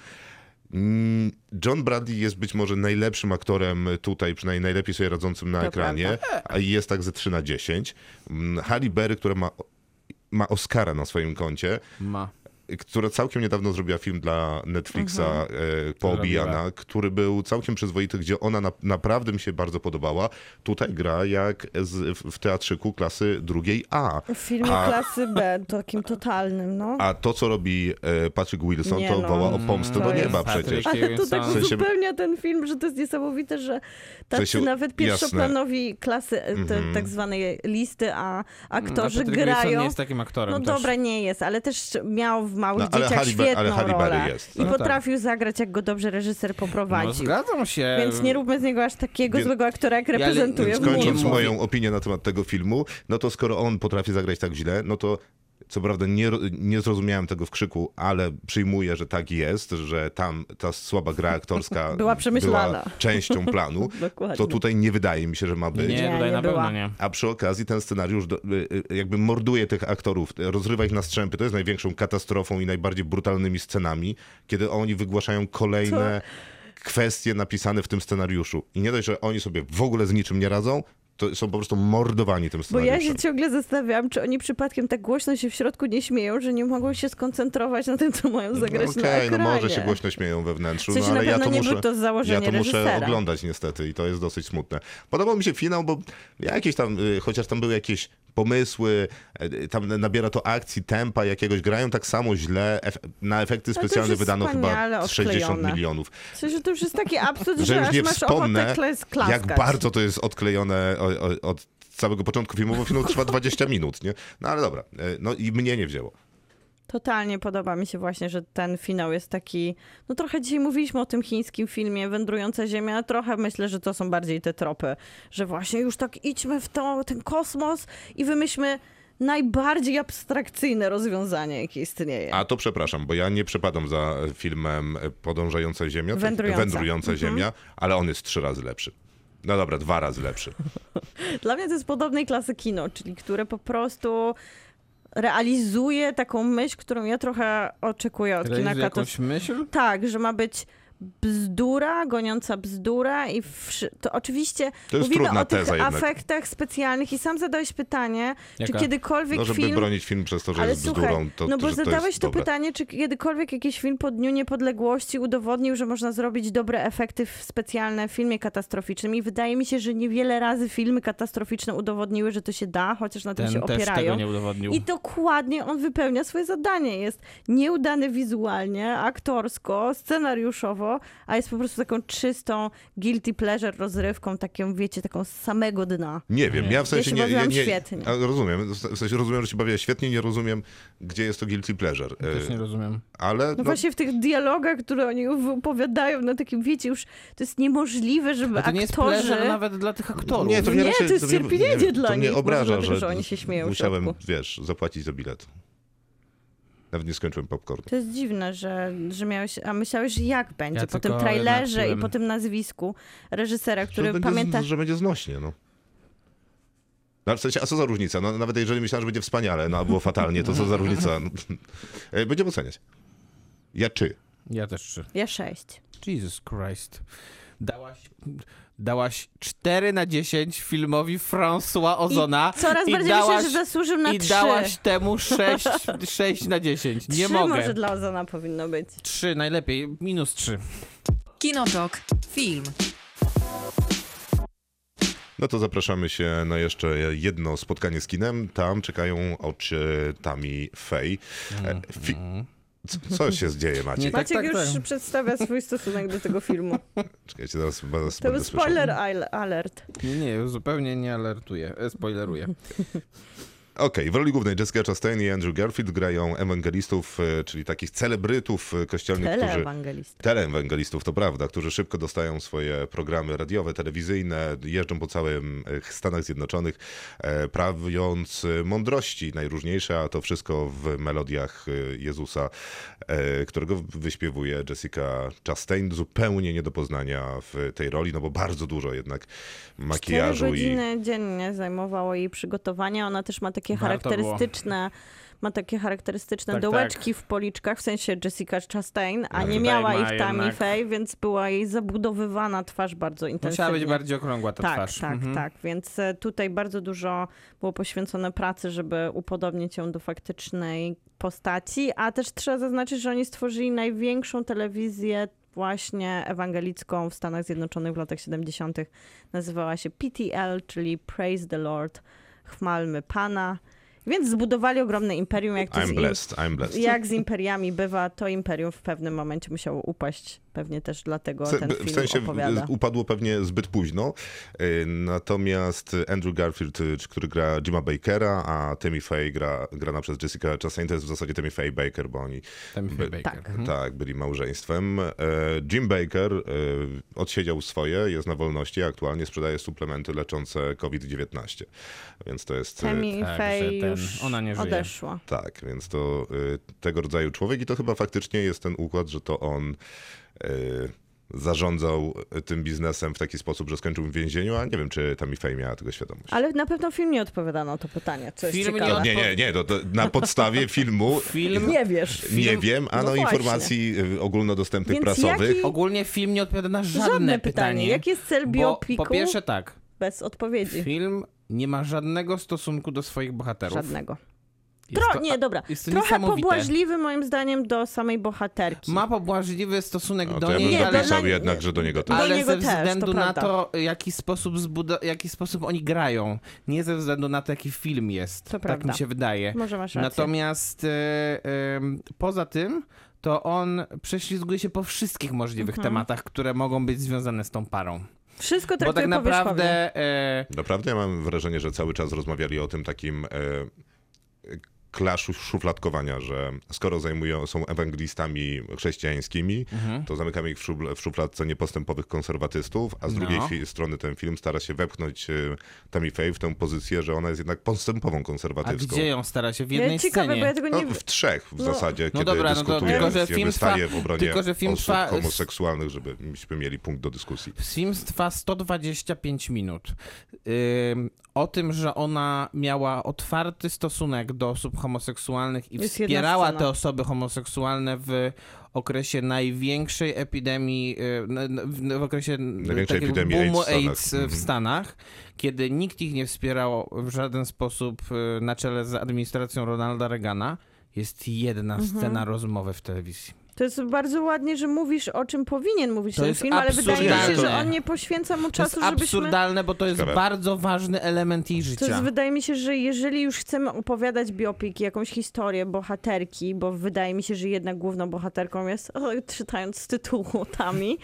Speaker 2: Mm, John Bradley jest być może najlepszym aktorem tutaj, przynajmniej najlepiej sobie radzącym na
Speaker 4: To
Speaker 2: ekranie, a jest tak ze 3 na 10. Mm, Halle Berry, która ma, ma Oscara na swoim koncie,
Speaker 5: Ma.
Speaker 2: która całkiem niedawno zrobiła film dla Netflixa
Speaker 4: Mhm.
Speaker 2: e, Poobijana,
Speaker 5: Zrobiła.
Speaker 2: który był całkiem przyzwoity, gdzie ona na, naprawdę mi się bardzo podobała. Tutaj gra jak z, w, w teatrzyku klasy drugiej A.
Speaker 4: W filmie
Speaker 2: A-
Speaker 4: klasy B, takim totalnym, no.
Speaker 2: A to, co robi e, Patrick Wilson,
Speaker 4: Nie
Speaker 2: to
Speaker 4: no.
Speaker 2: woła o pomstę
Speaker 4: To
Speaker 2: do
Speaker 4: jest
Speaker 2: nieba
Speaker 5: Patryk.
Speaker 2: przecież.
Speaker 4: Ale to tak
Speaker 5: W sensie-
Speaker 4: uzupełnia ten film, że to jest niesamowite, że tacy
Speaker 2: sensie- Mhm.
Speaker 4: nawet pierwszoplanowi klasy e, te, tak zwanej listy, a aktorzy
Speaker 5: No, A Patrick Wilson
Speaker 4: grają.
Speaker 5: nie jest takim aktorem
Speaker 4: No
Speaker 5: też.
Speaker 4: dobra, nie jest, ale też miał w małych
Speaker 2: No, ale
Speaker 4: dzieciach
Speaker 2: Halle Berry-
Speaker 4: świetną
Speaker 2: ale Halle Berry
Speaker 4: rolę.
Speaker 2: jest, no
Speaker 4: I
Speaker 5: tak.
Speaker 4: potrafił zagrać, jak go dobrze reżyser
Speaker 5: no,
Speaker 4: poprowadził.
Speaker 5: zgadzam się.
Speaker 4: Więc nie róbmy z niego aż takiego
Speaker 2: Więc-
Speaker 4: złego aktora, jak
Speaker 5: ale-
Speaker 4: reprezentuje
Speaker 5: więc
Speaker 4: w
Speaker 5: kończąc
Speaker 4: Mumu.
Speaker 2: Skończąc moją opinię na temat tego filmu, no to skoro on potrafi zagrać tak źle, no to Co prawda nie, ro- nie zrozumiałem tego w krzyku, ale przyjmuję, że tak jest, że tam ta słaba gra aktorska
Speaker 4: Była przemyślana.
Speaker 2: była częścią planu.
Speaker 4: Dokładnie.
Speaker 2: to tutaj nie wydaje mi się, że ma być.
Speaker 5: Nie,
Speaker 4: Nie,
Speaker 5: tutaj
Speaker 4: nie
Speaker 5: na
Speaker 4: była.
Speaker 5: pewno nie.
Speaker 2: A przy okazji ten scenariusz do, y, y, jakby morduje tych aktorów, y, rozrywa ich na strzępy. To jest największą katastrofą i najbardziej brutalnymi scenami, kiedy oni wygłaszają kolejne kwestie napisane w tym scenariuszu. I nie dość, że oni sobie w ogóle z niczym nie radzą, to są po prostu mordowani tym
Speaker 4: Bo ja
Speaker 2: scenariuszem.
Speaker 4: się ciągle zastanawiam, czy oni przypadkiem tak głośno się w środku nie śmieją, że nie mogą się skoncentrować na tym, co mają zagrać na
Speaker 2: Okej,
Speaker 4: ekranie.
Speaker 2: no może się głośno śmieją we wnętrzu,
Speaker 4: W sensie
Speaker 2: no ale
Speaker 4: na
Speaker 2: ja
Speaker 4: pewno
Speaker 2: to
Speaker 4: nie
Speaker 2: muszę,
Speaker 4: był to z założenia
Speaker 2: ja to muszę
Speaker 4: reżysera.
Speaker 2: oglądać niestety i to jest dosyć smutne. Podobał mi się finał, bo ja jakieś tam, y, chociaż tam były jakieś pomysły, y, tam nabiera to akcji, tempa jakiegoś, grają tak samo źle, ef na efekty
Speaker 4: to już
Speaker 2: specjalne
Speaker 4: jest
Speaker 2: wydano
Speaker 4: wspaniale
Speaker 2: chyba z 60
Speaker 4: odklejone.
Speaker 2: milionów.
Speaker 4: W sensie to już jest taki absurd, że,
Speaker 2: Że już
Speaker 4: aż
Speaker 2: nie
Speaker 4: masz
Speaker 2: wspomnę,
Speaker 4: ochotę kles klaskać.
Speaker 2: jak bardzo to jest odklejone o, o, od całego początku filmu, bo film trwa 20 minut, nie? No ale dobra, y, no i mnie nie wzięło.
Speaker 4: Totalnie podoba mi się właśnie, że ten finał jest taki. No trochę dzisiaj mówiliśmy o tym chińskim filmie Wędrująca Ziemia, trochę myślę, że to są bardziej te tropy, że właśnie już tak idźmy w to, ten kosmos i wymyślmy najbardziej abstrakcyjne rozwiązanie, jakie istnieje.
Speaker 2: A to przepraszam, bo ja nie przepadam za filmem Podążająca Ziemia, to-
Speaker 4: Wędrująca. Mhm.
Speaker 2: wędrująca Ziemia, ale on jest trzy razy lepszy. No dobra, dwa razy lepszy.
Speaker 4: Dla mnie to jest podobnej klasy kino, czyli które po prostu realizuje taką myśl, którą ja trochę oczekuję od kina
Speaker 5: Realizuje
Speaker 4: katastroficznego.
Speaker 5: jakąś myśl?
Speaker 4: Tak, że ma być bzdura, goniąca bzdura i wszy... to oczywiście
Speaker 2: To jest
Speaker 4: mówimy
Speaker 2: trudna
Speaker 4: o tych
Speaker 2: teza jednak.
Speaker 4: afektach specjalnych i sam zadałeś pytanie,
Speaker 5: Jaka?
Speaker 4: czy kiedykolwiek
Speaker 2: No, żeby
Speaker 4: film...
Speaker 2: bronić film przez to, że
Speaker 4: Ale
Speaker 2: jest
Speaker 4: słuchaj,
Speaker 2: bzdurą, to,
Speaker 4: no bo
Speaker 2: że to
Speaker 4: zadałeś
Speaker 2: jest
Speaker 4: to
Speaker 2: dobre.
Speaker 4: pytanie, czy kiedykolwiek jakiś film po Dniu Niepodległości udowodnił, że można zrobić dobre efekty w specjalne w filmie katastroficznym i wydaje mi się, że niewiele razy filmy katastroficzne udowodniły, że to się da, chociaż na tym
Speaker 5: Ten
Speaker 4: się
Speaker 5: też
Speaker 4: opierają.
Speaker 5: tego nie udowodnił.
Speaker 4: I dokładnie on wypełnia swoje zadanie. Jest nieudany wizualnie, aktorsko, scenariuszowo, a jest po prostu taką czystą guilty pleasure rozrywką, taką, wiecie, taką z samego dna.
Speaker 2: Nie wiem, ja w sensie
Speaker 4: się
Speaker 2: nie...
Speaker 4: bawiłam
Speaker 2: nie,
Speaker 4: świetnie.
Speaker 2: A, rozumiem, w sensie rozumiem, że się bawię świetnie, nie rozumiem, gdzie jest to guilty pleasure.
Speaker 5: Też
Speaker 2: Y,
Speaker 5: nie rozumiem.
Speaker 2: Ale
Speaker 4: No,
Speaker 2: no,
Speaker 4: właśnie w tych dialogach, które oni opowiadają, no takim, wiecie, już to jest niemożliwe, żeby
Speaker 5: A to nie jest
Speaker 4: aktorzy...
Speaker 5: pleasure no nawet dla tych aktorów.
Speaker 2: nie, to, mnie
Speaker 4: Nie,
Speaker 2: raczej-
Speaker 4: to jest
Speaker 2: mnie-
Speaker 4: cierpienie
Speaker 2: nie,
Speaker 4: dla
Speaker 2: to mnie
Speaker 4: nich, może
Speaker 2: obraża,
Speaker 4: dlatego,
Speaker 2: że,
Speaker 4: że oni się śmieją w
Speaker 2: musiałem,
Speaker 4: środku.
Speaker 2: wiesz, zapłacić za bilet. Nawet nie skończyłem popcorn.
Speaker 4: To jest dziwne, że, że miałeś, a myślałeś jak będzie
Speaker 5: Ja
Speaker 4: po tym
Speaker 5: tylko
Speaker 4: trailerze i
Speaker 5: napiłem.
Speaker 4: po tym nazwisku reżysera,
Speaker 2: że
Speaker 4: który
Speaker 2: będzie,
Speaker 4: pamięta...
Speaker 2: z- że będzie znośnie, no. No, w sensie, a co za różnica? No, nawet jeżeli myślałem, że będzie wspaniale, no a było fatalnie, to co za
Speaker 4: (laughs)
Speaker 2: różnica? No, e, Będziemy oceniać. Ja czy?
Speaker 5: Ja też trzy.
Speaker 4: Ja sześć.
Speaker 5: Jesus Christ. Dałaś, dałaś 4 na 10 filmowi François Ozona.
Speaker 4: I coraz
Speaker 5: i
Speaker 4: bardziej
Speaker 5: dałaś,
Speaker 4: myślę, że zasłużył na
Speaker 5: I
Speaker 4: trzy.
Speaker 5: dałaś temu 6,
Speaker 4: (laughs)
Speaker 5: 6 na 10. Nie
Speaker 4: Trzy
Speaker 5: mogę.
Speaker 4: może dla Ozona powinno być.
Speaker 5: 3 najlepiej, minus 3.
Speaker 1: Kinotok. Film.
Speaker 2: No to zapraszamy się na jeszcze jedno spotkanie z kinem. Tam czekają oczy Tami Fej. E, Fi- co, co się
Speaker 4: (laughs)
Speaker 2: dzieje, Maciej?
Speaker 5: Nie tak.
Speaker 4: Maciek już
Speaker 5: tak.
Speaker 4: przedstawia swój stosunek do tego filmu.
Speaker 2: Czekajcie, zaraz, zaraz
Speaker 4: To
Speaker 2: będę
Speaker 4: był
Speaker 2: słyszał.
Speaker 4: spoiler al- alert.
Speaker 5: Nie, zupełnie nie alertuję, e, spoileruję.
Speaker 2: Okej, w roli głównej Jessica Chastain i Andrew Garfield grają ewangelistów, e, czyli takich celebrytów e, kościelnych, którzy...
Speaker 4: Teleewangelista.
Speaker 2: Teleewangelistów, to prawda, którzy szybko dostają swoje programy radiowe, telewizyjne, jeżdżą po całym e, Stanach Zjednoczonych, e, prawiąc e, mądrości najróżniejsze, a to wszystko w melodiach e, Jezusa, e, którego wyśpiewuje Jessica Chastain, zupełnie nie do poznania w tej roli, no bo bardzo dużo jednak makijażu
Speaker 4: Cztery
Speaker 2: i...
Speaker 4: godziny dziennie zajmowało jej przygotowanie. Ona też ma takie
Speaker 5: Warto No, było.
Speaker 4: charakterystyczne ma takie charakterystyczne
Speaker 5: Tak, No,
Speaker 4: dołeczki w policzkach, w sensie Jessica Chastain, a nie
Speaker 5: Tutaj
Speaker 4: miała
Speaker 5: ma
Speaker 4: ich Tammy
Speaker 5: jednak-
Speaker 4: Faye, więc była jej zabudowywana twarz bardzo intensywnie.
Speaker 5: Musiała być bardziej okrągła ta
Speaker 4: tak,
Speaker 5: twarz.
Speaker 4: Tak,
Speaker 5: Mhm.
Speaker 4: tak. Więc e, tutaj bardzo dużo było poświęcone pracy, żeby upodobnić ją do faktycznej postaci, a też trzeba zaznaczyć, że oni stworzyli największą telewizję właśnie ewangelicką w Stanach Zjednoczonych w latach 70. Nazywała się PTL, czyli Praise the Lord, chwalmy Pana. Więc zbudowali ogromne imperium. Jak to z
Speaker 2: I'm
Speaker 4: im-
Speaker 2: blessed, I'm blessed.
Speaker 4: jak z imperiami bywa, to imperium w pewnym momencie musiało upaść Pewnie też dlatego
Speaker 2: Se-
Speaker 4: ten
Speaker 2: b-
Speaker 4: film
Speaker 2: w sensie w-
Speaker 4: opowiada.
Speaker 2: upadło pewnie zbyt późno. Y, Natomiast Andrew Garfield, y, czy- który gra Jima Bakera, a Timmy Faye gra, grana przez Jessica Chastain, to jest w zasadzie Timmy Faye Baker, bo oni
Speaker 5: Tam
Speaker 2: By-
Speaker 5: Baker.
Speaker 4: tak.
Speaker 2: tak byli małżeństwem. E, Jim Baker e, odsiedział swoje, jest na wolności, a aktualnie sprzedaje suplementy leczące COVID-19. Więc to jest... e,
Speaker 4: Tammy
Speaker 5: Tak, że
Speaker 4: Faye
Speaker 5: ten-
Speaker 4: już
Speaker 5: ona nie żyje.
Speaker 4: odeszła.
Speaker 2: tak, więc to y, tego rodzaju człowiek i to chyba faktycznie jest ten układ, że to on y, zarządzał y, tym biznesem w taki sposób, że skończył w więzieniu, a nie wiem, czy Tammy Faye miała tego świadomość.
Speaker 4: Ale na pewno film nie odpowiada na to pytanie, co jest
Speaker 5: Film nie
Speaker 4: ciekawe.
Speaker 5: odpo-
Speaker 2: Nie, nie, nie, to, to
Speaker 4: (laughs)
Speaker 2: na podstawie filmu
Speaker 5: Film.
Speaker 4: Nie wiesz.
Speaker 2: nie wiem, a
Speaker 4: No
Speaker 2: no
Speaker 4: właśnie.
Speaker 2: informacji y, ogólnodostępnych
Speaker 4: Więc
Speaker 2: prasowych.
Speaker 4: jaki-
Speaker 5: Ogólnie film nie odpowiada na żadne,
Speaker 4: Żadne pytanie.
Speaker 5: pytanie.
Speaker 4: Jaki jest cel
Speaker 5: bo
Speaker 4: biopiku?
Speaker 5: po pierwsze tak,
Speaker 4: Bez odpowiedzi.
Speaker 5: film nie ma żadnego stosunku do swoich bohaterów.
Speaker 4: Żadnego.
Speaker 5: Jest
Speaker 4: Tro,
Speaker 5: to-
Speaker 4: nie, dobra.
Speaker 5: jest to
Speaker 4: Trochę
Speaker 5: niesamowite.
Speaker 4: pobłażliwy moim zdaniem do samej bohaterki.
Speaker 5: Ma pobłażliwy stosunek
Speaker 2: No,
Speaker 5: do
Speaker 2: to ja bym
Speaker 5: niej,
Speaker 4: Nie,
Speaker 5: ale,
Speaker 4: dla-
Speaker 2: dopisał jednak, że do niego też.
Speaker 4: Do
Speaker 5: ale
Speaker 4: niego
Speaker 5: ze
Speaker 4: też, to
Speaker 5: względu na
Speaker 4: prawda.
Speaker 5: to, jaki sposób, zbuda- jaki sposób oni grają. Nie ze względu na to, jaki film jest.
Speaker 4: To
Speaker 5: tak
Speaker 4: prawda.
Speaker 5: mi się wydaje.
Speaker 4: Może masz rację.
Speaker 5: Natomiast e, em, poza tym, to on prześlizguje się po wszystkich możliwych
Speaker 4: Mhm.
Speaker 5: tematach, które mogą być związane z tą parą.
Speaker 4: Wszystko
Speaker 5: Bo
Speaker 4: traktuje
Speaker 5: tak
Speaker 4: powierzchownie.
Speaker 5: naprawdę e,
Speaker 2: Naprawdę ja mam wrażenie, że cały czas rozmawiali o tym takim e, klaszu szufladkowania, że skoro zajmują, są ewangelistami chrześcijańskimi,
Speaker 5: Mhm.
Speaker 2: to zamykamy ich w, szubl, w szufladce niepostępowych konserwatystów, a z
Speaker 5: No.
Speaker 2: drugiej fi- strony ten film stara się wepchnąć e, Tammy Faye w tę pozycję, że ona jest jednak postępową
Speaker 5: a
Speaker 2: konserwatywską.
Speaker 5: gdzie ją stara się? W
Speaker 4: Ja-
Speaker 5: jednej
Speaker 4: Ciekawe,
Speaker 5: scenie.
Speaker 4: bo ja tego nie
Speaker 2: No, w trzech w zasadzie,
Speaker 5: No
Speaker 2: kiedy
Speaker 5: dobra, no to
Speaker 2: dyskutuje,
Speaker 5: tylko, że
Speaker 2: jakby
Speaker 5: film trwa-
Speaker 2: staje w obronie
Speaker 5: tylko, że film
Speaker 2: osób
Speaker 5: trwa-
Speaker 2: homoseksualnych, żeby- żebyśmy mieli punkt do dyskusji.
Speaker 5: Film trwa 125 minut. Ym, o tym, że ona miała otwarty stosunek do osób homoseksualnych i
Speaker 4: Jest jedna
Speaker 5: wspierała
Speaker 4: scena.
Speaker 5: te osoby homoseksualne w okresie największej epidemii, y, n- n- w- w okresie n-
Speaker 2: Największej
Speaker 5: takiego
Speaker 2: epidemii
Speaker 5: boomu
Speaker 2: AIDS w Stanach.
Speaker 5: AIDS y, w
Speaker 2: Mhm.
Speaker 5: Stanach, kiedy nikt ich nie wspierał w żaden sposób y, na czele z administracją Ronalda Reagana, jest jedna
Speaker 4: Mhm.
Speaker 5: scena rozmowy w telewizji.
Speaker 4: To jest bardzo ładnie, że mówisz o czym powinien mówić
Speaker 5: To
Speaker 4: ten
Speaker 5: jest
Speaker 4: film, ale wydaje mi się, że
Speaker 5: absurdalne.
Speaker 4: on nie poświęca mu
Speaker 5: To jest
Speaker 4: czasu, żebyśmy...
Speaker 5: absurdalne, bo to jest
Speaker 2: Ciekawe.
Speaker 5: bardzo ważny element jej życia.
Speaker 4: To jest, wydaje mi się, że jeżeli już chcemy opowiadać biopik, jakąś historię bohaterki, bo wydaje mi się, że jednak główną bohaterką jest, (laughs) o, czytając z tytułu Tami,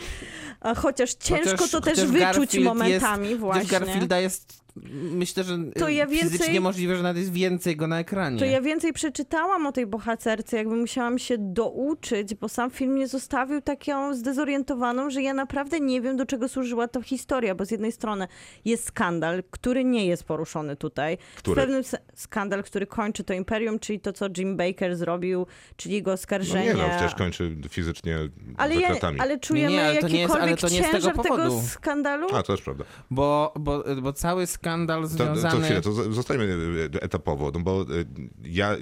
Speaker 4: a chociaż ciężko
Speaker 5: Chociaż-
Speaker 4: to też
Speaker 5: chociaż
Speaker 4: wyczuć
Speaker 5: Garfield
Speaker 4: momentami
Speaker 5: jest,
Speaker 4: właśnie.
Speaker 5: Chociaż Garfielda jest, myślę, że y,
Speaker 4: To ja więcej-
Speaker 5: fizycznie możliwe, że nawet jest więcej go na ekranie.
Speaker 4: To ja więcej przeczytałam o tej bohaterce, jakby musiałam się douczyć, bo sam film mnie zostawił taką zdezorientowaną, że ja naprawdę nie wiem, do czego służyła ta historia, bo z jednej strony jest skandal, który nie jest poruszony tutaj.
Speaker 2: Który?
Speaker 4: W pewnym se- skandal, który kończy to imperium, czyli to, co Jim Baker zrobił, czyli jego
Speaker 2: No
Speaker 4: oskarżenie.
Speaker 2: nie no, przecież kończy fizycznie
Speaker 4: ale,
Speaker 2: za
Speaker 4: ja,
Speaker 2: kratami.
Speaker 4: ale czujemy
Speaker 5: Nie, nie, ale to nie
Speaker 4: jakikolwiek
Speaker 5: jest- ale to nie jest tego
Speaker 4: ciężar tego,
Speaker 5: powodu.
Speaker 4: skandalu?
Speaker 2: A, to też prawda.
Speaker 5: Bo, bo, bo cały skandal
Speaker 2: To,
Speaker 5: związany...
Speaker 2: to chwilę, to z- zostańmy e, etapowo, no bo e, ja...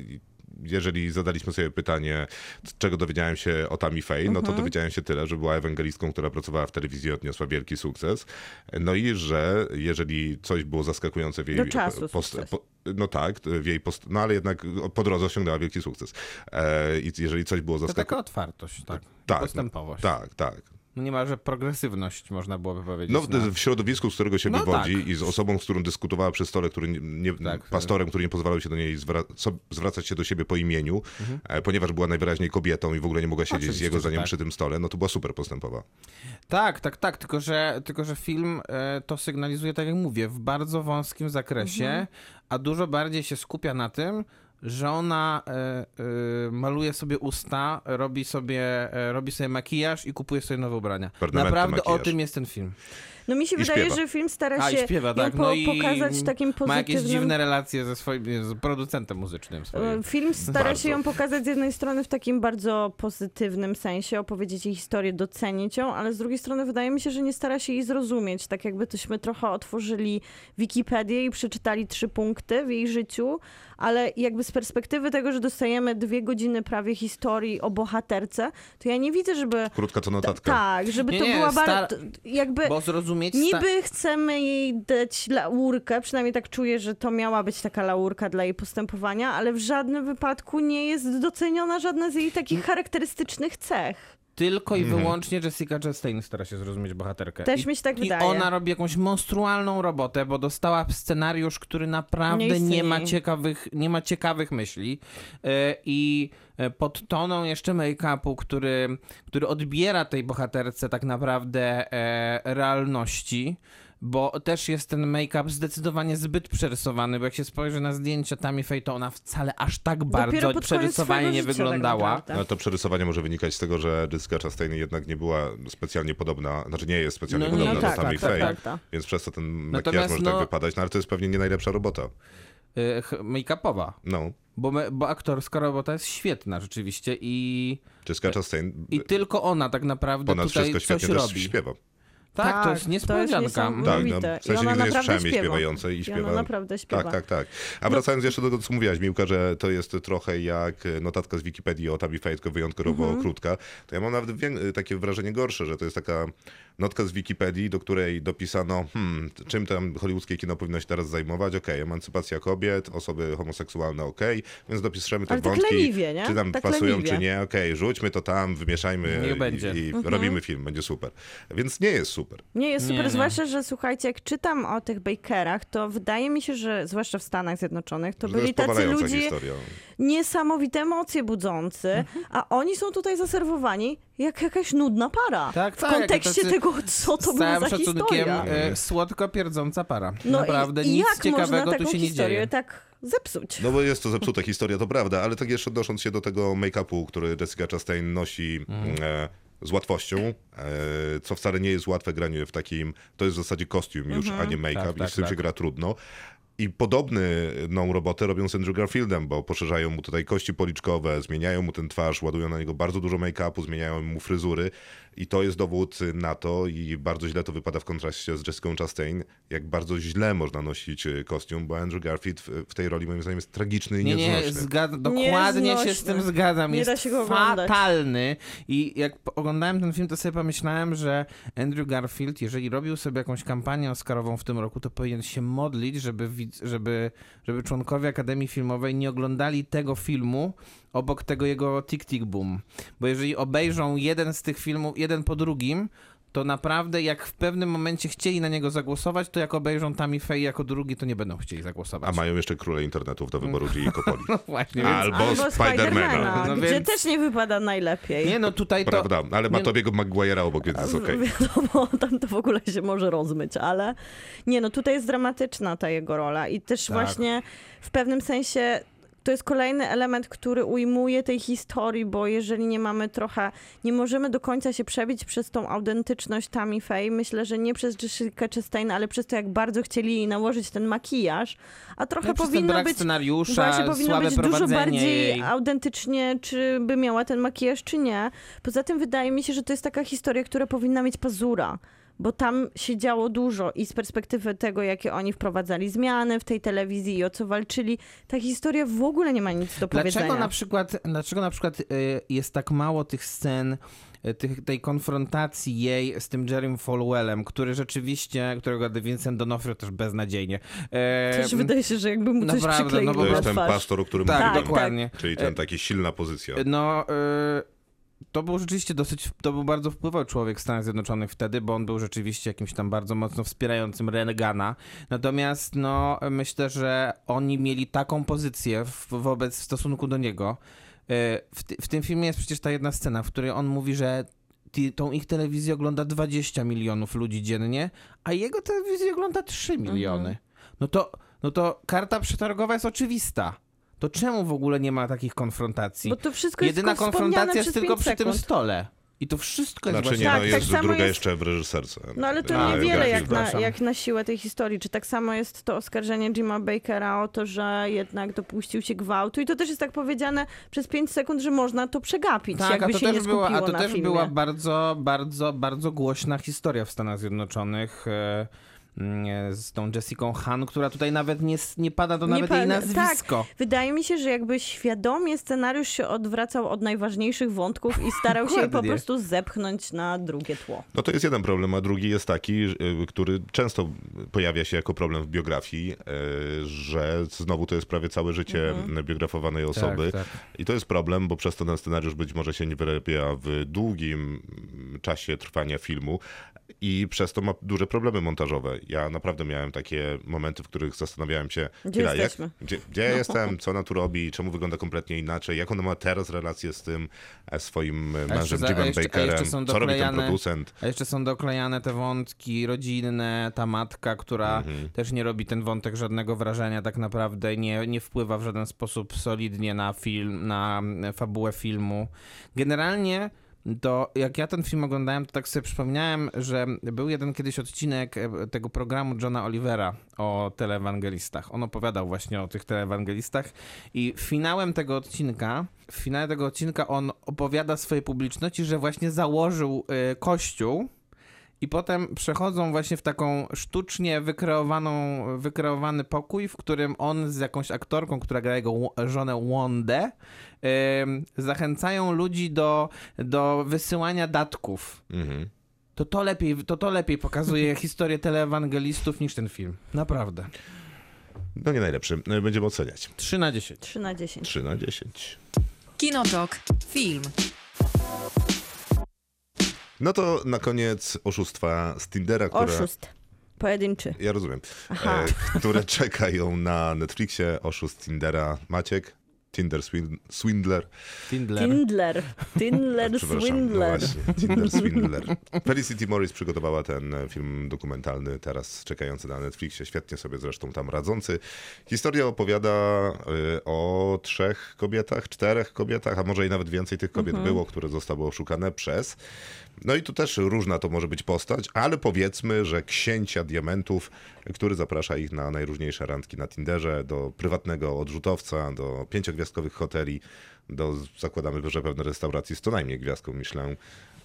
Speaker 2: Jeżeli zadaliśmy sobie pytanie, z czego dowiedziałem się o Tammy Faye, no
Speaker 4: Mhm.
Speaker 2: to dowiedziałem się tyle, że była ewangelistką, która pracowała w telewizji i odniosła wielki sukces. No i że jeżeli coś było zaskakujące w jej
Speaker 4: Do czasu sukces.
Speaker 2: no tak, w jej post, no ale jednak po drodze osiągnęła wielki sukces. E, I jeżeli coś było
Speaker 5: To taka
Speaker 2: zaskakujące.
Speaker 5: otwartość, tak.
Speaker 2: Tak.
Speaker 5: Postępowość.
Speaker 2: Tak, tak.
Speaker 5: No Niemalże progresywność, można byłoby powiedzieć.
Speaker 2: No, w, w środowisku, z którego się
Speaker 5: No
Speaker 2: wywodzi
Speaker 5: tak.
Speaker 2: i z osobą, z którą dyskutowała przy stole, który nie, nie,
Speaker 5: Tak.
Speaker 2: pastorem, który nie pozwalał się do niej zwra so- zwracać się do siebie po imieniu, e, ponieważ była najwyraźniej kobietą i w ogóle nie mogła siedzieć z
Speaker 5: Mhm. Oczywiście,
Speaker 2: jego
Speaker 5: że
Speaker 2: zdaniem
Speaker 5: tak.
Speaker 2: przy tym stole, no to była super postępowa.
Speaker 5: Tak, tak, tak, tylko że, tylko że film e, to sygnalizuje, tak jak mówię, w bardzo wąskim zakresie,
Speaker 4: Mhm.
Speaker 5: a dużo bardziej się skupia na tym, że ona e, e, maluje sobie usta, robi sobie, e, robi sobie makijaż i kupuje sobie nowe ubrania.
Speaker 2: Permanentny
Speaker 5: Naprawdę o
Speaker 2: makijaż.
Speaker 5: tym jest ten film.
Speaker 4: No mi się
Speaker 2: I
Speaker 4: wydaje,
Speaker 2: śpiewa.
Speaker 4: że film stara
Speaker 5: A,
Speaker 4: się
Speaker 5: i śpiewa,
Speaker 4: ją
Speaker 5: tak.
Speaker 4: po-
Speaker 5: No i
Speaker 4: pokazać w takim
Speaker 5: ma jakieś
Speaker 4: pozytywnym
Speaker 5: dziwne relacje ze swoim z producentem muzycznym swoim.
Speaker 4: E, Film stara
Speaker 2: Bardzo.
Speaker 4: się ją pokazać z jednej strony w takim bardzo pozytywnym sensie, opowiedzieć jej historię, docenić ją, ale z drugiej strony wydaje mi się, że nie stara się jej zrozumieć. Tak jakby tośmy trochę otworzyli Wikipedię i przeczytali trzy punkty w jej życiu, ale jakby z perspektywy tego, że dostajemy dwie godziny prawie historii o bohaterce, to ja nie widzę, żeby...
Speaker 2: Krótka to notatka.
Speaker 4: Tak, żeby
Speaker 5: Nie,
Speaker 4: to
Speaker 5: nie,
Speaker 4: była
Speaker 5: stara-
Speaker 4: bardzo... Jakby...
Speaker 5: Bo zrozumieć... sta-
Speaker 4: Niby chcemy jej dać laurkę, przynajmniej tak czuję, że to miała być taka laurka dla jej
Speaker 5: Mm.
Speaker 4: postępowania, ale w żadnym wypadku nie jest doceniona żadna z jej takich charakterystycznych cech.
Speaker 5: tylko i wyłącznie Jessica Chastain stara się zrozumieć bohaterkę.
Speaker 4: Też
Speaker 5: I,
Speaker 4: mi się tak
Speaker 5: I
Speaker 4: wydaje.
Speaker 5: ona robi jakąś monstrualną robotę, bo dostała scenariusz, który
Speaker 4: Nie
Speaker 5: naprawdę nie,
Speaker 4: istnieje.
Speaker 5: ma, ciekawych, nie ma ciekawych myśli. Yy, I yy, pod toną jeszcze make-upu, który, który odbiera tej bohaterce tak naprawdę e, realności. Bo też jest ten make-up zdecydowanie zbyt przerysowany, bo jak się spojrzy na zdjęcia Tammy Faye, to ona wcale aż tak bardzo
Speaker 4: pod koniec
Speaker 5: przerysowanie
Speaker 4: swojego
Speaker 5: nie
Speaker 4: życia tak
Speaker 5: wyglądała.
Speaker 4: naprawdę.
Speaker 2: No to przerysowanie może wynikać z tego, że Jessica Chastain jednak nie była specjalnie podobna, znaczy nie jest specjalnie
Speaker 5: No nie,
Speaker 2: podobna
Speaker 5: no
Speaker 2: do
Speaker 5: tak,
Speaker 2: samej
Speaker 5: tak,
Speaker 2: Faye,
Speaker 5: tak,
Speaker 4: tak.
Speaker 2: więc przez to ten makijaż
Speaker 5: Natomiast,
Speaker 2: może
Speaker 5: no-
Speaker 2: tak wypadać, no ale to jest pewnie nie najlepsza robota.
Speaker 5: y, ch- make-upowa,
Speaker 2: No,
Speaker 5: bo, me- bo aktorska robota jest świetna rzeczywiście i,
Speaker 2: Jessica Chastain
Speaker 5: E, i tylko ona tak naprawdę
Speaker 2: ponad
Speaker 5: tutaj
Speaker 2: wszystko
Speaker 5: coś
Speaker 2: świetnie też
Speaker 5: robi.
Speaker 2: śpiewa.
Speaker 5: Tak, to
Speaker 4: Tak,
Speaker 5: jest
Speaker 4: to jest
Speaker 5: niespodzianka.
Speaker 4: niesamowite.
Speaker 2: Tak, no,
Speaker 4: Niesamowite.
Speaker 2: w sensie
Speaker 4: I ona
Speaker 2: nigdy nie
Speaker 4: naprawdę
Speaker 2: słyszałem jej
Speaker 4: śpiewa.
Speaker 2: śpiewającej i
Speaker 4: I ona
Speaker 2: śpiewa.
Speaker 4: no, naprawdę śpiewa. No.
Speaker 2: Tak, tak, tak. A wracając jeszcze do tego, co mówiłaś, Miłka, że to jest trochę jak e, notatka z Wikipedii o Tabi Fajtko wyjątkowo
Speaker 4: Mhm.
Speaker 2: krótka, to ja mam nawet wię- e, takie wrażenie gorsze, że to jest taka notka z Wikipedii, do której dopisano, hmm, czym tam hollywoodzkie kino powinno się teraz zajmować, okej, emancypacja kobiet, osoby homoseksualne, okej, więc dopiszemy te
Speaker 4: Ale tak
Speaker 2: wątki,
Speaker 4: leniwie, nie?
Speaker 2: czy tam
Speaker 4: Tak
Speaker 2: pasują,
Speaker 4: leniwie. Mhm.
Speaker 2: czy nie, okej, rzućmy to tam, wymieszajmy
Speaker 5: Niech
Speaker 2: i,
Speaker 5: będzie.
Speaker 2: i robimy film, będzie super. Więc nie jest super.
Speaker 4: Nie, jest
Speaker 5: Nie,
Speaker 4: super,
Speaker 5: nie.
Speaker 4: zwłaszcza, że słuchajcie, jak czytam o tych bakerach, to wydaje mi się, że zwłaszcza w Stanach Zjednoczonych, to
Speaker 2: Że
Speaker 4: byli
Speaker 2: jest
Speaker 4: tacy
Speaker 2: No, powalająca
Speaker 4: ludzie
Speaker 2: historia.
Speaker 4: niesamowite emocje budzący, a oni są tutaj zaserwowani jak jakaś nudna para.
Speaker 5: Tak,
Speaker 4: w
Speaker 5: tak,
Speaker 4: kontekście
Speaker 5: tacy-
Speaker 4: tego, co No to
Speaker 5: Z
Speaker 4: była
Speaker 5: całym
Speaker 4: za
Speaker 5: szacunkiem
Speaker 4: historia.
Speaker 5: e, słodko pierdząca para.
Speaker 4: No
Speaker 5: Naprawdę
Speaker 4: i, i
Speaker 5: nic
Speaker 4: jak
Speaker 5: ciekawego
Speaker 4: można taką
Speaker 5: tu się nie
Speaker 4: historię
Speaker 5: dzieje.
Speaker 4: tak zepsuć?
Speaker 2: No bo jest to zepsuta historia, to prawda, ale tak jeszcze odnosząc się do tego make-upu, który Jessica Chastain nosi
Speaker 5: Mhm.
Speaker 2: e, z łatwością, e, co wcale nie jest łatwe granie w takim, to jest w zasadzie kostium już,
Speaker 4: Mhm.
Speaker 2: a nie make-up
Speaker 5: Tak,
Speaker 2: i
Speaker 5: tak,
Speaker 2: z tym się
Speaker 5: tak.
Speaker 2: gra trudno. I podobną robotę robią z Andrew Garfieldem, bo poszerzają mu tutaj kości policzkowe, zmieniają mu ten twarz, ładują na niego bardzo dużo make-upu, zmieniają mu fryzury i to jest dowód na to i bardzo źle to wypada w kontraście z Jessica Chastain, jak bardzo źle można nosić e, kostium, bo Andrew Garfield w, w tej roli moim zdaniem jest tragiczny i
Speaker 5: Nie, nie,
Speaker 2: nieznośny.
Speaker 5: zgad- dokładnie się z
Speaker 4: Nieznośny.
Speaker 5: tym zgadzam.
Speaker 4: Nie
Speaker 5: jest
Speaker 4: da się go oglądać.
Speaker 5: fatalny. I jak po- oglądałem ten film, to sobie pomyślałem, że Andrew Garfield, jeżeli robił sobie jakąś kampanię Oscarową w tym roku, to powinien się modlić, żeby, widz- żeby, żeby członkowie Akademii Filmowej nie oglądali tego filmu obok tego jego Tick Tick Boom. Bo jeżeli obejrzą jeden z tych filmów, jeden po drugim, to naprawdę jak w pewnym momencie chcieli na niego zagłosować, to jak obejrzą Tammy Faye jako drugi, to nie będą chcieli zagłosować. No
Speaker 2: A
Speaker 5: (laughs)
Speaker 2: mają jeszcze króle internetów do wyboru, czyli Kopoli.
Speaker 5: Właśnie, więc
Speaker 2: Albo, Spidermana.
Speaker 5: No
Speaker 4: gdzie
Speaker 5: więc-
Speaker 4: też nie wypada najlepiej.
Speaker 5: Nie, no tutaj to.
Speaker 2: Prawda, ale ma
Speaker 5: nie-
Speaker 2: Tobiego Maguire'a obok, więc jest
Speaker 5: (laughs)
Speaker 2: okej.
Speaker 4: (laughs) Wiadomo, No tam to w ogóle się może rozmyć, ale nie, no tutaj jest dramatyczna ta jego rola i też
Speaker 5: Tak.
Speaker 4: właśnie w pewnym sensie to jest kolejny element, który ujmuje tej historii, bo jeżeli nie mamy trochę, nie możemy do końca się przebić przez tą autentyczność Tammy Faye, myślę, że nie przez Jessica Chastain, ale przez to, jak bardzo chcieli jej nałożyć ten makijaż, a trochę
Speaker 5: no, przez ten
Speaker 4: powinno
Speaker 5: brak
Speaker 4: być
Speaker 5: scenariusza,
Speaker 4: Właśnie powinno
Speaker 5: słabe
Speaker 4: być dużo
Speaker 5: prowadzenie
Speaker 4: bardziej
Speaker 5: jej.
Speaker 4: autentycznie, czy by miała ten makijaż, czy nie. Poza tym wydaje mi się, że to jest taka historia, która powinna mieć pazura. Bo tam się działo dużo i z perspektywy tego, jakie oni wprowadzali zmiany w tej telewizji i o co walczyli, ta historia w ogóle nie ma nic do
Speaker 5: Dlaczego
Speaker 4: powiedzenia.
Speaker 5: na przykład, dlaczego na przykład y, jest tak mało tych scen, y, tych, tej konfrontacji jej z tym Jerrym Falwellem, który rzeczywiście, którego Vincent D'Onofrio też beznadziejnie. E,
Speaker 4: Też wydaje się, że jakby mu coś
Speaker 5: Naprawdę,
Speaker 4: przykleił
Speaker 5: no bo
Speaker 2: To
Speaker 4: na
Speaker 2: jest ten
Speaker 4: twarz.
Speaker 2: pastor, o którym
Speaker 5: tak,
Speaker 2: mówiłem.
Speaker 5: dokładnie.
Speaker 2: Czyli ten taki silna pozycja.
Speaker 5: No, y, to był rzeczywiście dosyć, to był bardzo wpływowy człowiek w Stanach Zjednoczonych wtedy, bo on był rzeczywiście jakimś tam bardzo mocno wspierającym Reagana. Natomiast, no, myślę, że oni mieli taką pozycję w, wobec, w stosunku do niego. Y, w, ty, w tym filmie jest przecież ta jedna scena, w której on mówi, że ti- tą ich telewizję ogląda 20 milionów ludzi dziennie, a jego telewizję ogląda 3 miliony. No to, no to karta przetargowa jest oczywista. To czemu w ogóle nie ma takich konfrontacji?
Speaker 4: Bo to wszystko jest
Speaker 5: Jedyna konfrontacja
Speaker 4: przez
Speaker 5: jest tylko
Speaker 4: pięć
Speaker 5: przy tym
Speaker 4: sekund.
Speaker 5: stole. I to wszystko jest
Speaker 2: Znaczy nie,
Speaker 5: właśnie...
Speaker 2: no
Speaker 4: Tak, tak
Speaker 2: jest
Speaker 4: samo
Speaker 2: druga
Speaker 4: jest-
Speaker 2: jeszcze w reżyserce.
Speaker 4: No ale to
Speaker 5: A,
Speaker 2: Andrew
Speaker 4: niewiele jak
Speaker 2: Garfield.
Speaker 4: na,
Speaker 5: przepraszam.
Speaker 4: jak na siłę tej historii. Czy tak samo jest to oskarżenie Jima Bakera o to, że jednak dopuścił się gwałtu i to też jest tak powiedziane przez 5 sekund, że można to przegapić,
Speaker 5: Tak, a
Speaker 4: jakby
Speaker 5: to
Speaker 4: się nie
Speaker 5: też,
Speaker 4: skupiło
Speaker 5: była, a to
Speaker 4: na
Speaker 5: też
Speaker 4: filmie.
Speaker 5: była bardzo, bardzo, bardzo głośna historia w Stanach Zjednoczonych. e, mm, z tą Jessica Han, która tutaj nawet nie, s- nie pada to
Speaker 4: Nie
Speaker 5: nawet jej
Speaker 4: pada- tak.
Speaker 5: nazwisko.
Speaker 4: Wydaje mi się, że jakby świadomie scenariusz się odwracał od najważniejszych wątków i starał się je po
Speaker 5: Dokładnie.
Speaker 4: prostu zepchnąć na drugie tło.
Speaker 2: No to jest jeden problem, a drugi jest taki, że- y, który często pojawia się jako problem w biografii, y, że znowu to jest prawie całe życie biografowanej osoby.
Speaker 5: Mhm. tak.
Speaker 2: I to jest problem, bo przez to ten scenariusz być może się nie wyrabia w długim mm, czasie trwania filmu i przez to ma duże problemy montażowe. Ja naprawdę miałem takie momenty, w których zastanawiałem się,
Speaker 4: Gdzie
Speaker 2: chwila, jak,
Speaker 4: jesteśmy?
Speaker 2: gdzie, gdzie
Speaker 5: No.
Speaker 2: ja jestem, co ona tu robi, czemu wygląda kompletnie inaczej, jak ona ma teraz relację z tym e, swoim e,
Speaker 5: jeszcze
Speaker 2: mężem
Speaker 5: za- a
Speaker 2: Jimem
Speaker 5: jeszcze- a jeszcze
Speaker 2: Bakerem,
Speaker 5: są
Speaker 2: co robi ten
Speaker 5: doklejane-
Speaker 2: producent.
Speaker 5: A jeszcze są doklejane te wątki rodzinne, ta matka, która
Speaker 2: Mhm.
Speaker 5: też nie robi ten wątek żadnego wrażenia tak naprawdę, nie, nie wpływa w żaden sposób solidnie na film, na mm, fabułę filmu. Generalnie to jak ja ten film oglądałem, to tak sobie przypomniałem, że był jeden kiedyś odcinek e, tego programu Johna Olivera o telewangelistach. On opowiadał właśnie o tych telewangelistach i finałem tego odcinka, w finale tego odcinka on opowiada swojej publiczności, że właśnie założył e, kościół i potem przechodzą właśnie w taką sztucznie wykreowaną, wykreowany pokój, w którym on z jakąś aktorką, która gra jego ł- żonę Wondę, ym, zachęcają ludzi do, do wysyłania datków.
Speaker 2: Mhm.
Speaker 5: To to lepiej, to to lepiej
Speaker 4: (laughs)
Speaker 5: pokazuje historię telewangelistów niż ten film. Naprawdę.
Speaker 2: No nie najlepszy. Będziemy oceniać.
Speaker 5: 3 na 10.
Speaker 4: 3 na 10.
Speaker 2: 3 na 10.
Speaker 1: Kinotok. Film.
Speaker 2: No to na koniec oszustwa z Tindera, które...
Speaker 4: Oszust. Pojedynczy.
Speaker 2: Ja rozumiem.
Speaker 4: Aha.
Speaker 2: E, które czekają na Netflixie. Oszust Tindera Maciek. Tinder swin- Swindler.
Speaker 5: Tindler.
Speaker 4: Tindler.
Speaker 5: (laughs)
Speaker 4: Tindler
Speaker 2: Przepraszam, no
Speaker 4: Swindler.
Speaker 2: właśnie. Tinder
Speaker 4: (laughs)
Speaker 2: Swindler. Felicity Morris przygotowała ten e, film dokumentalny, teraz czekający na Netflixie. Świetnie sobie zresztą tam radzący. Historia opowiada y, o trzech kobietach, czterech kobietach, a może i nawet więcej tych kobiet
Speaker 4: Mhm.
Speaker 2: było, które zostały oszukane przez. No i tu też różna to może być postać, ale powiedzmy, że księcia diamentów, który zaprasza ich na najróżniejsze randki na Tinderze, do prywatnego odrzutowca, do pięciogwiazdkowych hoteli, do zakładamy, że pewne restauracji z co najmniej gwiazdką Michelin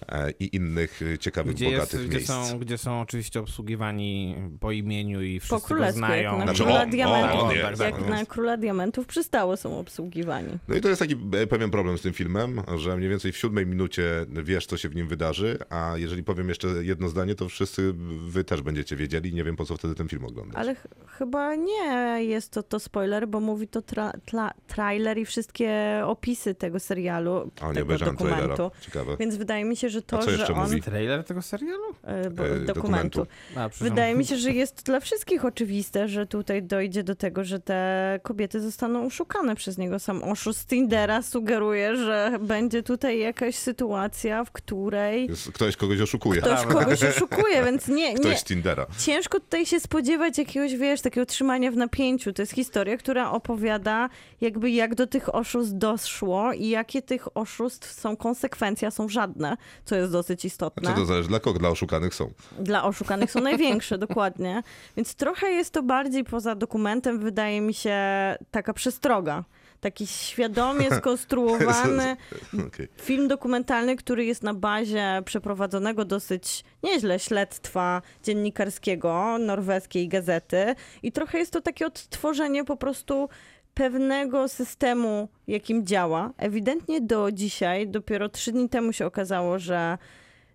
Speaker 2: e, i innych e, ciekawych,
Speaker 5: Gdzie, jest,
Speaker 2: bogatych
Speaker 5: gdzie,
Speaker 2: miejsc.
Speaker 5: są, gdzie są oczywiście obsługiwani po imieniu i wszyscy go
Speaker 4: królewsku, jak
Speaker 5: znają.
Speaker 4: na
Speaker 2: Znaczy,
Speaker 4: Króla
Speaker 2: o,
Speaker 4: Diamentów.
Speaker 2: o, on jest,
Speaker 5: Tak,
Speaker 4: Jak
Speaker 2: on
Speaker 4: na
Speaker 2: jest.
Speaker 4: króla diamentów przystało są obsługiwani.
Speaker 2: No i to jest taki e, pewien problem z tym filmem, że mniej więcej w siódmej minucie wiesz, co się w nim wydarzy, a jeżeli powiem jeszcze jedno zdanie, to wszyscy wy też będziecie wiedzieli. Nie wiem, po co wtedy ten film oglądać.
Speaker 4: Ale ch chyba nie jest to, to spoiler, bo mówi to tra tla trailer i wszystkie opisy tego serialu,
Speaker 2: A nie
Speaker 4: tego
Speaker 2: obejrzałem
Speaker 4: dokumentu.
Speaker 2: trailera. Ciekawe.
Speaker 4: Więc wydaje mi się, że
Speaker 2: A
Speaker 4: to,
Speaker 2: co jeszcze
Speaker 4: że on...
Speaker 2: mówi?
Speaker 5: Trailer tego serialu?
Speaker 4: e, bo-
Speaker 2: E,
Speaker 4: dokumentu.
Speaker 2: dokumentu.
Speaker 5: A,
Speaker 4: Wydaje mi się, że jest dla wszystkich oczywiste, że tutaj dojdzie do tego, że te kobiety zostaną oszukane przez niego. Sam oszust Tindera sugeruje, że będzie tutaj jakaś sytuacja, w której
Speaker 2: Jest- Ktoś kogoś oszukuje.
Speaker 4: ktoś kogoś oszukuje, więc nie, nie.
Speaker 2: Ktoś z Tindera.
Speaker 4: Ciężko tutaj się spodziewać jakiegoś, wiesz, takiego trzymania w napięciu. To jest historia, która opowiada jakby jak do tych oszustw doszło i jakie tych oszustw są konsekwencje, a są żadne, co jest dosyć
Speaker 2: A
Speaker 4: istotne.
Speaker 2: co to zależy? Dla kogo? Dla oszukanych są. (laughs)
Speaker 4: Dla oszukanych są największe, (laughs) dokładnie. Więc trochę jest to bardziej poza dokumentem, wydaje mi się, taka przestroga. Taki
Speaker 2: (laughs)
Speaker 4: świadomie skonstruowany
Speaker 2: Okej.
Speaker 4: film dokumentalny, który jest na bazie przeprowadzonego dosyć nieźle śledztwa dziennikarskiego norweskiej gazety. I trochę jest to takie odtworzenie po prostu pewnego systemu, jakim działa. Ewidentnie do dzisiaj, dopiero trzy dni temu się okazało, że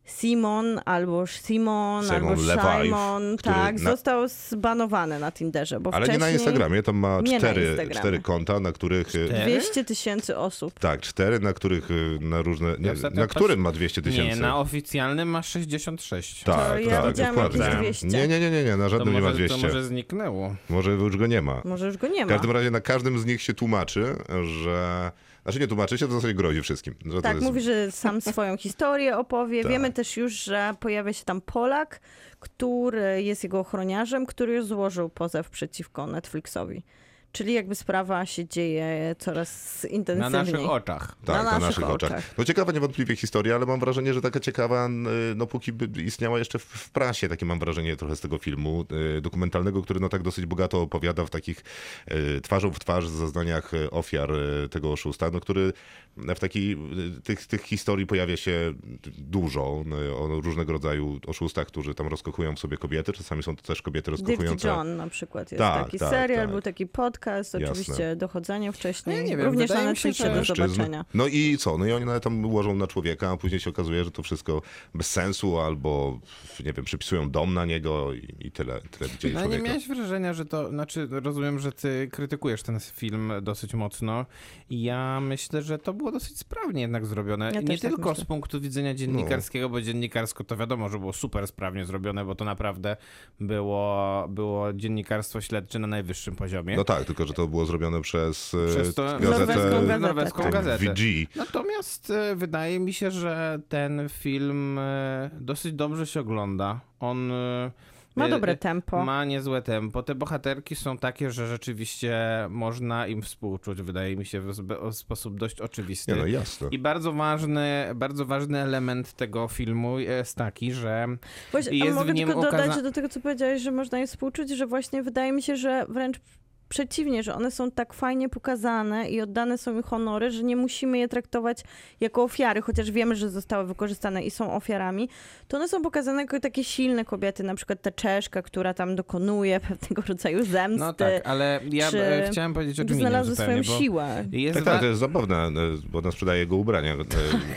Speaker 4: Simon albo Simon,
Speaker 2: Simon
Speaker 4: albo
Speaker 2: Lewive,
Speaker 4: Simon,
Speaker 2: który
Speaker 4: tak,
Speaker 2: na-
Speaker 4: został zbanowany na Tinderze, bo
Speaker 2: Ale nie
Speaker 4: wcześniej
Speaker 2: na Instagramie, tam ma
Speaker 4: Nie na
Speaker 2: cztery,
Speaker 4: Instagramie.
Speaker 2: cztery konta, na których... y,
Speaker 5: Cztery?
Speaker 4: 200 tysięcy osób.
Speaker 2: Tak, cztery, na których y, na różne... Nie,
Speaker 5: ostatnio
Speaker 2: na
Speaker 5: patrz-
Speaker 2: którym ma 200
Speaker 5: tak Nie,
Speaker 2: tysięcy?
Speaker 5: na oficjalnym ma 66.
Speaker 4: To
Speaker 2: Tak,
Speaker 4: ja
Speaker 2: tak,
Speaker 4: widziałam
Speaker 2: dokładnie.
Speaker 5: jakieś
Speaker 4: 200.
Speaker 2: Nie, nie, nie, nie, nie, na
Speaker 5: To
Speaker 2: żadnym nie ma
Speaker 5: może, to
Speaker 2: 200.
Speaker 5: może zniknęło.
Speaker 2: Może już go nie ma.
Speaker 4: Może już go nie
Speaker 2: W
Speaker 4: ma.
Speaker 2: każdym razie na każdym z nich się tłumaczy, że... Znaczy nie tłumaczy się, to w zasadzie grozi wszystkim. Że to
Speaker 4: Tak,
Speaker 2: jest...
Speaker 4: mówi,
Speaker 2: (laughs)
Speaker 4: że sam swoją historię opowie.
Speaker 2: Tak.
Speaker 4: Wiemy też już, że pojawia się tam Polak, który jest jego ochroniarzem, który już złożył pozew przeciwko Netflixowi. Czyli jakby sprawa się dzieje coraz
Speaker 5: Na
Speaker 4: intensywniej.
Speaker 5: naszych oczach.
Speaker 2: Tak, na,
Speaker 4: Na
Speaker 2: naszych,
Speaker 4: naszych
Speaker 2: oczach.
Speaker 4: oczach.
Speaker 2: No ciekawa niewątpliwie historia, ale mam wrażenie, że taka ciekawa, n- no póki by istniała jeszcze w, w prasie, takie mam wrażenie trochę z tego filmu y, dokumentalnego, który no tak dosyć bogato opowiada w takich y, twarzą w twarz zeznaniach y, ofiar y, tego oszusta, no który w takiej, y, tych, tych historii pojawia się dużo y, o różnego rodzaju oszustach, którzy tam rozkochują w sobie kobiety, czasami są to też kobiety
Speaker 4: Dirty
Speaker 2: rozkochujące.
Speaker 4: John na przykład jest
Speaker 2: Tak,
Speaker 4: taki
Speaker 2: tak,
Speaker 4: serial,
Speaker 2: tak.
Speaker 4: był taki podcast,
Speaker 2: Jasne.
Speaker 4: oczywiście dochodzenie wcześniej,
Speaker 5: No ja nie wiem,
Speaker 4: również na
Speaker 5: wydaje mi się,
Speaker 4: Netflixie
Speaker 5: że
Speaker 4: do
Speaker 2: mężczyzn.
Speaker 4: zobaczenia.
Speaker 2: No i co? No i oni nawet tam łożą na człowieka, a później się okazuje, że to wszystko bez sensu, albo nie wiem, przypisują dom na niego i, i tyle, tyle widzieli
Speaker 5: No nie
Speaker 2: człowieka.
Speaker 5: miałeś wrażenia, że to, znaczy rozumiem, że ty krytykujesz ten film dosyć mocno i ja myślę, że to było dosyć sprawnie jednak zrobione.
Speaker 4: Ja
Speaker 5: nie
Speaker 4: też tak
Speaker 5: tylko
Speaker 4: myślę.
Speaker 5: z punktu widzenia dziennikarskiego, bo dziennikarsko to wiadomo, że było super sprawnie zrobione, bo to naprawdę było, było dziennikarstwo śledcze na najwyższym poziomie.
Speaker 2: No tak, tylko że to było zrobione przez, e,
Speaker 5: Przez to-
Speaker 4: Norweską
Speaker 2: gazetę
Speaker 4: gazetę.
Speaker 5: norweską
Speaker 2: tak,
Speaker 5: gazetę.
Speaker 2: VG.
Speaker 5: Natomiast e, wydaje mi się, że ten film e, dosyć dobrze się ogląda. On e,
Speaker 4: Ma
Speaker 5: e,
Speaker 4: dobre tempo.
Speaker 5: Ma niezłe tempo. Te bohaterki są takie, że rzeczywiście można im współczuć, wydaje mi się, w, zbe- w sposób dość oczywisty.
Speaker 2: Nie no jasne.
Speaker 5: I bardzo ważny, bardzo ważny element tego filmu jest taki, że no
Speaker 4: Właśnie,
Speaker 5: jest
Speaker 4: a
Speaker 5: w
Speaker 4: mogę
Speaker 5: nim
Speaker 4: tylko dodać
Speaker 5: ukaza-
Speaker 4: do tego, co powiedziałeś, że można je współczuć, że właśnie wydaje mi się, że wręcz przeciwnie, że one są tak fajnie pokazane i oddane są ich honory, że nie musimy je traktować jako ofiary, chociaż wiemy, że zostały wykorzystane i są ofiarami, to one są pokazane jako takie silne kobiety, na przykład ta Czeszka, która tam dokonuje (laughs) pewnego rodzaju zemsty.
Speaker 5: no tak, ale ja
Speaker 4: czy
Speaker 5: e, chciałem powiedzieć o czym innym
Speaker 4: Znalazły swoją
Speaker 5: zupełnie, bo
Speaker 4: siłę.
Speaker 5: jest,
Speaker 2: Tak,
Speaker 5: wa-
Speaker 2: tak, to jest zabawne, e, bo ona sprzedaje jego ubrania, e,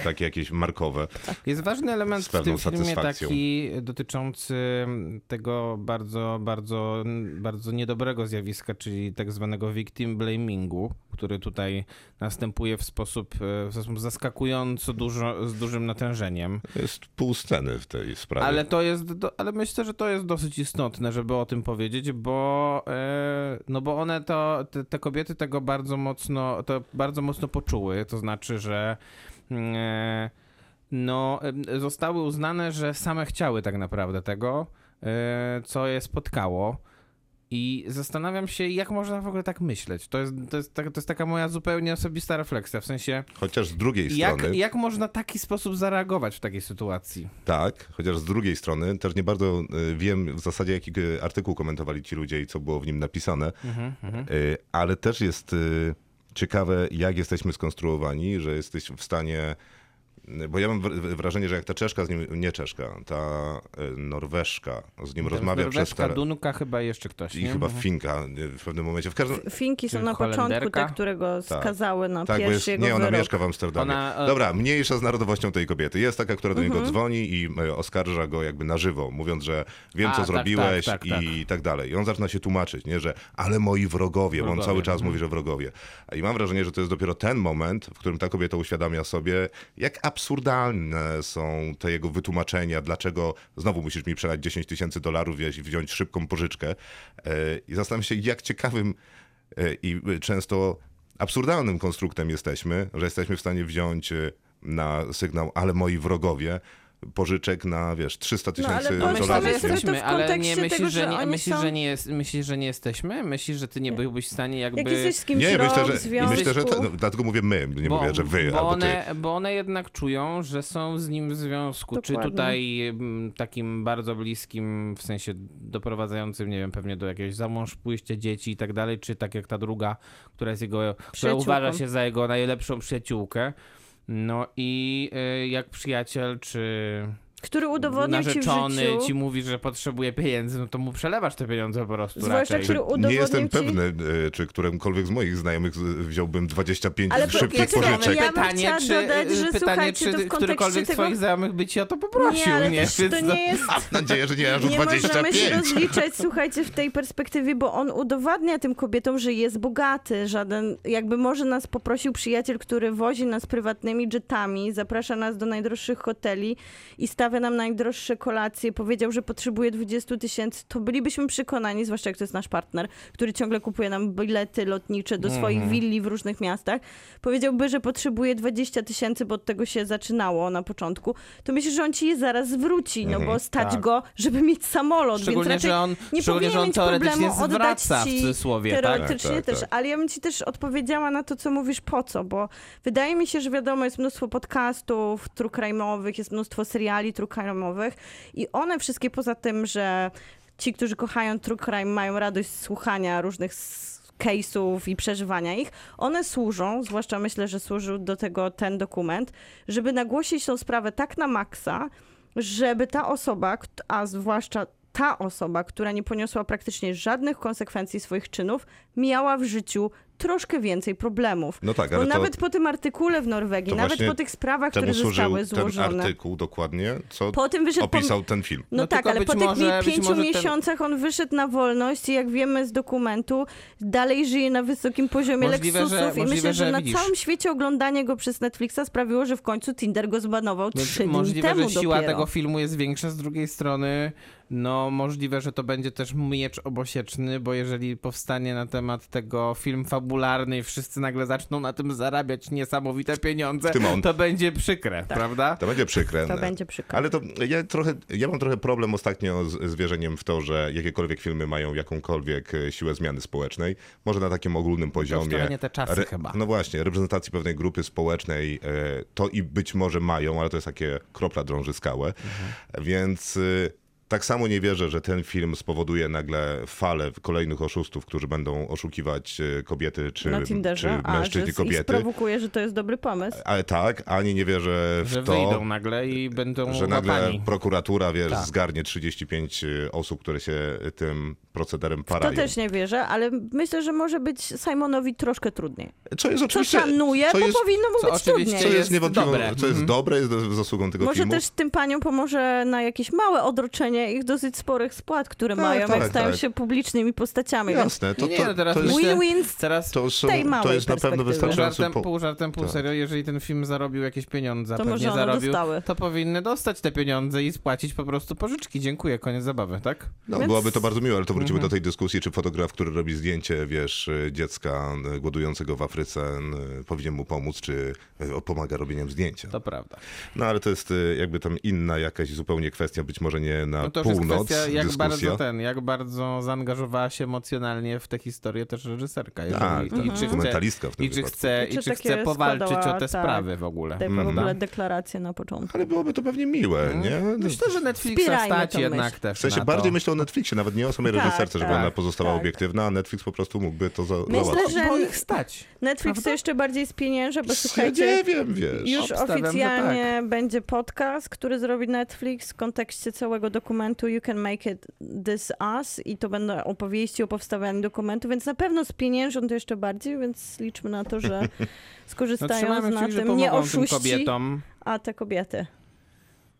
Speaker 2: takie jakieś markowe.
Speaker 5: Jest ważny
Speaker 2: Z
Speaker 5: element w
Speaker 2: pewną
Speaker 5: tym filmie
Speaker 2: satysfakcją.
Speaker 5: taki dotyczący tego bardzo, bardzo, bardzo niedobrego zjawiska, czyli tak zwanego victim blamingu, który tutaj następuje w sposób, e, w sposób zaskakująco dużo, z dużym
Speaker 2: (laughs)
Speaker 5: natężeniem.
Speaker 2: To Jest pół sceny w tej sprawie.
Speaker 5: Ale to jest, do, ale myślę, że to jest dosyć istotne, żeby o tym powiedzieć, bo, e, no bo one to, te, te kobiety tego bardzo mocno, to bardzo mocno poczuły, to znaczy, że e, no, e, zostały uznane, że same chciały tak naprawdę tego, e, co je spotkało. I zastanawiam się, jak można w ogóle tak myśleć. To jest, to jest, tak- to jest taka moja zupełnie osobista refleksja. W sensie,
Speaker 2: Chociaż z drugiej
Speaker 5: jak,
Speaker 2: strony...
Speaker 5: jak można taki sposób zareagować w takiej sytuacji?
Speaker 2: Tak, chociaż z drugiej strony też nie bardzo y, wiem w zasadzie, jaki y, artykuł komentowali ci ludzie i co było w nim napisane,
Speaker 5: Mhm,
Speaker 2: Y, ale też jest y, ciekawe, jak jesteśmy skonstruowani, że jesteś w stanie. e, Bo ja mam wr- wrażenie, że jak ta Czeszka z nim, nie Czeszka, ta y, Norweszka z nim rozmawia przez
Speaker 5: Norweszka,
Speaker 2: tele...
Speaker 5: Dunka, chyba jeszcze ktoś,
Speaker 2: I
Speaker 5: nie?
Speaker 2: chyba
Speaker 5: Mhm.
Speaker 2: Finka y, w pewnym momencie. W każdym...
Speaker 4: Finki są
Speaker 5: Czy
Speaker 4: na początku,
Speaker 5: Holenderka?
Speaker 4: te, które go
Speaker 2: Tak.
Speaker 4: skazały na
Speaker 2: Tak, bo jest,
Speaker 4: pierwszy jego
Speaker 2: nie, ona
Speaker 4: wyrok.
Speaker 2: mieszka w Amsterdamie.
Speaker 5: Ona, e-
Speaker 2: Dobra, mniejsza z narodowością tej kobiety. Jest taka, która do
Speaker 4: Mhm.
Speaker 2: niego dzwoni i e, oskarża go jakby na żywo, mówiąc, że wiem,
Speaker 5: A,
Speaker 2: co
Speaker 5: tak,
Speaker 2: zrobiłeś
Speaker 5: tak, tak,
Speaker 2: i tak dalej. I on zaczyna się tłumaczyć, nie, że ale moi wrogowie, bo on
Speaker 5: Wrogowie,
Speaker 2: cały czas mówi, że wrogowie. I mam wrażenie, że to jest dopiero ten moment, w którym ta kobieta uświadamia sobie, jak absurdalne są te jego wytłumaczenia, dlaczego znowu musisz mi przelać 10 tysięcy dolarów i wziąć szybką pożyczkę. E, I zastanawiam się, jak ciekawym e, i często absurdalnym konstruktem jesteśmy, że jesteśmy w stanie wziąć e, na sygnał, ale moi wrogowie, pożyczek na, wiesz, 300
Speaker 4: No, ale
Speaker 2: tysięcy
Speaker 4: pomyślmy
Speaker 2: dolarów.
Speaker 4: sobie,
Speaker 2: nie?
Speaker 4: to w
Speaker 5: ale nie
Speaker 4: kontekście
Speaker 5: myślisz,
Speaker 4: tego,
Speaker 5: że
Speaker 4: że
Speaker 5: nie,
Speaker 4: oni
Speaker 5: myślisz,
Speaker 4: są-
Speaker 5: że nie jest, myślisz, że nie jesteśmy? Myślisz, że ty nie byłbyś w stanie jakby...
Speaker 4: Jak jesteś z kimś
Speaker 2: Nie,
Speaker 4: rok,
Speaker 2: myślę,
Speaker 4: w
Speaker 2: że,
Speaker 4: związku,
Speaker 2: myślę, że to, no, dlatego mówię my, nie mówię, że wy
Speaker 5: bo
Speaker 2: albo
Speaker 5: one, Bo one jednak czują, że są z nim w związku. Czy
Speaker 4: Dokładnie.
Speaker 5: tutaj mm, takim bardzo bliskim, w sensie doprowadzającym, nie wiem, pewnie do jakiegoś za mąż pójścia dzieci i tak dalej, czy tak jak ta druga, która jest jego, która
Speaker 4: Przyjaciółką.
Speaker 5: uważa się za jego najlepszą przyjaciółkę. No i y, jak przyjaciel, czy
Speaker 4: który udowodnił ci w
Speaker 5: narzeczony ci,
Speaker 4: życiu,
Speaker 5: mówi, że potrzebuje pieniędzy, no to mu przelewasz te pieniądze po prostu
Speaker 4: zwłaszcza
Speaker 5: raczej.
Speaker 4: który
Speaker 2: ty.
Speaker 4: udowodnił
Speaker 2: Nie jestem
Speaker 4: ci...
Speaker 2: pewny, e, czy którymkolwiek z moich znajomych z- wziąłbym 25
Speaker 4: Ale po-
Speaker 2: szybkich
Speaker 4: poczekamy,
Speaker 2: pożyczek.
Speaker 4: ja bym chciała dodać, że
Speaker 5: pytanie,
Speaker 4: słuchajcie,
Speaker 5: czy
Speaker 4: to w kontekście
Speaker 5: którykolwiek z
Speaker 4: tego-
Speaker 5: twoich znajomych by cię o to poprosił,
Speaker 4: nie, ale
Speaker 5: nie?
Speaker 4: też to
Speaker 5: Więc
Speaker 4: nie jest...
Speaker 2: Mam nadzieję, że nie aż o
Speaker 4: Nie możemy się
Speaker 2: 25.
Speaker 4: rozliczać, słuchajcie, w tej perspektywie, bo on udowadnia tym kobietom, że jest bogaty. Żaden, jakby może nas poprosił przyjaciel, który wozi nas prywatnymi jetami, zaprasza nas do najdroższych hoteli i sta stawia nam najdroższe kolacje, powiedział, że potrzebuje 20 tysięcy, to bylibyśmy przekonani, zwłaszcza jak to jest nasz partner, który ciągle kupuje nam bilety lotnicze do swoich willi w różnych miastach, powiedziałby, że potrzebuje 20 tysięcy, bo od tego się zaczynało na początku, to myślę, że on ci je zaraz zwróci, no bo stać
Speaker 5: tak.
Speaker 4: go, żeby mieć samolot, więc
Speaker 5: Szczególnie,
Speaker 4: raczej
Speaker 5: że on,
Speaker 4: znaczy nie
Speaker 5: szczególnie,
Speaker 4: powinien
Speaker 5: że on
Speaker 4: mieć
Speaker 5: teoretycznie
Speaker 4: problemu oddać
Speaker 5: zwraca w
Speaker 4: ci
Speaker 5: cudzysłowie, tak?
Speaker 4: Teoretycznie
Speaker 2: Tak, tak,
Speaker 4: też,
Speaker 2: tak.
Speaker 4: ale ja bym ci też odpowiedziała na to, co mówisz, po co, bo wydaje mi się, że wiadomo, jest mnóstwo podcastów true crime'owych, jest mnóstwo seriali true crime'owych i one wszystkie poza tym, że ci, którzy kochają true crime mają radość z słuchania różnych s- case'ów i przeżywania ich, one służą, zwłaszcza myślę, że służył do tego ten dokument, żeby nagłosić tą sprawę tak na maksa, żeby ta osoba, kt- a zwłaszcza ta osoba, która nie poniosła praktycznie żadnych konsekwencji swoich czynów, miała w życiu troszkę więcej problemów.
Speaker 2: No tak,
Speaker 4: Bo
Speaker 2: ale to-
Speaker 4: nawet po tym artykule w Norwegii,
Speaker 2: to
Speaker 4: nawet
Speaker 2: właśnie
Speaker 4: po tych sprawach, które
Speaker 2: Temu służył
Speaker 4: zostały
Speaker 2: ten
Speaker 4: złożone.
Speaker 2: artykuł dokładnie, co
Speaker 4: Po tym wyszedł pom-
Speaker 2: opisał ten film.
Speaker 4: no,
Speaker 5: No
Speaker 4: tak,
Speaker 5: tylko
Speaker 4: ale
Speaker 5: być
Speaker 4: po tych
Speaker 5: może-
Speaker 4: mi-
Speaker 5: być
Speaker 4: pięciu
Speaker 5: może ten-
Speaker 4: miesiącach on wyszedł na wolność i jak wiemy z dokumentu, dalej żyje na wysokim poziomie
Speaker 5: Możliwe, że-
Speaker 4: leksusów i
Speaker 5: możliwe,
Speaker 4: myślę, że,
Speaker 5: że
Speaker 4: na
Speaker 5: widzisz.
Speaker 4: całym świecie oglądanie go przez Netflixa sprawiło, że w końcu Tinder go zbanował trzy
Speaker 5: Więc
Speaker 4: dni
Speaker 5: No, możliwe,
Speaker 4: temu
Speaker 5: że siła
Speaker 4: dopiero.
Speaker 5: tego filmu jest większa, z drugiej strony no możliwe, że to będzie też miecz obosieczny, bo jeżeli powstanie na temat tego film fabularny i wszyscy nagle zaczną na tym zarabiać niesamowite pieniądze,
Speaker 2: tym on. Tak.
Speaker 5: to będzie przykre,
Speaker 4: Tak.
Speaker 5: prawda?
Speaker 2: To będzie przykre.
Speaker 4: To będzie przykre.
Speaker 2: Ale to ja trochę, ja mam trochę problem ostatnio z, z wierzeniem w to, że jakiekolwiek filmy mają jakąkolwiek e, siłę zmiany społecznej. Może na takim ogólnym poziomie.
Speaker 5: trochę nie te czasy chyba.
Speaker 2: No właśnie, reprezentacji pewnej grupy społecznej e, to i być może mają, ale to jest takie kropla drąży skałę.
Speaker 5: Mhm.
Speaker 2: Więc y, tak samo nie wierzę, że ten film spowoduje nagle falę kolejnych oszustów, którzy będą oszukiwać e, kobiety czy,
Speaker 4: na Tinderze,
Speaker 2: czy
Speaker 4: a że
Speaker 2: mężczyzn i
Speaker 4: s- i
Speaker 2: kobiety.
Speaker 4: sprowokuje, że to jest dobry pomysł.
Speaker 2: Ale tak, ani nie wierzę w
Speaker 5: Że
Speaker 2: to
Speaker 5: wyjdą nagle i
Speaker 4: E,
Speaker 5: będą
Speaker 2: że nagle
Speaker 5: łapani.
Speaker 2: prokuratura, wiesz,
Speaker 4: Tak.
Speaker 2: zgarnie 35 osób, które się e, tym procederem
Speaker 4: To
Speaker 2: parają.
Speaker 4: też nie wierzę, ale myślę, że może być Simonowi troszkę trudniej.
Speaker 2: Co jest
Speaker 4: Co
Speaker 2: oczywiście...
Speaker 4: szanuję,
Speaker 2: co
Speaker 4: bo
Speaker 2: jest,
Speaker 4: powinno mu
Speaker 5: co
Speaker 4: być
Speaker 5: oczywiście
Speaker 4: trudniej.
Speaker 2: co jest
Speaker 5: jest
Speaker 2: niewątpliwą,
Speaker 5: dobre.
Speaker 2: co jest
Speaker 5: Mhm.
Speaker 2: dobre, jest zasługą tego
Speaker 4: Może
Speaker 2: filmu.
Speaker 4: też tym paniom pomoże na jakieś małe odroczenie ich dosyć sporych spłat, które
Speaker 2: Tak,
Speaker 4: mają,
Speaker 2: tak,
Speaker 4: jak stają
Speaker 2: tak.
Speaker 4: się publicznymi postaciami. więc
Speaker 2: Jasne, to,
Speaker 5: Nie,
Speaker 2: to,
Speaker 5: no teraz
Speaker 2: to jest...
Speaker 5: myślę-
Speaker 4: Win-win
Speaker 5: Teraz
Speaker 2: To, są,
Speaker 4: tej małej
Speaker 2: to jest na pewno
Speaker 4: perspektywy.
Speaker 5: Pół
Speaker 2: wystarczający
Speaker 5: żartem,
Speaker 2: po...
Speaker 5: pół żartem, pół
Speaker 2: Tak.
Speaker 5: serio, jeżeli ten film zarobił jakieś pieniądze, a
Speaker 4: To
Speaker 5: pewnie
Speaker 4: może one
Speaker 5: zarobił,
Speaker 4: dostały.
Speaker 5: to powinny dostać te pieniądze i spłacić po prostu pożyczki. Dziękuję, koniec zabawy, tak?
Speaker 2: No,
Speaker 4: Więc- Mhm.
Speaker 2: Byłaby to bardzo miłe, ale to wrócimy do tej dyskusji, czy fotograf, który robi zdjęcie, wiesz, dziecka y, głodującego w Afryce, y, powinien mu pomóc, czy y, pomaga robieniem zdjęcia.
Speaker 5: To prawda.
Speaker 2: No ale to jest y, jakby tam inna jakaś zupełnie kwestia, być może nie na
Speaker 5: No to już jest
Speaker 2: północ
Speaker 5: kwestia, jak
Speaker 2: dyskusja.
Speaker 5: bardzo ten, jak bardzo zaangażowała się emocjonalnie w tę historię też reżyserka. Jeżeli,
Speaker 2: Tak, tak.
Speaker 5: I czy chce,
Speaker 2: Dokumentalistka w tym
Speaker 5: i czy
Speaker 2: wypadku.
Speaker 5: chce,
Speaker 4: I
Speaker 5: i
Speaker 4: czy
Speaker 5: czy
Speaker 4: takie
Speaker 5: chce powalczyć o
Speaker 4: składała,
Speaker 5: te
Speaker 4: tak.
Speaker 5: sprawy w ogóle.
Speaker 4: Daj w ogóle deklarację na początku.
Speaker 2: Ale byłoby to pewnie miłe, nie? No,
Speaker 5: Myślę, że Netflixa
Speaker 4: Wspierajmy
Speaker 5: stać
Speaker 4: tą
Speaker 5: jednak
Speaker 4: myśl.
Speaker 5: też
Speaker 2: W sensie
Speaker 5: na
Speaker 2: bardziej
Speaker 5: to.
Speaker 2: myślę o Netflixie, nawet nie o samej
Speaker 4: Tak,
Speaker 2: reżyserce, żeby
Speaker 4: tak,
Speaker 2: ona pozostała
Speaker 4: tak.
Speaker 2: obiektywna, a Netflix po prostu mógłby to za-
Speaker 4: Myślę,
Speaker 2: załatwić.
Speaker 4: że
Speaker 5: Bo ich No stać.
Speaker 4: Netflix to jeszcze bardziej spienięża, bo
Speaker 2: Ja nie
Speaker 4: słuchajcie,
Speaker 2: wiem, wiesz.
Speaker 4: już
Speaker 5: Obstawiam, że tak.
Speaker 4: oficjalnie będzie podcast, który zrobi Netflix w kontekście całego dokumentu You Can Make It This Us i to będą opowieści o powstawaniu dokumentu, więc na pewno spieniężą to jeszcze bardziej, więc liczmy na to,
Speaker 5: (laughs)
Speaker 4: że
Speaker 5: No,
Speaker 4: skorzystają
Speaker 5: trzymamy
Speaker 4: na
Speaker 5: kciuki, że
Speaker 4: tym znaczy, nie
Speaker 5: pomogą tym
Speaker 4: oszuści,
Speaker 5: kobietom.
Speaker 4: a te kobiety.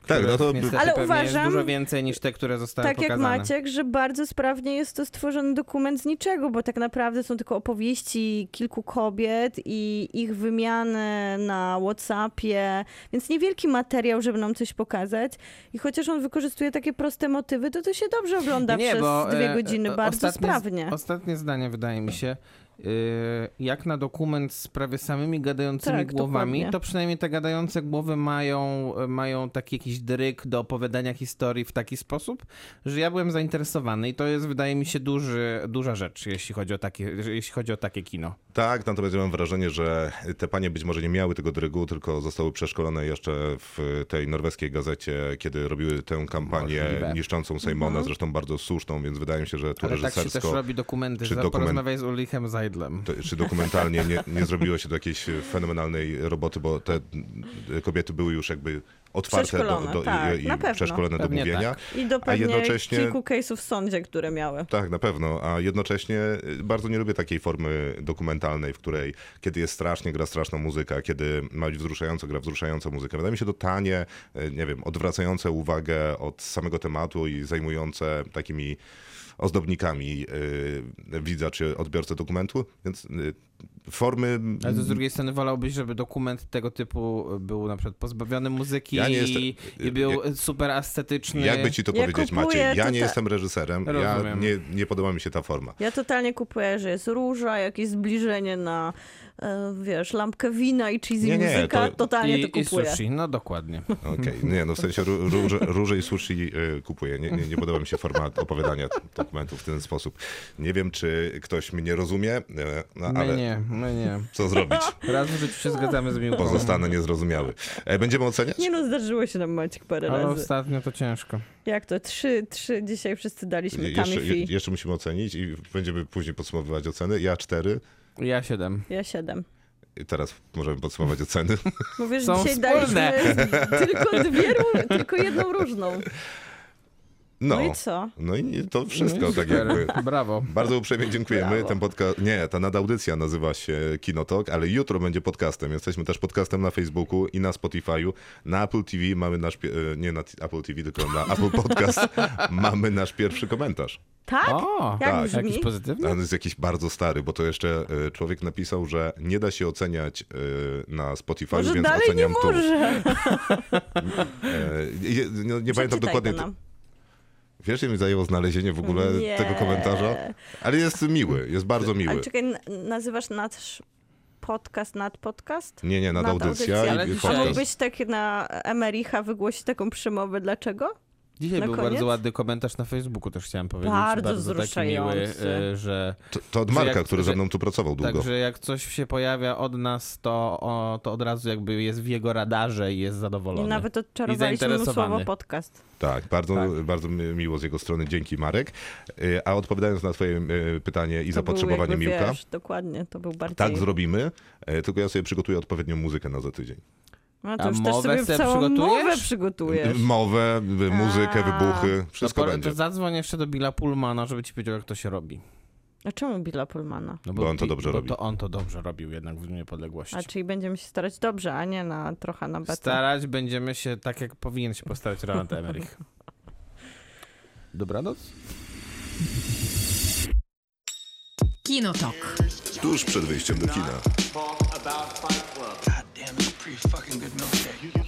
Speaker 2: Tak, no to...
Speaker 5: których niestety
Speaker 4: Ale
Speaker 5: pewnie
Speaker 4: uważam-
Speaker 5: jest dużo więcej niż te, które zostały
Speaker 4: tak jak
Speaker 5: pokazane.
Speaker 4: Maciek, że bardzo sprawnie jest to stworzony dokument z niczego, bo tak naprawdę są tylko opowieści kilku kobiet i ich wymiany na Whatsappie, więc niewielki materiał, żeby nam coś pokazać. I chociaż on wykorzystuje takie proste motywy, to to się dobrze ogląda przez dwie
Speaker 5: e,
Speaker 4: godziny,
Speaker 5: e,
Speaker 4: bardzo
Speaker 5: ostatnie-
Speaker 4: sprawnie.
Speaker 5: Ostatnie zdanie, wydaje mi się. y, Jak na dokument z prawie samymi gadającymi
Speaker 4: Tak,
Speaker 5: głowami,
Speaker 4: dokładnie.
Speaker 5: to przynajmniej te gadające głowy mają, e, mają taki jakiś dryk do opowiadania historii w taki sposób, że ja byłem zainteresowany i to jest, wydaje mi się, duży, duża rzecz, jeśli chodzi o takie, jeśli chodzi o takie kino.
Speaker 2: Tak, natomiast ja mam wrażenie, że te panie być może nie miały tego drygu, tylko zostały przeszkolone jeszcze w tej norweskiej gazecie, kiedy robiły tę kampanię
Speaker 5: Możliwe.
Speaker 2: niszczącą Sejmona, zresztą bardzo słuszną, więc wydaje mi się, że tu
Speaker 5: Ale tak się też
Speaker 2: reżysersko...
Speaker 5: robi dokumenty.
Speaker 2: czy
Speaker 5: Czy
Speaker 2: dokument-
Speaker 5: Porozmawiaj z Ulrichem Zajdlem.
Speaker 2: To, czy dokumentalnie nie, nie zrobiło się do jakiejś fenomenalnej roboty, bo te y, kobiety były już jakby otwarte do,
Speaker 4: Przeszkolone,
Speaker 2: do,
Speaker 4: tak,
Speaker 2: i,
Speaker 4: na
Speaker 2: i
Speaker 4: pewno.
Speaker 2: przeszkolone do
Speaker 5: Pewnie tak.
Speaker 2: mówienia.
Speaker 4: I do
Speaker 2: A
Speaker 4: pewnie
Speaker 2: jednocześnie
Speaker 4: kilku case'ów w sądzie, które miały.
Speaker 2: tak, na pewno. A jednocześnie y, bardzo nie lubię takiej formy dokumentalnej, w której kiedy jest strasznie, gra straszna muzyka, kiedy ma być wzruszająco, gra wzruszająca muzyka. Wydaje mi się to tanie, y, nie wiem, odwracające uwagę od samego tematu i zajmujące takimi ozdobnikami y, widza czy odbiorcę dokumentu, więc y, formy...
Speaker 5: Ale to z drugiej strony wolałbyś, żeby dokument tego typu był na przykład pozbawiony muzyki
Speaker 2: Ja nie jestem- y,
Speaker 5: i, i był super estetyczny.
Speaker 2: Jakby ci to
Speaker 4: Ja
Speaker 2: powiedzieć,
Speaker 4: kupuję tak.
Speaker 2: Maciej, ja
Speaker 4: tutaj-
Speaker 2: nie jestem reżyserem, ja
Speaker 5: Rozumiem.
Speaker 2: nie, nie podoba mi się ta forma.
Speaker 4: Ja totalnie kupuję, że jest róża, jakieś zbliżenie na, e, wiesz, lampkę wina i cheesy
Speaker 2: Nie, nie,
Speaker 4: muzyka.
Speaker 2: to-
Speaker 4: Totalnie to
Speaker 5: I, I
Speaker 4: kupuję.
Speaker 5: sushi, no dokładnie.
Speaker 2: Okej, nie, no w sensie ró- róże, róże i sushi y, kupuję. Nie, nie, nie podoba mi się format opowiadania dokumentów w ten sposób. Nie wiem, czy ktoś mnie rozumie, e, no,
Speaker 5: My
Speaker 2: ale
Speaker 5: nie, my nie.
Speaker 2: co zrobić?
Speaker 5: Raz w życiu się zgadzamy z miłką.
Speaker 2: Pozostanę niezrozumiały. E, Będziemy oceniać?
Speaker 4: Nie no, zdarzyło się nam Maciek parę
Speaker 5: Ale
Speaker 4: razy.
Speaker 5: ostatnio to ciężko.
Speaker 4: Jak to? Trzy, trzy dzisiaj wszyscy daliśmy
Speaker 2: Jeszcze,
Speaker 4: Tamify.
Speaker 2: je- jeszcze musimy ocenić i będziemy później podsumowywać oceny. Ja cztery.
Speaker 5: Ja siedem.
Speaker 4: Ja siedem.
Speaker 2: I Teraz możemy podsumować oceny.
Speaker 4: Mówię, że
Speaker 5: Są
Speaker 4: dzisiaj
Speaker 5: wspólne.
Speaker 4: daliśmy tylko dwie, ró- tylko jedną różną. No,
Speaker 2: No.
Speaker 4: i co?
Speaker 2: No i to wszystko,
Speaker 5: No i
Speaker 2: tak
Speaker 5: super.
Speaker 2: jakby.
Speaker 5: Brawo.
Speaker 2: Bardzo uprzejmie dziękujemy.
Speaker 4: Brawo.
Speaker 2: Ten podcast, nie, ta nadaudycja nazywa się Kinotok, ale jutro będzie podcastem. Jesteśmy też podcastem na Facebooku i na Spotify'u. Na Apple TV mamy nasz, pie- e, nie na t- Apple TV, tylko na
Speaker 4: (laughs)
Speaker 2: Apple Podcast mamy nasz pierwszy komentarz.
Speaker 4: Tak?
Speaker 5: O,
Speaker 4: Jak
Speaker 2: tak.
Speaker 4: brzmi?
Speaker 5: jakiś pozytywny?
Speaker 2: On jest jakiś bardzo stary, bo to jeszcze e, człowiek napisał, że nie da się oceniać e, na Spotify,
Speaker 4: Może
Speaker 2: więc
Speaker 4: dalej nie
Speaker 2: oceniam tu.
Speaker 4: może.
Speaker 2: E, je- no, nie pamiętam
Speaker 4: Przeczytaj
Speaker 2: dokładnie.
Speaker 4: to nam.
Speaker 2: Wiesz, ile mi zajęło znalezienie w ogóle
Speaker 4: Nie.
Speaker 2: tego komentarza? Ale jest miły, jest bardzo miły.
Speaker 4: Ale czekaj, n- nazywasz nasz podcast nad podcast?
Speaker 2: Nie, nie, nadaudycja
Speaker 4: Nadaudycja.
Speaker 5: Ale
Speaker 2: i
Speaker 5: dzisiaj-
Speaker 4: A
Speaker 2: podcast.
Speaker 4: mógłbyś tak na Emericha wygłosić taką przemowę? Dlaczego?
Speaker 5: Dzisiaj
Speaker 4: Na
Speaker 5: był
Speaker 4: koniec?
Speaker 5: bardzo ładny komentarz na Facebooku, też chciałem powiedzieć.
Speaker 4: Bardzo
Speaker 5: taki miły,
Speaker 4: wzruszający.
Speaker 5: e, że
Speaker 2: To, to od
Speaker 5: Że
Speaker 2: Marka,
Speaker 5: jak-
Speaker 2: który
Speaker 5: że-
Speaker 2: ze mną tu pracował długo.
Speaker 5: Także jak coś się pojawia od nas, to, o, to od razu jakby jest w jego radarze i jest
Speaker 4: I
Speaker 5: zadowolony.
Speaker 4: nawet odczarowaliśmy mu
Speaker 5: zainteresowany.
Speaker 4: słowo podcast.
Speaker 2: Tak, bardzo,
Speaker 5: Tak.
Speaker 2: bardzo mi- miło z jego strony. Dzięki, Marek. Y, A odpowiadając na twoje y, pytanie i
Speaker 4: To
Speaker 2: zapotrzebowanie
Speaker 4: był jakby,
Speaker 2: Miłka,
Speaker 4: Wiesz, dokładnie, to był bardziej...
Speaker 2: tak zrobimy, y, tylko ja sobie przygotuję odpowiednią muzykę na za tydzień.
Speaker 4: No
Speaker 5: A
Speaker 4: to już też
Speaker 5: mowę
Speaker 4: sobie
Speaker 5: se
Speaker 4: całą
Speaker 5: przygotujesz?
Speaker 4: mowę przygotujesz.
Speaker 2: Y, Mowę, y, muzykę,
Speaker 4: A.
Speaker 2: wybuchy, wszystko
Speaker 5: to, po-
Speaker 2: będzie.
Speaker 5: to zadzwoń jeszcze do Billa Pullmana, żeby ci powiedział, jak to się robi.
Speaker 4: A czemu Billa Pullmana?
Speaker 5: No
Speaker 2: Bo on to
Speaker 5: Bi-
Speaker 2: dobrze
Speaker 5: bo
Speaker 2: robi.
Speaker 5: To on to dobrze robił jednak w Dniu Niepodległości.
Speaker 4: A czyli będziemy się starać dobrze, a nie na trochę na betę.
Speaker 5: Starać będziemy się tak, jak powinien się postarać Roland Emmerich. Dobranoc.
Speaker 1: Kinotok.
Speaker 2: Tuż przed wyjściem do kina.
Speaker 3: Goddamn, it's a pretty fucking good milkshake.